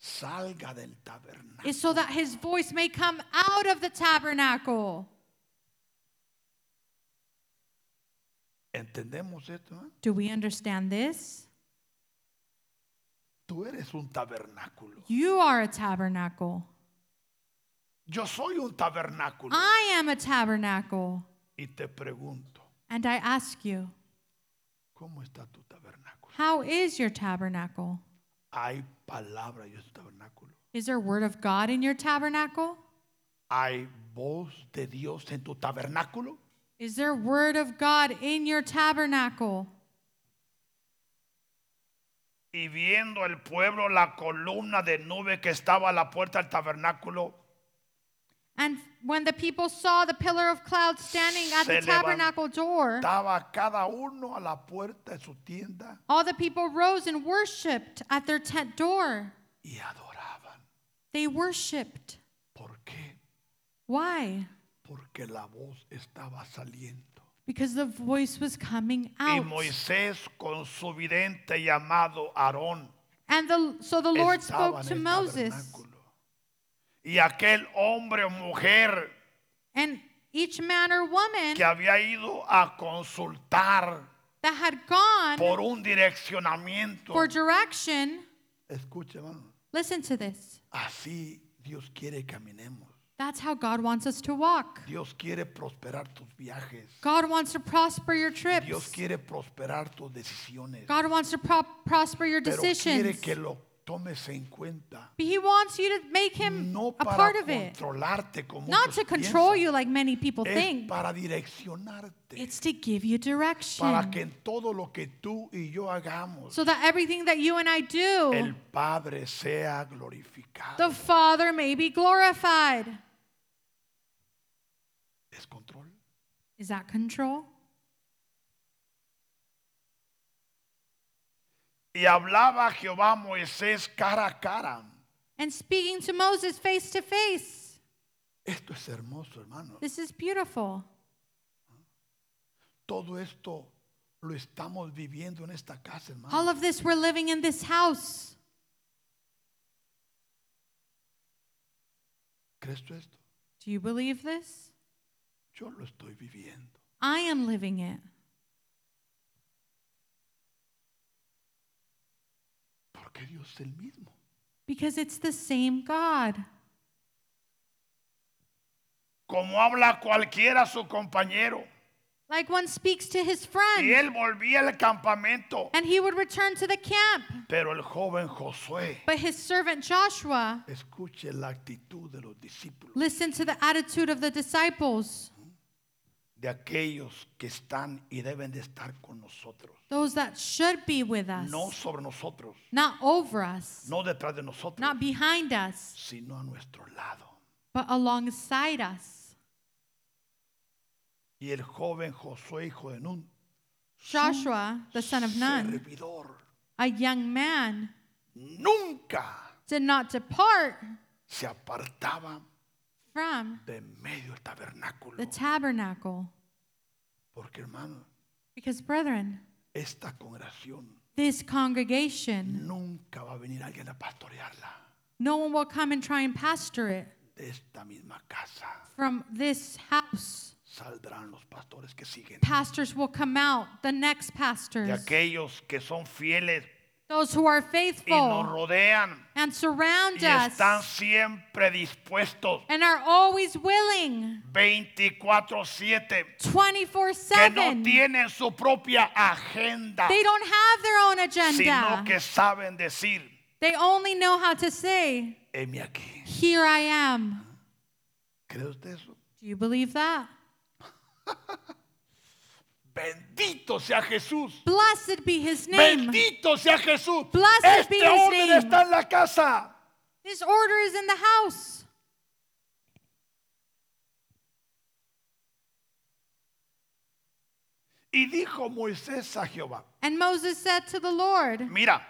[SPEAKER 1] salga del tabernáculo.
[SPEAKER 2] is so that his voice may come out of the tabernacle.
[SPEAKER 1] ¿Entendemos esto? eh?
[SPEAKER 2] Do we understand this?
[SPEAKER 1] Tú eres un tabernáculo.
[SPEAKER 2] You are a tabernacle.
[SPEAKER 1] Yo soy un tabernáculo.
[SPEAKER 2] I am a tabernacle.
[SPEAKER 1] Y te pregunto,
[SPEAKER 2] And I ask you,
[SPEAKER 1] ¿cómo está tu tabernáculo?
[SPEAKER 2] how is your tabernacle?
[SPEAKER 1] Hay palabra en tu tabernáculo.
[SPEAKER 2] Is there word of God in your tabernacle?
[SPEAKER 1] Hay voz de Dios en tu tabernáculo.
[SPEAKER 2] Is there word of God in your tabernacle?
[SPEAKER 1] Y viendo el pueblo la columna de nube que estaba a la puerta del tabernáculo,
[SPEAKER 2] And when the people saw the pillar of cloud standing at
[SPEAKER 1] Se
[SPEAKER 2] the tabernacle door,
[SPEAKER 1] estaba cada uno a la puerta de su tienda
[SPEAKER 2] all the people rose and worshiped at their tent door.
[SPEAKER 1] y adoraban.
[SPEAKER 2] They worshiped.
[SPEAKER 1] ¿Por qué?
[SPEAKER 2] Why?
[SPEAKER 1] Porque la voz estaba saliendo.
[SPEAKER 2] Because the voice was coming
[SPEAKER 1] Y
[SPEAKER 2] out.
[SPEAKER 1] Moisés con su vidente llamado Aarón
[SPEAKER 2] And the, so the Lord
[SPEAKER 1] estaba
[SPEAKER 2] spoke
[SPEAKER 1] en
[SPEAKER 2] to
[SPEAKER 1] el
[SPEAKER 2] Moses.
[SPEAKER 1] tabernáculo. Y aquel hombre o mujer
[SPEAKER 2] And each man or woman
[SPEAKER 1] que había ido a consultar
[SPEAKER 2] that had gone
[SPEAKER 1] por un direccionamiento.
[SPEAKER 2] for direction,
[SPEAKER 1] Escuche, hermano,
[SPEAKER 2] listen to this.
[SPEAKER 1] así Dios quiere que caminemos.
[SPEAKER 2] That's how God wants us to walk.
[SPEAKER 1] Dios quiere prosperar tus viajes.
[SPEAKER 2] God wants to prosper your
[SPEAKER 1] Dios
[SPEAKER 2] trips.
[SPEAKER 1] quiere prosperar tus decisiones.
[SPEAKER 2] God wants to pro- prosper your
[SPEAKER 1] Pero quiere
[SPEAKER 2] decisions.
[SPEAKER 1] que lo tomes en cuenta.
[SPEAKER 2] But he wants you to make him
[SPEAKER 1] No
[SPEAKER 2] a
[SPEAKER 1] para
[SPEAKER 2] part of it.
[SPEAKER 1] controlarte como
[SPEAKER 2] Not
[SPEAKER 1] muchos
[SPEAKER 2] to control
[SPEAKER 1] piensan.
[SPEAKER 2] you like many people
[SPEAKER 1] es
[SPEAKER 2] think.
[SPEAKER 1] para direccionarte,
[SPEAKER 2] It's to give you
[SPEAKER 1] para
[SPEAKER 2] direction.
[SPEAKER 1] que en todo lo que tú y yo hagamos,
[SPEAKER 2] So that everything that you and I do,
[SPEAKER 1] el Padre sea glorificado.
[SPEAKER 2] the Father may be glorified.
[SPEAKER 1] ¿Es control?
[SPEAKER 2] Is that control?
[SPEAKER 1] Y hablaba Jehová a Moisés cara a cara.
[SPEAKER 2] And speaking to Moses face to face.
[SPEAKER 1] Esto es hermoso, hermano.
[SPEAKER 2] This is beautiful.
[SPEAKER 1] Todo esto lo estamos viviendo en esta casa, hermano.
[SPEAKER 2] All of this we're living in this house.
[SPEAKER 1] ¿Crees tú esto?
[SPEAKER 2] Do you believe this?
[SPEAKER 1] Yo lo estoy viviendo.
[SPEAKER 2] I am living it.
[SPEAKER 1] Porque Dios es el mismo.
[SPEAKER 2] Because it's the same God.
[SPEAKER 1] Como habla cualquiera a su compañero.
[SPEAKER 2] Like one speaks to his
[SPEAKER 1] Y
[SPEAKER 2] friend,
[SPEAKER 1] él volvía al campamento.
[SPEAKER 2] and he would return to the camp.
[SPEAKER 1] Pero el joven Josué,
[SPEAKER 2] But his servant Joshua
[SPEAKER 1] escuche la actitud de los discípulos,
[SPEAKER 2] listened to the attitude of the disciples,
[SPEAKER 1] de aquellos que están y deben de estar con nosotros.
[SPEAKER 2] those that should be with us,
[SPEAKER 1] No sobre nosotros,
[SPEAKER 2] not over us,
[SPEAKER 1] no detrás de nosotros,
[SPEAKER 2] not behind us,
[SPEAKER 1] sino a nuestro lado.
[SPEAKER 2] but alongside us.
[SPEAKER 1] Y el joven Josué, hijo de Nun,
[SPEAKER 2] Joshua, the son of Nun,
[SPEAKER 1] servidor,
[SPEAKER 2] a young man,
[SPEAKER 1] nunca
[SPEAKER 2] did not depart
[SPEAKER 1] se apartaba
[SPEAKER 2] from
[SPEAKER 1] de medio del tabernáculo.
[SPEAKER 2] the tabernacle.
[SPEAKER 1] Porque hermano,
[SPEAKER 2] Because, brethren,
[SPEAKER 1] esta congregación
[SPEAKER 2] this congregation,
[SPEAKER 1] nunca va a venir alguien a pastorearla
[SPEAKER 2] no one will come and try and pastor it
[SPEAKER 1] de esta misma casa.
[SPEAKER 2] from this house.
[SPEAKER 1] Saldrán los pastores que siguen.
[SPEAKER 2] Pastors will come out, the next
[SPEAKER 1] De
[SPEAKER 2] pastors,
[SPEAKER 1] aquellos que son fieles
[SPEAKER 2] those who
[SPEAKER 1] y
[SPEAKER 2] are
[SPEAKER 1] nos
[SPEAKER 2] faithful
[SPEAKER 1] rodean
[SPEAKER 2] and surround
[SPEAKER 1] y están
[SPEAKER 2] us
[SPEAKER 1] siempre dispuestos
[SPEAKER 2] and are always willing
[SPEAKER 1] 24/7
[SPEAKER 2] 24
[SPEAKER 1] que no
[SPEAKER 2] 7. They
[SPEAKER 1] tienen su propia agenda,
[SPEAKER 2] don't have their own
[SPEAKER 1] sino
[SPEAKER 2] agenda,
[SPEAKER 1] que saben decir,
[SPEAKER 2] they only know how to say,
[SPEAKER 1] heme aquí.
[SPEAKER 2] Here I am.
[SPEAKER 1] ¿Cree usted eso?
[SPEAKER 2] Do you believe that?
[SPEAKER 1] Bendito sea Jesús.
[SPEAKER 2] Blessed be his name.
[SPEAKER 1] Bendito sea Jesús.
[SPEAKER 2] Blessed be
[SPEAKER 1] este
[SPEAKER 2] his
[SPEAKER 1] orden
[SPEAKER 2] name.
[SPEAKER 1] está en la casa.
[SPEAKER 2] This order is in the house.
[SPEAKER 1] Y dijo Moisés a Jehová,
[SPEAKER 2] And Moses said to the Lord,
[SPEAKER 1] mira,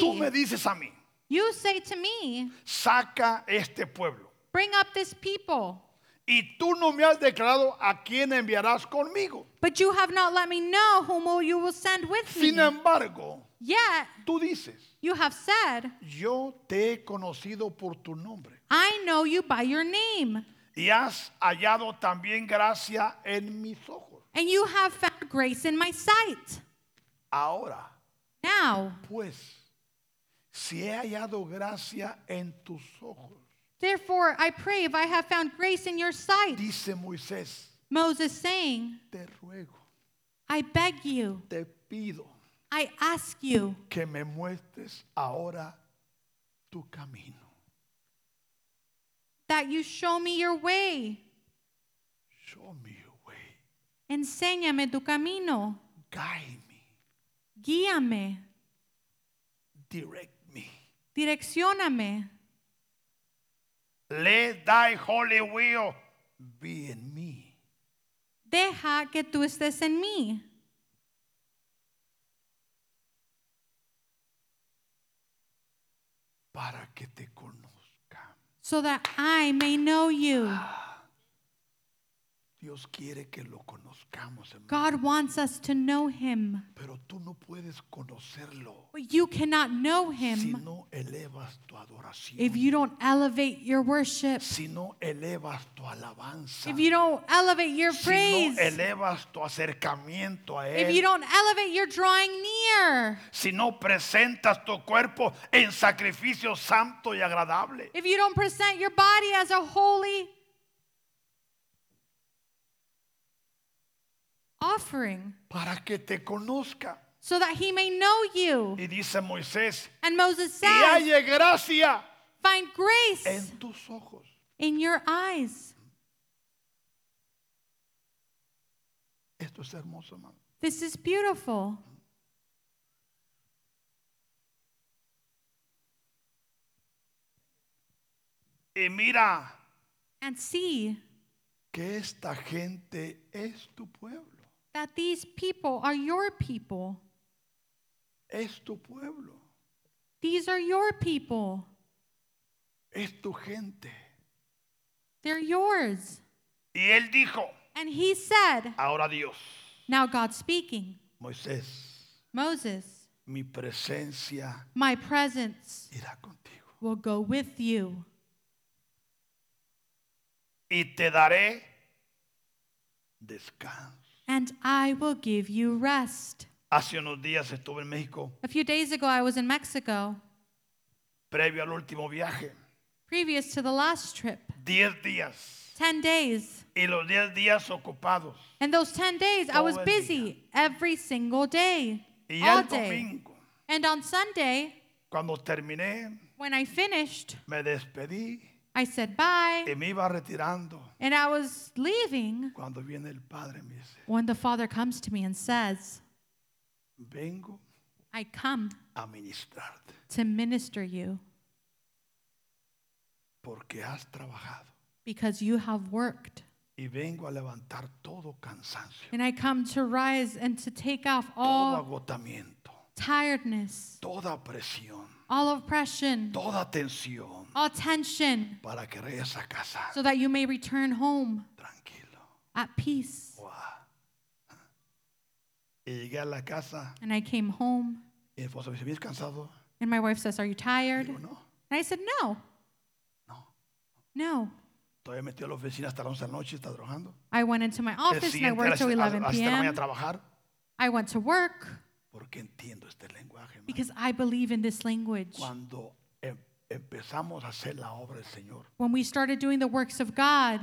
[SPEAKER 1] tú me
[SPEAKER 2] See,
[SPEAKER 1] dices a mí,
[SPEAKER 2] you say to me,
[SPEAKER 1] saca este pueblo.
[SPEAKER 2] Bring up this people,
[SPEAKER 1] Y tú no me has declarado a quién enviarás conmigo.
[SPEAKER 2] but you have not let me know whom will you will send with me.
[SPEAKER 1] Sin embargo,
[SPEAKER 2] Yet
[SPEAKER 1] tú dices,
[SPEAKER 2] you have said,
[SPEAKER 1] yo te he conocido por tu nombre
[SPEAKER 2] I know you by your name,
[SPEAKER 1] y has hallado también gracia en mis ojos.
[SPEAKER 2] and you have found grace in my sight.
[SPEAKER 1] Ahora,
[SPEAKER 2] Now,
[SPEAKER 1] pues, si he hallado gracia en tus ojos,
[SPEAKER 2] therefore, I pray if I have found grace in your sight.
[SPEAKER 1] dice Moisés,
[SPEAKER 2] Moses saying,
[SPEAKER 1] te ruego,
[SPEAKER 2] I beg you,
[SPEAKER 1] te pido
[SPEAKER 2] I ask you,
[SPEAKER 1] que me muestres ahora tu camino.
[SPEAKER 2] that you show me your way.
[SPEAKER 1] Show me your way.
[SPEAKER 2] Enséñame tu camino.
[SPEAKER 1] Guide me.
[SPEAKER 2] Guíame.
[SPEAKER 1] Direct me.
[SPEAKER 2] Direccióname.
[SPEAKER 1] Let thy holy will be in me.
[SPEAKER 2] Deja que tú estés en mí.
[SPEAKER 1] para que te conozca.
[SPEAKER 2] so that I may know you.
[SPEAKER 1] Dios quiere que lo conozcamos, hermano.
[SPEAKER 2] God wants us to know him.
[SPEAKER 1] Pero tú no puedes conocerlo
[SPEAKER 2] But you cannot know
[SPEAKER 1] si
[SPEAKER 2] him
[SPEAKER 1] no elevas tu adoración,
[SPEAKER 2] if you don't elevate your worship,
[SPEAKER 1] si no elevas tu alabanza,
[SPEAKER 2] if you don't elevate your
[SPEAKER 1] si no
[SPEAKER 2] praise,
[SPEAKER 1] elevas tu acercamiento a
[SPEAKER 2] if you
[SPEAKER 1] Él,
[SPEAKER 2] don't elevate your drawing near,
[SPEAKER 1] si no presentas tu cuerpo en sacrificio santo y agradable.
[SPEAKER 2] if you don't present your body as a holy offering
[SPEAKER 1] Para que te conozca.
[SPEAKER 2] so that he may know you.
[SPEAKER 1] Y dice Moisés,
[SPEAKER 2] And Moses
[SPEAKER 1] y
[SPEAKER 2] says,
[SPEAKER 1] halle gracia
[SPEAKER 2] Find grace
[SPEAKER 1] en tus ojos.
[SPEAKER 2] in your eyes.
[SPEAKER 1] Esto es hermoso, hermano.
[SPEAKER 2] This is beautiful.
[SPEAKER 1] Y mira
[SPEAKER 2] And see
[SPEAKER 1] que esta gente es tu pueblo,
[SPEAKER 2] that these people are your people.
[SPEAKER 1] es tu pueblo,
[SPEAKER 2] These are your people.
[SPEAKER 1] es tu gente.
[SPEAKER 2] They're yours.
[SPEAKER 1] Y él dijo,
[SPEAKER 2] And he said,
[SPEAKER 1] ahora Dios,
[SPEAKER 2] Now God speaking,
[SPEAKER 1] Moisés,
[SPEAKER 2] Moses,
[SPEAKER 1] mi presencia
[SPEAKER 2] my presence
[SPEAKER 1] irá contigo.
[SPEAKER 2] will go with you,
[SPEAKER 1] Y te daré descanso.
[SPEAKER 2] and I will give you rest.
[SPEAKER 1] Hace unos días estuve en México,
[SPEAKER 2] A few days ago, I was in Mexico,
[SPEAKER 1] previo al último viaje,
[SPEAKER 2] previous to the last trip,
[SPEAKER 1] 10 días.
[SPEAKER 2] 10 days.
[SPEAKER 1] Y los 10 días ocupados.
[SPEAKER 2] And those 10 days, I was
[SPEAKER 1] Todo el
[SPEAKER 2] busy every single day,
[SPEAKER 1] Y ya
[SPEAKER 2] all
[SPEAKER 1] el
[SPEAKER 2] day.
[SPEAKER 1] domingo,
[SPEAKER 2] And on Sunday,
[SPEAKER 1] cuando terminé,
[SPEAKER 2] when I finished,
[SPEAKER 1] me despedí
[SPEAKER 2] I said bye,
[SPEAKER 1] y me iba retirando.
[SPEAKER 2] and I was leaving
[SPEAKER 1] Cuando viene el Padre, me dice,
[SPEAKER 2] when the Father comes to me and says,
[SPEAKER 1] vengo
[SPEAKER 2] I come
[SPEAKER 1] a ministrarte
[SPEAKER 2] to minister you
[SPEAKER 1] porque has trabajado.
[SPEAKER 2] because you have worked.
[SPEAKER 1] Y vengo a levantar todo cansancio,
[SPEAKER 2] And I come to rise and to take off
[SPEAKER 1] todo
[SPEAKER 2] all
[SPEAKER 1] agotamiento,
[SPEAKER 2] tiredness,
[SPEAKER 1] toda presión,
[SPEAKER 2] all oppression,
[SPEAKER 1] toda tensión,
[SPEAKER 2] all tension,
[SPEAKER 1] para que regreses a casa
[SPEAKER 2] so that you may return home
[SPEAKER 1] tranquilo.
[SPEAKER 2] at peace.
[SPEAKER 1] Guau. Y llegué a la casa
[SPEAKER 2] And I came home,
[SPEAKER 1] y mi esposa me dice, ¿vienes cansado?
[SPEAKER 2] and my wife says, Are you tired?
[SPEAKER 1] Digo,
[SPEAKER 2] And
[SPEAKER 1] no,
[SPEAKER 2] I said, No,
[SPEAKER 1] no.
[SPEAKER 2] no.
[SPEAKER 1] Todavía metido a la oficina hasta las 11 de la noche, está trabajando.
[SPEAKER 2] I went into my
[SPEAKER 1] El
[SPEAKER 2] office and
[SPEAKER 1] siguiente
[SPEAKER 2] I
[SPEAKER 1] a
[SPEAKER 2] worked
[SPEAKER 1] las-
[SPEAKER 2] till
[SPEAKER 1] a- hasta
[SPEAKER 2] 11
[SPEAKER 1] la mañana a
[SPEAKER 2] p.m.
[SPEAKER 1] trabajar
[SPEAKER 2] I went to work
[SPEAKER 1] porque entiendo este lenguaje. hermano.
[SPEAKER 2] because I believe in this language.
[SPEAKER 1] Cuando em- empezamos a hacer la obra del Señor,
[SPEAKER 2] When we started doing the works of God,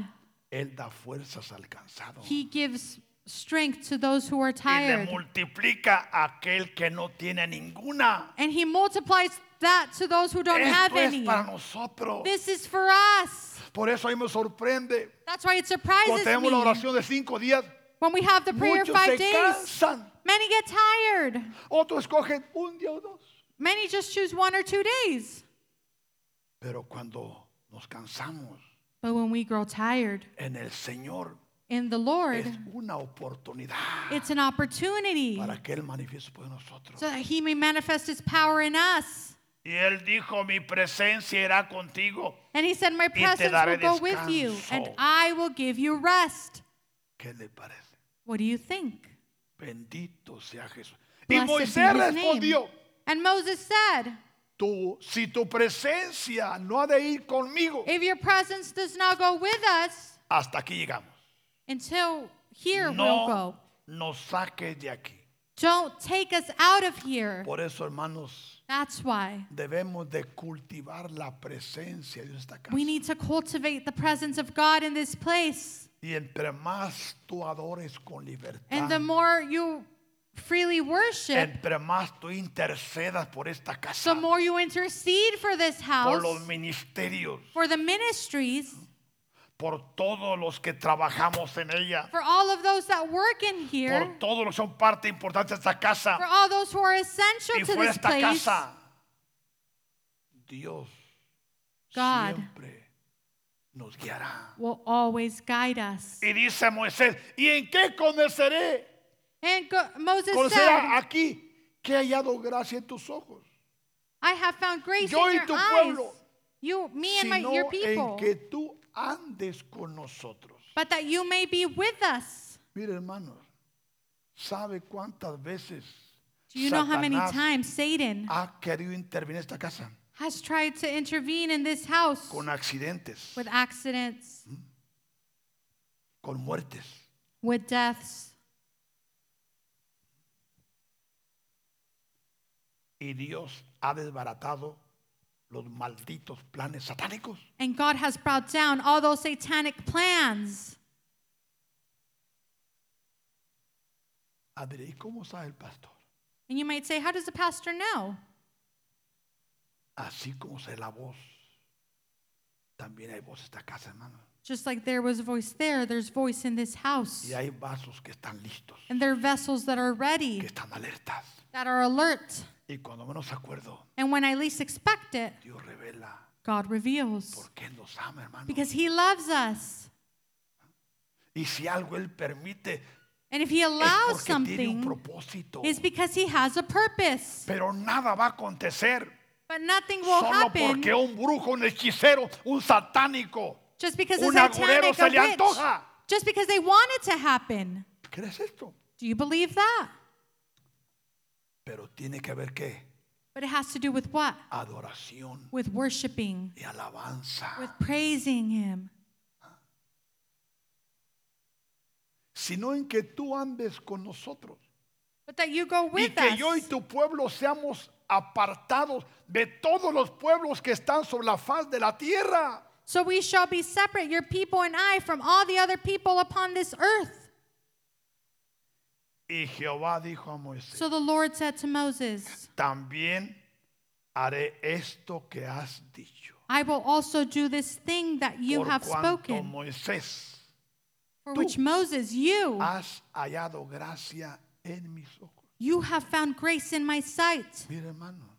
[SPEAKER 1] Él da fuerzas al cansado
[SPEAKER 2] He gives strength to those who
[SPEAKER 1] y
[SPEAKER 2] are
[SPEAKER 1] le
[SPEAKER 2] tired.
[SPEAKER 1] multiplica a aquel que no tiene ninguna.
[SPEAKER 2] And he multiplies that to those who don't have
[SPEAKER 1] Esto es
[SPEAKER 2] any.
[SPEAKER 1] para nosotros.
[SPEAKER 2] This is for us.
[SPEAKER 1] Por eso ahí me sorprende.
[SPEAKER 2] That's why it
[SPEAKER 1] Cuando
[SPEAKER 2] surprises
[SPEAKER 1] tenemos la
[SPEAKER 2] me
[SPEAKER 1] oración de cinco días,
[SPEAKER 2] when we have the prayer
[SPEAKER 1] muchos se
[SPEAKER 2] five days.
[SPEAKER 1] cansan.
[SPEAKER 2] Many get tired.
[SPEAKER 1] Otros escogen un día o dos.
[SPEAKER 2] Many just choose one or two days.
[SPEAKER 1] Pero cuando nos cansamos
[SPEAKER 2] But when we grow tired
[SPEAKER 1] en el Señor,
[SPEAKER 2] in the
[SPEAKER 1] es
[SPEAKER 2] Lord,
[SPEAKER 1] una oportunidad
[SPEAKER 2] it's an opportunity
[SPEAKER 1] para que Él manifieste por nosotros.
[SPEAKER 2] so that he may manifest his power in us.
[SPEAKER 1] Y Él dijo, mi presencia irá contigo.
[SPEAKER 2] And he said, My
[SPEAKER 1] te
[SPEAKER 2] presence will
[SPEAKER 1] daré
[SPEAKER 2] go with you, and
[SPEAKER 1] descanso."
[SPEAKER 2] I will give you rest.
[SPEAKER 1] ¿Qué le parece?
[SPEAKER 2] What do you think?
[SPEAKER 1] Bendito sea Jesús. Y
[SPEAKER 2] Blessed be
[SPEAKER 1] Moisés
[SPEAKER 2] his name.
[SPEAKER 1] respondió,
[SPEAKER 2] And Moses said,
[SPEAKER 1] tú, si tu presencia no ha de ir conmigo,
[SPEAKER 2] If your presence does not go with us,
[SPEAKER 1] hasta aquí llegamos.
[SPEAKER 2] until here we'll go.
[SPEAKER 1] No nos saques de aquí.
[SPEAKER 2] Don't take us out of here.
[SPEAKER 1] Por eso, hermanos,
[SPEAKER 2] That's why
[SPEAKER 1] debemos de cultivar la presencia de Dios en esta casa.
[SPEAKER 2] we need to cultivate the presence of God in this place.
[SPEAKER 1] Y entre más tú adores con
[SPEAKER 2] And the
[SPEAKER 1] libertad,
[SPEAKER 2] more you freely worship,
[SPEAKER 1] entre más tú intercedas por esta
[SPEAKER 2] the
[SPEAKER 1] casa,
[SPEAKER 2] more you intercede for this
[SPEAKER 1] por los
[SPEAKER 2] house,
[SPEAKER 1] ministerios,
[SPEAKER 2] for the ministries,
[SPEAKER 1] por todos los que trabajamos en ella,
[SPEAKER 2] for all of those that work in here,
[SPEAKER 1] por todos los que son parte importante de esta casa
[SPEAKER 2] for all those who are essential
[SPEAKER 1] y
[SPEAKER 2] to
[SPEAKER 1] fuera de
[SPEAKER 2] this
[SPEAKER 1] esta
[SPEAKER 2] place.
[SPEAKER 1] casa. Dios
[SPEAKER 2] God.
[SPEAKER 1] siempre nos guiará.
[SPEAKER 2] Will always guide us.
[SPEAKER 1] Y dice Moisés, ¿y en qué conoceré?
[SPEAKER 2] And go- Moses
[SPEAKER 1] Conocerá
[SPEAKER 2] said,
[SPEAKER 1] aquí que he hallado gracia en tus ojos.
[SPEAKER 2] I have found grace
[SPEAKER 1] Yo y
[SPEAKER 2] in your
[SPEAKER 1] tu
[SPEAKER 2] eyes.
[SPEAKER 1] pueblo,
[SPEAKER 2] You, me and my,
[SPEAKER 1] sino
[SPEAKER 2] your
[SPEAKER 1] en
[SPEAKER 2] people.
[SPEAKER 1] que tú andes con nosotros.
[SPEAKER 2] but that you may be with us.
[SPEAKER 1] Mire, hermanos, ¿sabe cuántas veces
[SPEAKER 2] Do you know how many
[SPEAKER 1] Satanás
[SPEAKER 2] times Satan
[SPEAKER 1] ha querido intervenir en esta casa
[SPEAKER 2] has tried to intervene in this house
[SPEAKER 1] con accidentes,
[SPEAKER 2] with accidents,
[SPEAKER 1] con muertes?
[SPEAKER 2] with deaths?
[SPEAKER 1] Y Dios ha desbaratado los malditos planes satánicos.
[SPEAKER 2] And God has brought down all those satanic plans.
[SPEAKER 1] A ver, ¿y cómo sabe el pastor?
[SPEAKER 2] And you might say, How does the pastor know?
[SPEAKER 1] Así como se la voz. También hay voz en esta casa, hermano.
[SPEAKER 2] Just like there was a voice there, there's voice in this house.
[SPEAKER 1] Y hay vasos que están listos,
[SPEAKER 2] And there are vessels that are
[SPEAKER 1] que
[SPEAKER 2] ready,
[SPEAKER 1] están alertas.
[SPEAKER 2] that are alert.
[SPEAKER 1] Y cuando menos acuerdo,
[SPEAKER 2] And when I least expect it,
[SPEAKER 1] Dios revela
[SPEAKER 2] God reveals.
[SPEAKER 1] por qué nos ama, hermano.
[SPEAKER 2] Because He loves us.
[SPEAKER 1] Y si algo Él permite,
[SPEAKER 2] And if he
[SPEAKER 1] es
[SPEAKER 2] allows
[SPEAKER 1] porque tiene un
[SPEAKER 2] something,
[SPEAKER 1] propósito.
[SPEAKER 2] it's because he has a purpose.
[SPEAKER 1] Pero nada va a acontecer
[SPEAKER 2] But nothing will
[SPEAKER 1] solo
[SPEAKER 2] happen
[SPEAKER 1] porque un brujo, un hechicero, un satánico.
[SPEAKER 2] just because
[SPEAKER 1] un
[SPEAKER 2] it's
[SPEAKER 1] agorero
[SPEAKER 2] satanic
[SPEAKER 1] se
[SPEAKER 2] a
[SPEAKER 1] le
[SPEAKER 2] witch,
[SPEAKER 1] antoja.
[SPEAKER 2] just because they want it to happen.
[SPEAKER 1] ¿Crees esto?
[SPEAKER 2] Do you believe that?
[SPEAKER 1] Pero tiene que ver qué?
[SPEAKER 2] But it has to do with what?
[SPEAKER 1] Adoración
[SPEAKER 2] With worshiping,
[SPEAKER 1] y alabanza.
[SPEAKER 2] with praising him.
[SPEAKER 1] Sino en que tú andes con nosotros.
[SPEAKER 2] But that you go
[SPEAKER 1] Y
[SPEAKER 2] with
[SPEAKER 1] que yo y
[SPEAKER 2] us.
[SPEAKER 1] tu pueblo seamos apartados de todos los pueblos que están sobre la faz de la tierra.
[SPEAKER 2] So we shall be separate, your people and I, from all the other people upon this earth.
[SPEAKER 1] Y Jehová dijo a Moisés.
[SPEAKER 2] So the Lord said to Moses,
[SPEAKER 1] también haré esto que has dicho.
[SPEAKER 2] I will also do this thing that you
[SPEAKER 1] Por
[SPEAKER 2] have
[SPEAKER 1] cuanto
[SPEAKER 2] spoken,
[SPEAKER 1] Moisés,
[SPEAKER 2] for
[SPEAKER 1] tú
[SPEAKER 2] which Moses, you,
[SPEAKER 1] has hallado gracia en mis ojos.
[SPEAKER 2] you have found grace in my sight.
[SPEAKER 1] Mira, hermano,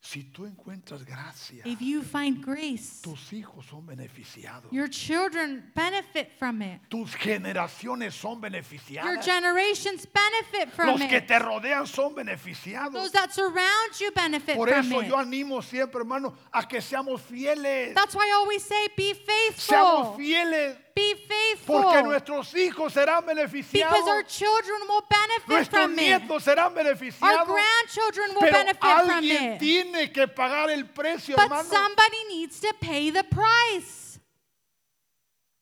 [SPEAKER 1] si tú encuentras gracia,
[SPEAKER 2] If you find grace,
[SPEAKER 1] tus hijos son beneficiados.
[SPEAKER 2] your children benefit from it.
[SPEAKER 1] Tus generaciones son
[SPEAKER 2] Your
[SPEAKER 1] beneficiadas.
[SPEAKER 2] generations benefit
[SPEAKER 1] Los
[SPEAKER 2] from
[SPEAKER 1] que
[SPEAKER 2] it.
[SPEAKER 1] te rodean son
[SPEAKER 2] Those
[SPEAKER 1] beneficiados.
[SPEAKER 2] that surround you benefit
[SPEAKER 1] Por
[SPEAKER 2] from
[SPEAKER 1] eso yo
[SPEAKER 2] it.
[SPEAKER 1] animo siempre, hermano, a que seamos fieles.
[SPEAKER 2] That's why I always say, be
[SPEAKER 1] Seamos
[SPEAKER 2] faithful.
[SPEAKER 1] fieles.
[SPEAKER 2] Be
[SPEAKER 1] Porque
[SPEAKER 2] faithful.
[SPEAKER 1] nuestros hijos serán
[SPEAKER 2] Because our
[SPEAKER 1] beneficiados.
[SPEAKER 2] children will benefit
[SPEAKER 1] Nuestros
[SPEAKER 2] from it.
[SPEAKER 1] nietos serán
[SPEAKER 2] Our
[SPEAKER 1] beneficiados.
[SPEAKER 2] grandchildren will
[SPEAKER 1] Pero
[SPEAKER 2] benefit from
[SPEAKER 1] alguien
[SPEAKER 2] it.
[SPEAKER 1] tiene que pagar el precio,
[SPEAKER 2] But
[SPEAKER 1] hermano.
[SPEAKER 2] somebody needs to pay the price.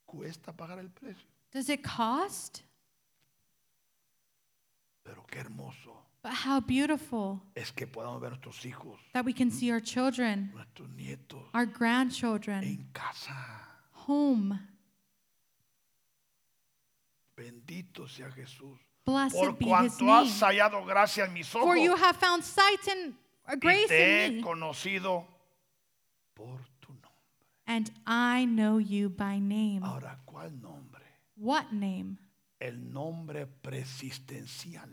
[SPEAKER 1] Cuesta pagar el precio.
[SPEAKER 2] Does it cost?
[SPEAKER 1] Pero qué hermoso
[SPEAKER 2] But how beautiful
[SPEAKER 1] es que podamos ver a nuestros hijos,
[SPEAKER 2] that we can see our children,
[SPEAKER 1] nuestros nietos
[SPEAKER 2] our grandchildren,
[SPEAKER 1] en casa.
[SPEAKER 2] home.
[SPEAKER 1] Bendito sea Jesús.
[SPEAKER 2] Blessed
[SPEAKER 1] Por
[SPEAKER 2] be his
[SPEAKER 1] cuanto has
[SPEAKER 2] name.
[SPEAKER 1] hallado gracia en mis ojos
[SPEAKER 2] For you have found sight and uh,
[SPEAKER 1] y
[SPEAKER 2] grace
[SPEAKER 1] te
[SPEAKER 2] in
[SPEAKER 1] he
[SPEAKER 2] me,
[SPEAKER 1] conocido por tu nombre.
[SPEAKER 2] and I know you by name.
[SPEAKER 1] Ahora, ¿cuál nombre?
[SPEAKER 2] What name?
[SPEAKER 1] El nombre preexistencial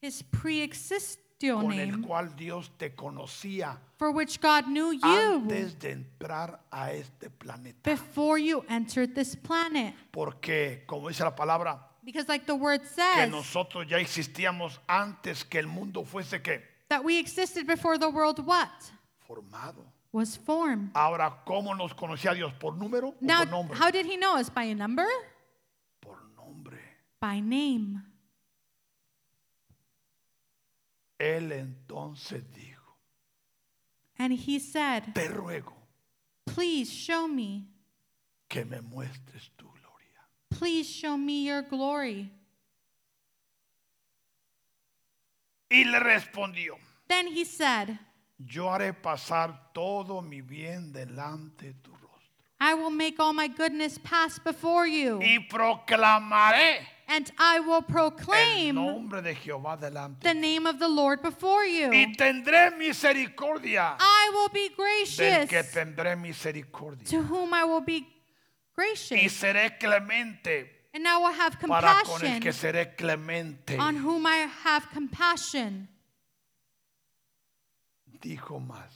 [SPEAKER 2] His pre-existential
[SPEAKER 1] con el
[SPEAKER 2] name,
[SPEAKER 1] cual Dios te conocía
[SPEAKER 2] for which God knew you
[SPEAKER 1] antes de entrar a este planeta.
[SPEAKER 2] before you entered this planet.
[SPEAKER 1] Porque, como dice la palabra,
[SPEAKER 2] Because, like the word
[SPEAKER 1] que
[SPEAKER 2] says,
[SPEAKER 1] nosotros ya existíamos antes que el mundo fuese que
[SPEAKER 2] that we existed before the world what?
[SPEAKER 1] formado.
[SPEAKER 2] Was formed.
[SPEAKER 1] Ahora, ¿cómo nos conocía Dios? ¿Por número o por
[SPEAKER 2] Now,
[SPEAKER 1] nombre?
[SPEAKER 2] how did he know us? By a number?
[SPEAKER 1] Por nombre.
[SPEAKER 2] By name.
[SPEAKER 1] Él entonces dijo,
[SPEAKER 2] And he said,
[SPEAKER 1] te ruego
[SPEAKER 2] Please show me.
[SPEAKER 1] que me muestres tu gloria.
[SPEAKER 2] Please show me your glory.
[SPEAKER 1] Y le respondió,
[SPEAKER 2] Then he said,
[SPEAKER 1] yo haré pasar todo mi bien delante de tu rostro.
[SPEAKER 2] I will make all my goodness pass before you,
[SPEAKER 1] Y proclamaré
[SPEAKER 2] and I will
[SPEAKER 1] el
[SPEAKER 2] proclaim
[SPEAKER 1] nombre de Jehová delante.
[SPEAKER 2] the
[SPEAKER 1] de ti.
[SPEAKER 2] name of the Lord before you.
[SPEAKER 1] Y tendré misericordia
[SPEAKER 2] I will be
[SPEAKER 1] del que
[SPEAKER 2] gracious
[SPEAKER 1] tendré misericordia.
[SPEAKER 2] to whom I will be
[SPEAKER 1] y
[SPEAKER 2] gracious,
[SPEAKER 1] seré clemente
[SPEAKER 2] and I will have
[SPEAKER 1] para con el que
[SPEAKER 2] compassion
[SPEAKER 1] seré clemente.
[SPEAKER 2] on whom I have compassion.
[SPEAKER 1] Dijo más,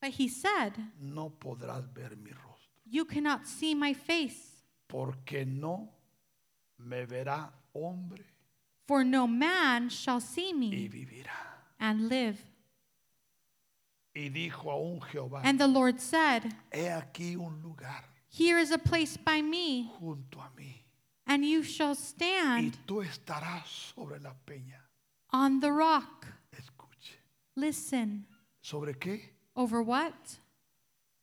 [SPEAKER 2] But he said,
[SPEAKER 1] no podrás ver mi rostro,
[SPEAKER 2] You cannot see my face,
[SPEAKER 1] porque no me verá hombre
[SPEAKER 2] for no man shall see
[SPEAKER 1] y
[SPEAKER 2] me
[SPEAKER 1] vivirá.
[SPEAKER 2] and live.
[SPEAKER 1] Y dijo aún Jehová,
[SPEAKER 2] And the Lord said,
[SPEAKER 1] he aquí un lugar
[SPEAKER 2] Here is a place by me,
[SPEAKER 1] junto a mí,
[SPEAKER 2] and you
[SPEAKER 1] y
[SPEAKER 2] shall stand
[SPEAKER 1] tú estarás sobre la peña.
[SPEAKER 2] on the rock.
[SPEAKER 1] Escuche,
[SPEAKER 2] Listen.
[SPEAKER 1] ¿sobre qué?
[SPEAKER 2] Over what?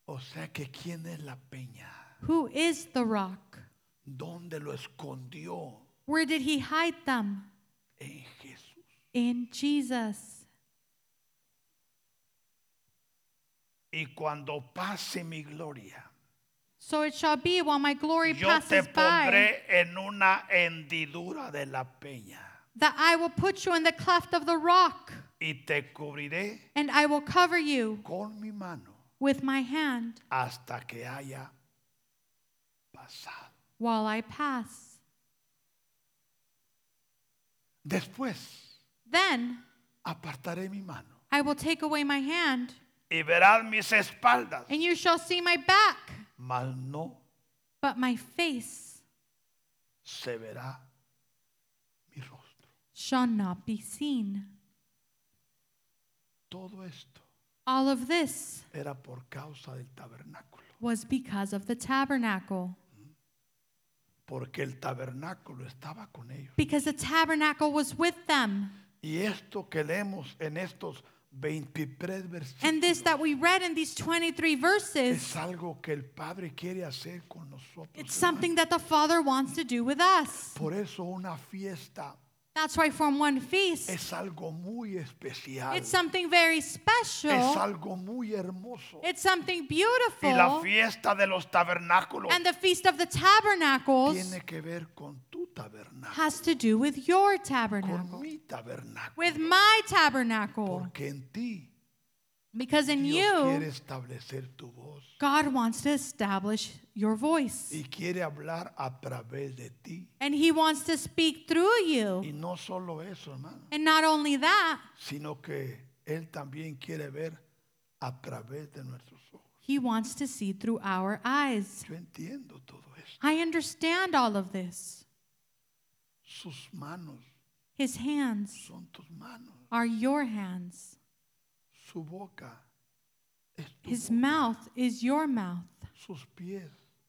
[SPEAKER 1] O sea que quién es la peña,
[SPEAKER 2] Who is the rock?
[SPEAKER 1] dónde lo escondió
[SPEAKER 2] Where did he hide them?
[SPEAKER 1] en Jesús.
[SPEAKER 2] In Jesus.
[SPEAKER 1] Y cuando pase mi gloria,
[SPEAKER 2] So it shall be while my glory
[SPEAKER 1] Yo te
[SPEAKER 2] passes by
[SPEAKER 1] pondré en una hendidura de la peña
[SPEAKER 2] that I will put you in the cleft of the rock,
[SPEAKER 1] y te cubriré
[SPEAKER 2] and I will cover you
[SPEAKER 1] con mi mano
[SPEAKER 2] with my hand
[SPEAKER 1] hasta que haya pasado.
[SPEAKER 2] while I pass.
[SPEAKER 1] Después
[SPEAKER 2] Then
[SPEAKER 1] apartaré mi mano
[SPEAKER 2] I will take away my hand,
[SPEAKER 1] y verás mis espaldas,
[SPEAKER 2] and you shall see my back,
[SPEAKER 1] mas no
[SPEAKER 2] but my face
[SPEAKER 1] se verá mi rostro.
[SPEAKER 2] shall not be seen.
[SPEAKER 1] Todo esto
[SPEAKER 2] All of this
[SPEAKER 1] era por causa del tabernáculo,
[SPEAKER 2] was because of the tabernacle,
[SPEAKER 1] porque el tabernáculo estaba con ellos.
[SPEAKER 2] because the tabernacle was with them.
[SPEAKER 1] Y esto que leemos en estos 23 versículos
[SPEAKER 2] And this that we read in these 23 verses,
[SPEAKER 1] es algo que el Padre quiere hacer con nosotros.
[SPEAKER 2] it's
[SPEAKER 1] hermano.
[SPEAKER 2] something that the Father wants to do with us.
[SPEAKER 1] Por eso una fiesta
[SPEAKER 2] That's why from one feast,
[SPEAKER 1] es algo muy especial,
[SPEAKER 2] it's something very
[SPEAKER 1] es
[SPEAKER 2] special.
[SPEAKER 1] algo muy hermoso.
[SPEAKER 2] It's something
[SPEAKER 1] Y la
[SPEAKER 2] beautiful.
[SPEAKER 1] fiesta de los tabernáculos
[SPEAKER 2] And the Feast of the Tabernacles
[SPEAKER 1] tiene que ver con tu tabernáculo,
[SPEAKER 2] has to do with your
[SPEAKER 1] con
[SPEAKER 2] tabernacle,
[SPEAKER 1] mi tabernáculo,
[SPEAKER 2] with my tabernacle.
[SPEAKER 1] porque en ti
[SPEAKER 2] Because in
[SPEAKER 1] Dios quiere
[SPEAKER 2] you,
[SPEAKER 1] establecer tu voz
[SPEAKER 2] God wants to establish your voice.
[SPEAKER 1] y quiere hablar a través de ti.
[SPEAKER 2] And He wants to speak through
[SPEAKER 1] Y
[SPEAKER 2] you.
[SPEAKER 1] no solo eso, hermano,
[SPEAKER 2] And not only that,
[SPEAKER 1] sino que Él también quiere ver a través de nuestros ojos.
[SPEAKER 2] He wants to see through our eyes.
[SPEAKER 1] Yo entiendo todo esto.
[SPEAKER 2] I understand all of this.
[SPEAKER 1] Sus manos
[SPEAKER 2] His hands
[SPEAKER 1] son tus manos.
[SPEAKER 2] are your hands,
[SPEAKER 1] Su boca es tu
[SPEAKER 2] His
[SPEAKER 1] boca.
[SPEAKER 2] mouth is your mouth,
[SPEAKER 1] Sus pies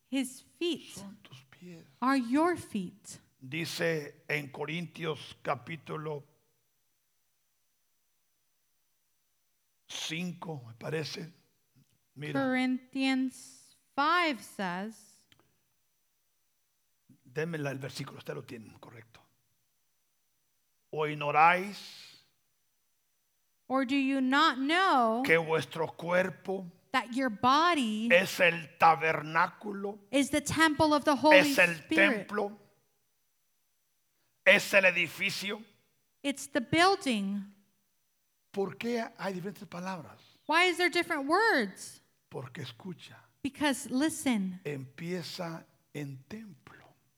[SPEAKER 2] His feet
[SPEAKER 1] son tus pies.
[SPEAKER 2] are your feet.
[SPEAKER 1] Dice en Corintios capítulo 5, me parece. Mira,
[SPEAKER 2] Corinthians 5 says,
[SPEAKER 1] démela el versículo, usted lo tienen, correcto. O ignoráis
[SPEAKER 2] Or do you not know
[SPEAKER 1] que Eh vuestro cuerpo
[SPEAKER 2] that your body
[SPEAKER 1] es el tabernáculo,
[SPEAKER 2] is the temple of the Holy
[SPEAKER 1] es el
[SPEAKER 2] Spirit?
[SPEAKER 1] templo, es el edificio.
[SPEAKER 2] It's the building.
[SPEAKER 1] ¿Por qué hay diferentes palabras?
[SPEAKER 2] Why is there different words?
[SPEAKER 1] Porque escucha,
[SPEAKER 2] Because listen,
[SPEAKER 1] empieza en templo.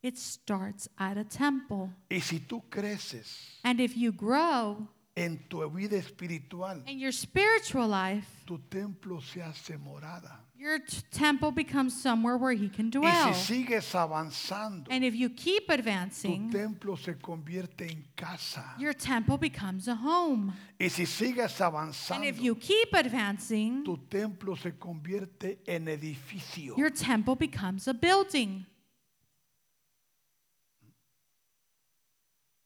[SPEAKER 2] it starts at a temple.
[SPEAKER 1] Y si tú creces
[SPEAKER 2] And if you grow
[SPEAKER 1] en tu vida espiritual,
[SPEAKER 2] in your spiritual life,
[SPEAKER 1] tu templo se hace morada.
[SPEAKER 2] your t- temple becomes somewhere where He can
[SPEAKER 1] y
[SPEAKER 2] dwell.
[SPEAKER 1] si sigues avanzando,
[SPEAKER 2] And if you keep
[SPEAKER 1] tu
[SPEAKER 2] advancing,
[SPEAKER 1] templo se convierte en casa.
[SPEAKER 2] your temple becomes a home.
[SPEAKER 1] Y si sigues
[SPEAKER 2] And
[SPEAKER 1] avanzando,
[SPEAKER 2] if you keep advancing,
[SPEAKER 1] tu templo se convierte en edificio.
[SPEAKER 2] Your temple becomes a building.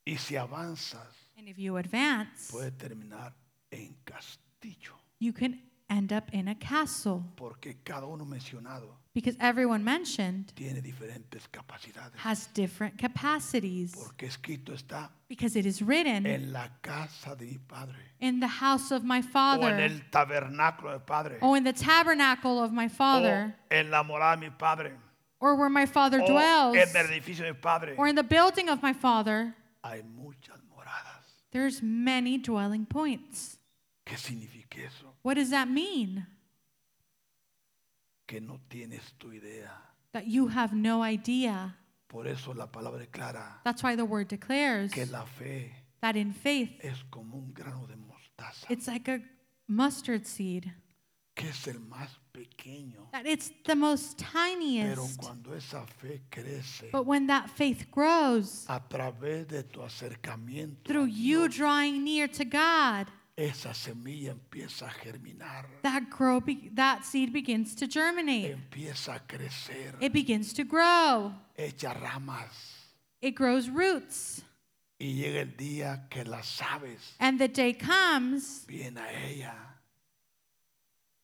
[SPEAKER 1] Y si avanzas,
[SPEAKER 2] And if you advance,
[SPEAKER 1] puede terminar en castillo.
[SPEAKER 2] you can end up in a castle
[SPEAKER 1] Porque cada uno mencionado
[SPEAKER 2] because everyone mentioned
[SPEAKER 1] tiene diferentes capacidades.
[SPEAKER 2] has different capacities
[SPEAKER 1] Porque escrito está
[SPEAKER 2] because it is written
[SPEAKER 1] en la casa de mi padre.
[SPEAKER 2] in the house of
[SPEAKER 1] o
[SPEAKER 2] my
[SPEAKER 1] en
[SPEAKER 2] father
[SPEAKER 1] el tabernáculo de padre
[SPEAKER 2] or in the tabernacle of my father
[SPEAKER 1] o en la morada de mi padre
[SPEAKER 2] or where my father
[SPEAKER 1] o
[SPEAKER 2] dwells
[SPEAKER 1] en el edificio de mi padre
[SPEAKER 2] or in the building of my father.
[SPEAKER 1] hay muchas moradas
[SPEAKER 2] There's many dwelling points.
[SPEAKER 1] ¿qué significa eso?
[SPEAKER 2] What does that mean?
[SPEAKER 1] que no tienes tu idea
[SPEAKER 2] That you have no idea.
[SPEAKER 1] por eso la palabra declara
[SPEAKER 2] That's why the word declares
[SPEAKER 1] que la fe
[SPEAKER 2] that in faith
[SPEAKER 1] es como un grano de mostaza
[SPEAKER 2] It's like a mustard seed.
[SPEAKER 1] que es el más pequeño
[SPEAKER 2] That it's the most
[SPEAKER 1] pero
[SPEAKER 2] tiniest.
[SPEAKER 1] cuando esa fe crece
[SPEAKER 2] But when that faith grows
[SPEAKER 1] a través de tu acercamiento a
[SPEAKER 2] through you
[SPEAKER 1] Ah, Dios,
[SPEAKER 2] drawing near to God,
[SPEAKER 1] esa semilla empieza a germinar
[SPEAKER 2] that grow be- that seed begins to germinate.
[SPEAKER 1] empieza a crecer
[SPEAKER 2] It begins to grow.
[SPEAKER 1] echa ramas
[SPEAKER 2] It grows roots.
[SPEAKER 1] y llega el día que las aves
[SPEAKER 2] And the day comes,
[SPEAKER 1] vienen a ella.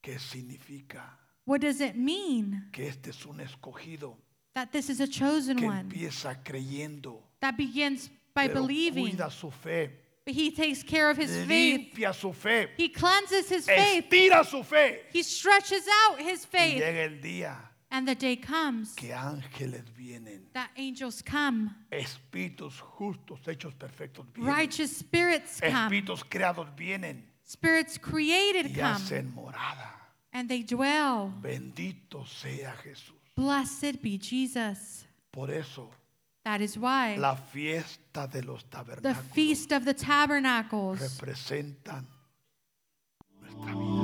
[SPEAKER 1] ¿Qué significa?
[SPEAKER 2] what does it mean?
[SPEAKER 1] Que este es un escogido
[SPEAKER 2] That this is a chosen
[SPEAKER 1] que
[SPEAKER 2] one
[SPEAKER 1] empieza creyendo,
[SPEAKER 2] that begins by
[SPEAKER 1] pero
[SPEAKER 2] believing.
[SPEAKER 1] cuida su fe,
[SPEAKER 2] But he takes care of his faith.
[SPEAKER 1] limpia su fe,
[SPEAKER 2] He cleanses his faith.
[SPEAKER 1] estira su fe.
[SPEAKER 2] He stretches out his
[SPEAKER 1] Y
[SPEAKER 2] faith.
[SPEAKER 1] llega el día
[SPEAKER 2] And the day comes
[SPEAKER 1] que ángeles vienen,
[SPEAKER 2] that angels come,
[SPEAKER 1] espíritus justos, hechos perfectos vienen,
[SPEAKER 2] righteous spirits come,
[SPEAKER 1] espíritus creados vienen
[SPEAKER 2] spirits created
[SPEAKER 1] y
[SPEAKER 2] come,
[SPEAKER 1] hacen morada.
[SPEAKER 2] and they dwell.
[SPEAKER 1] Bendito sea Jesús.
[SPEAKER 2] Blessed be Jesus.
[SPEAKER 1] Por eso
[SPEAKER 2] That is why
[SPEAKER 1] La fiesta de los
[SPEAKER 2] the
[SPEAKER 1] tabernáculos
[SPEAKER 2] Feast of the Tabernacles
[SPEAKER 1] representan nuestra vida.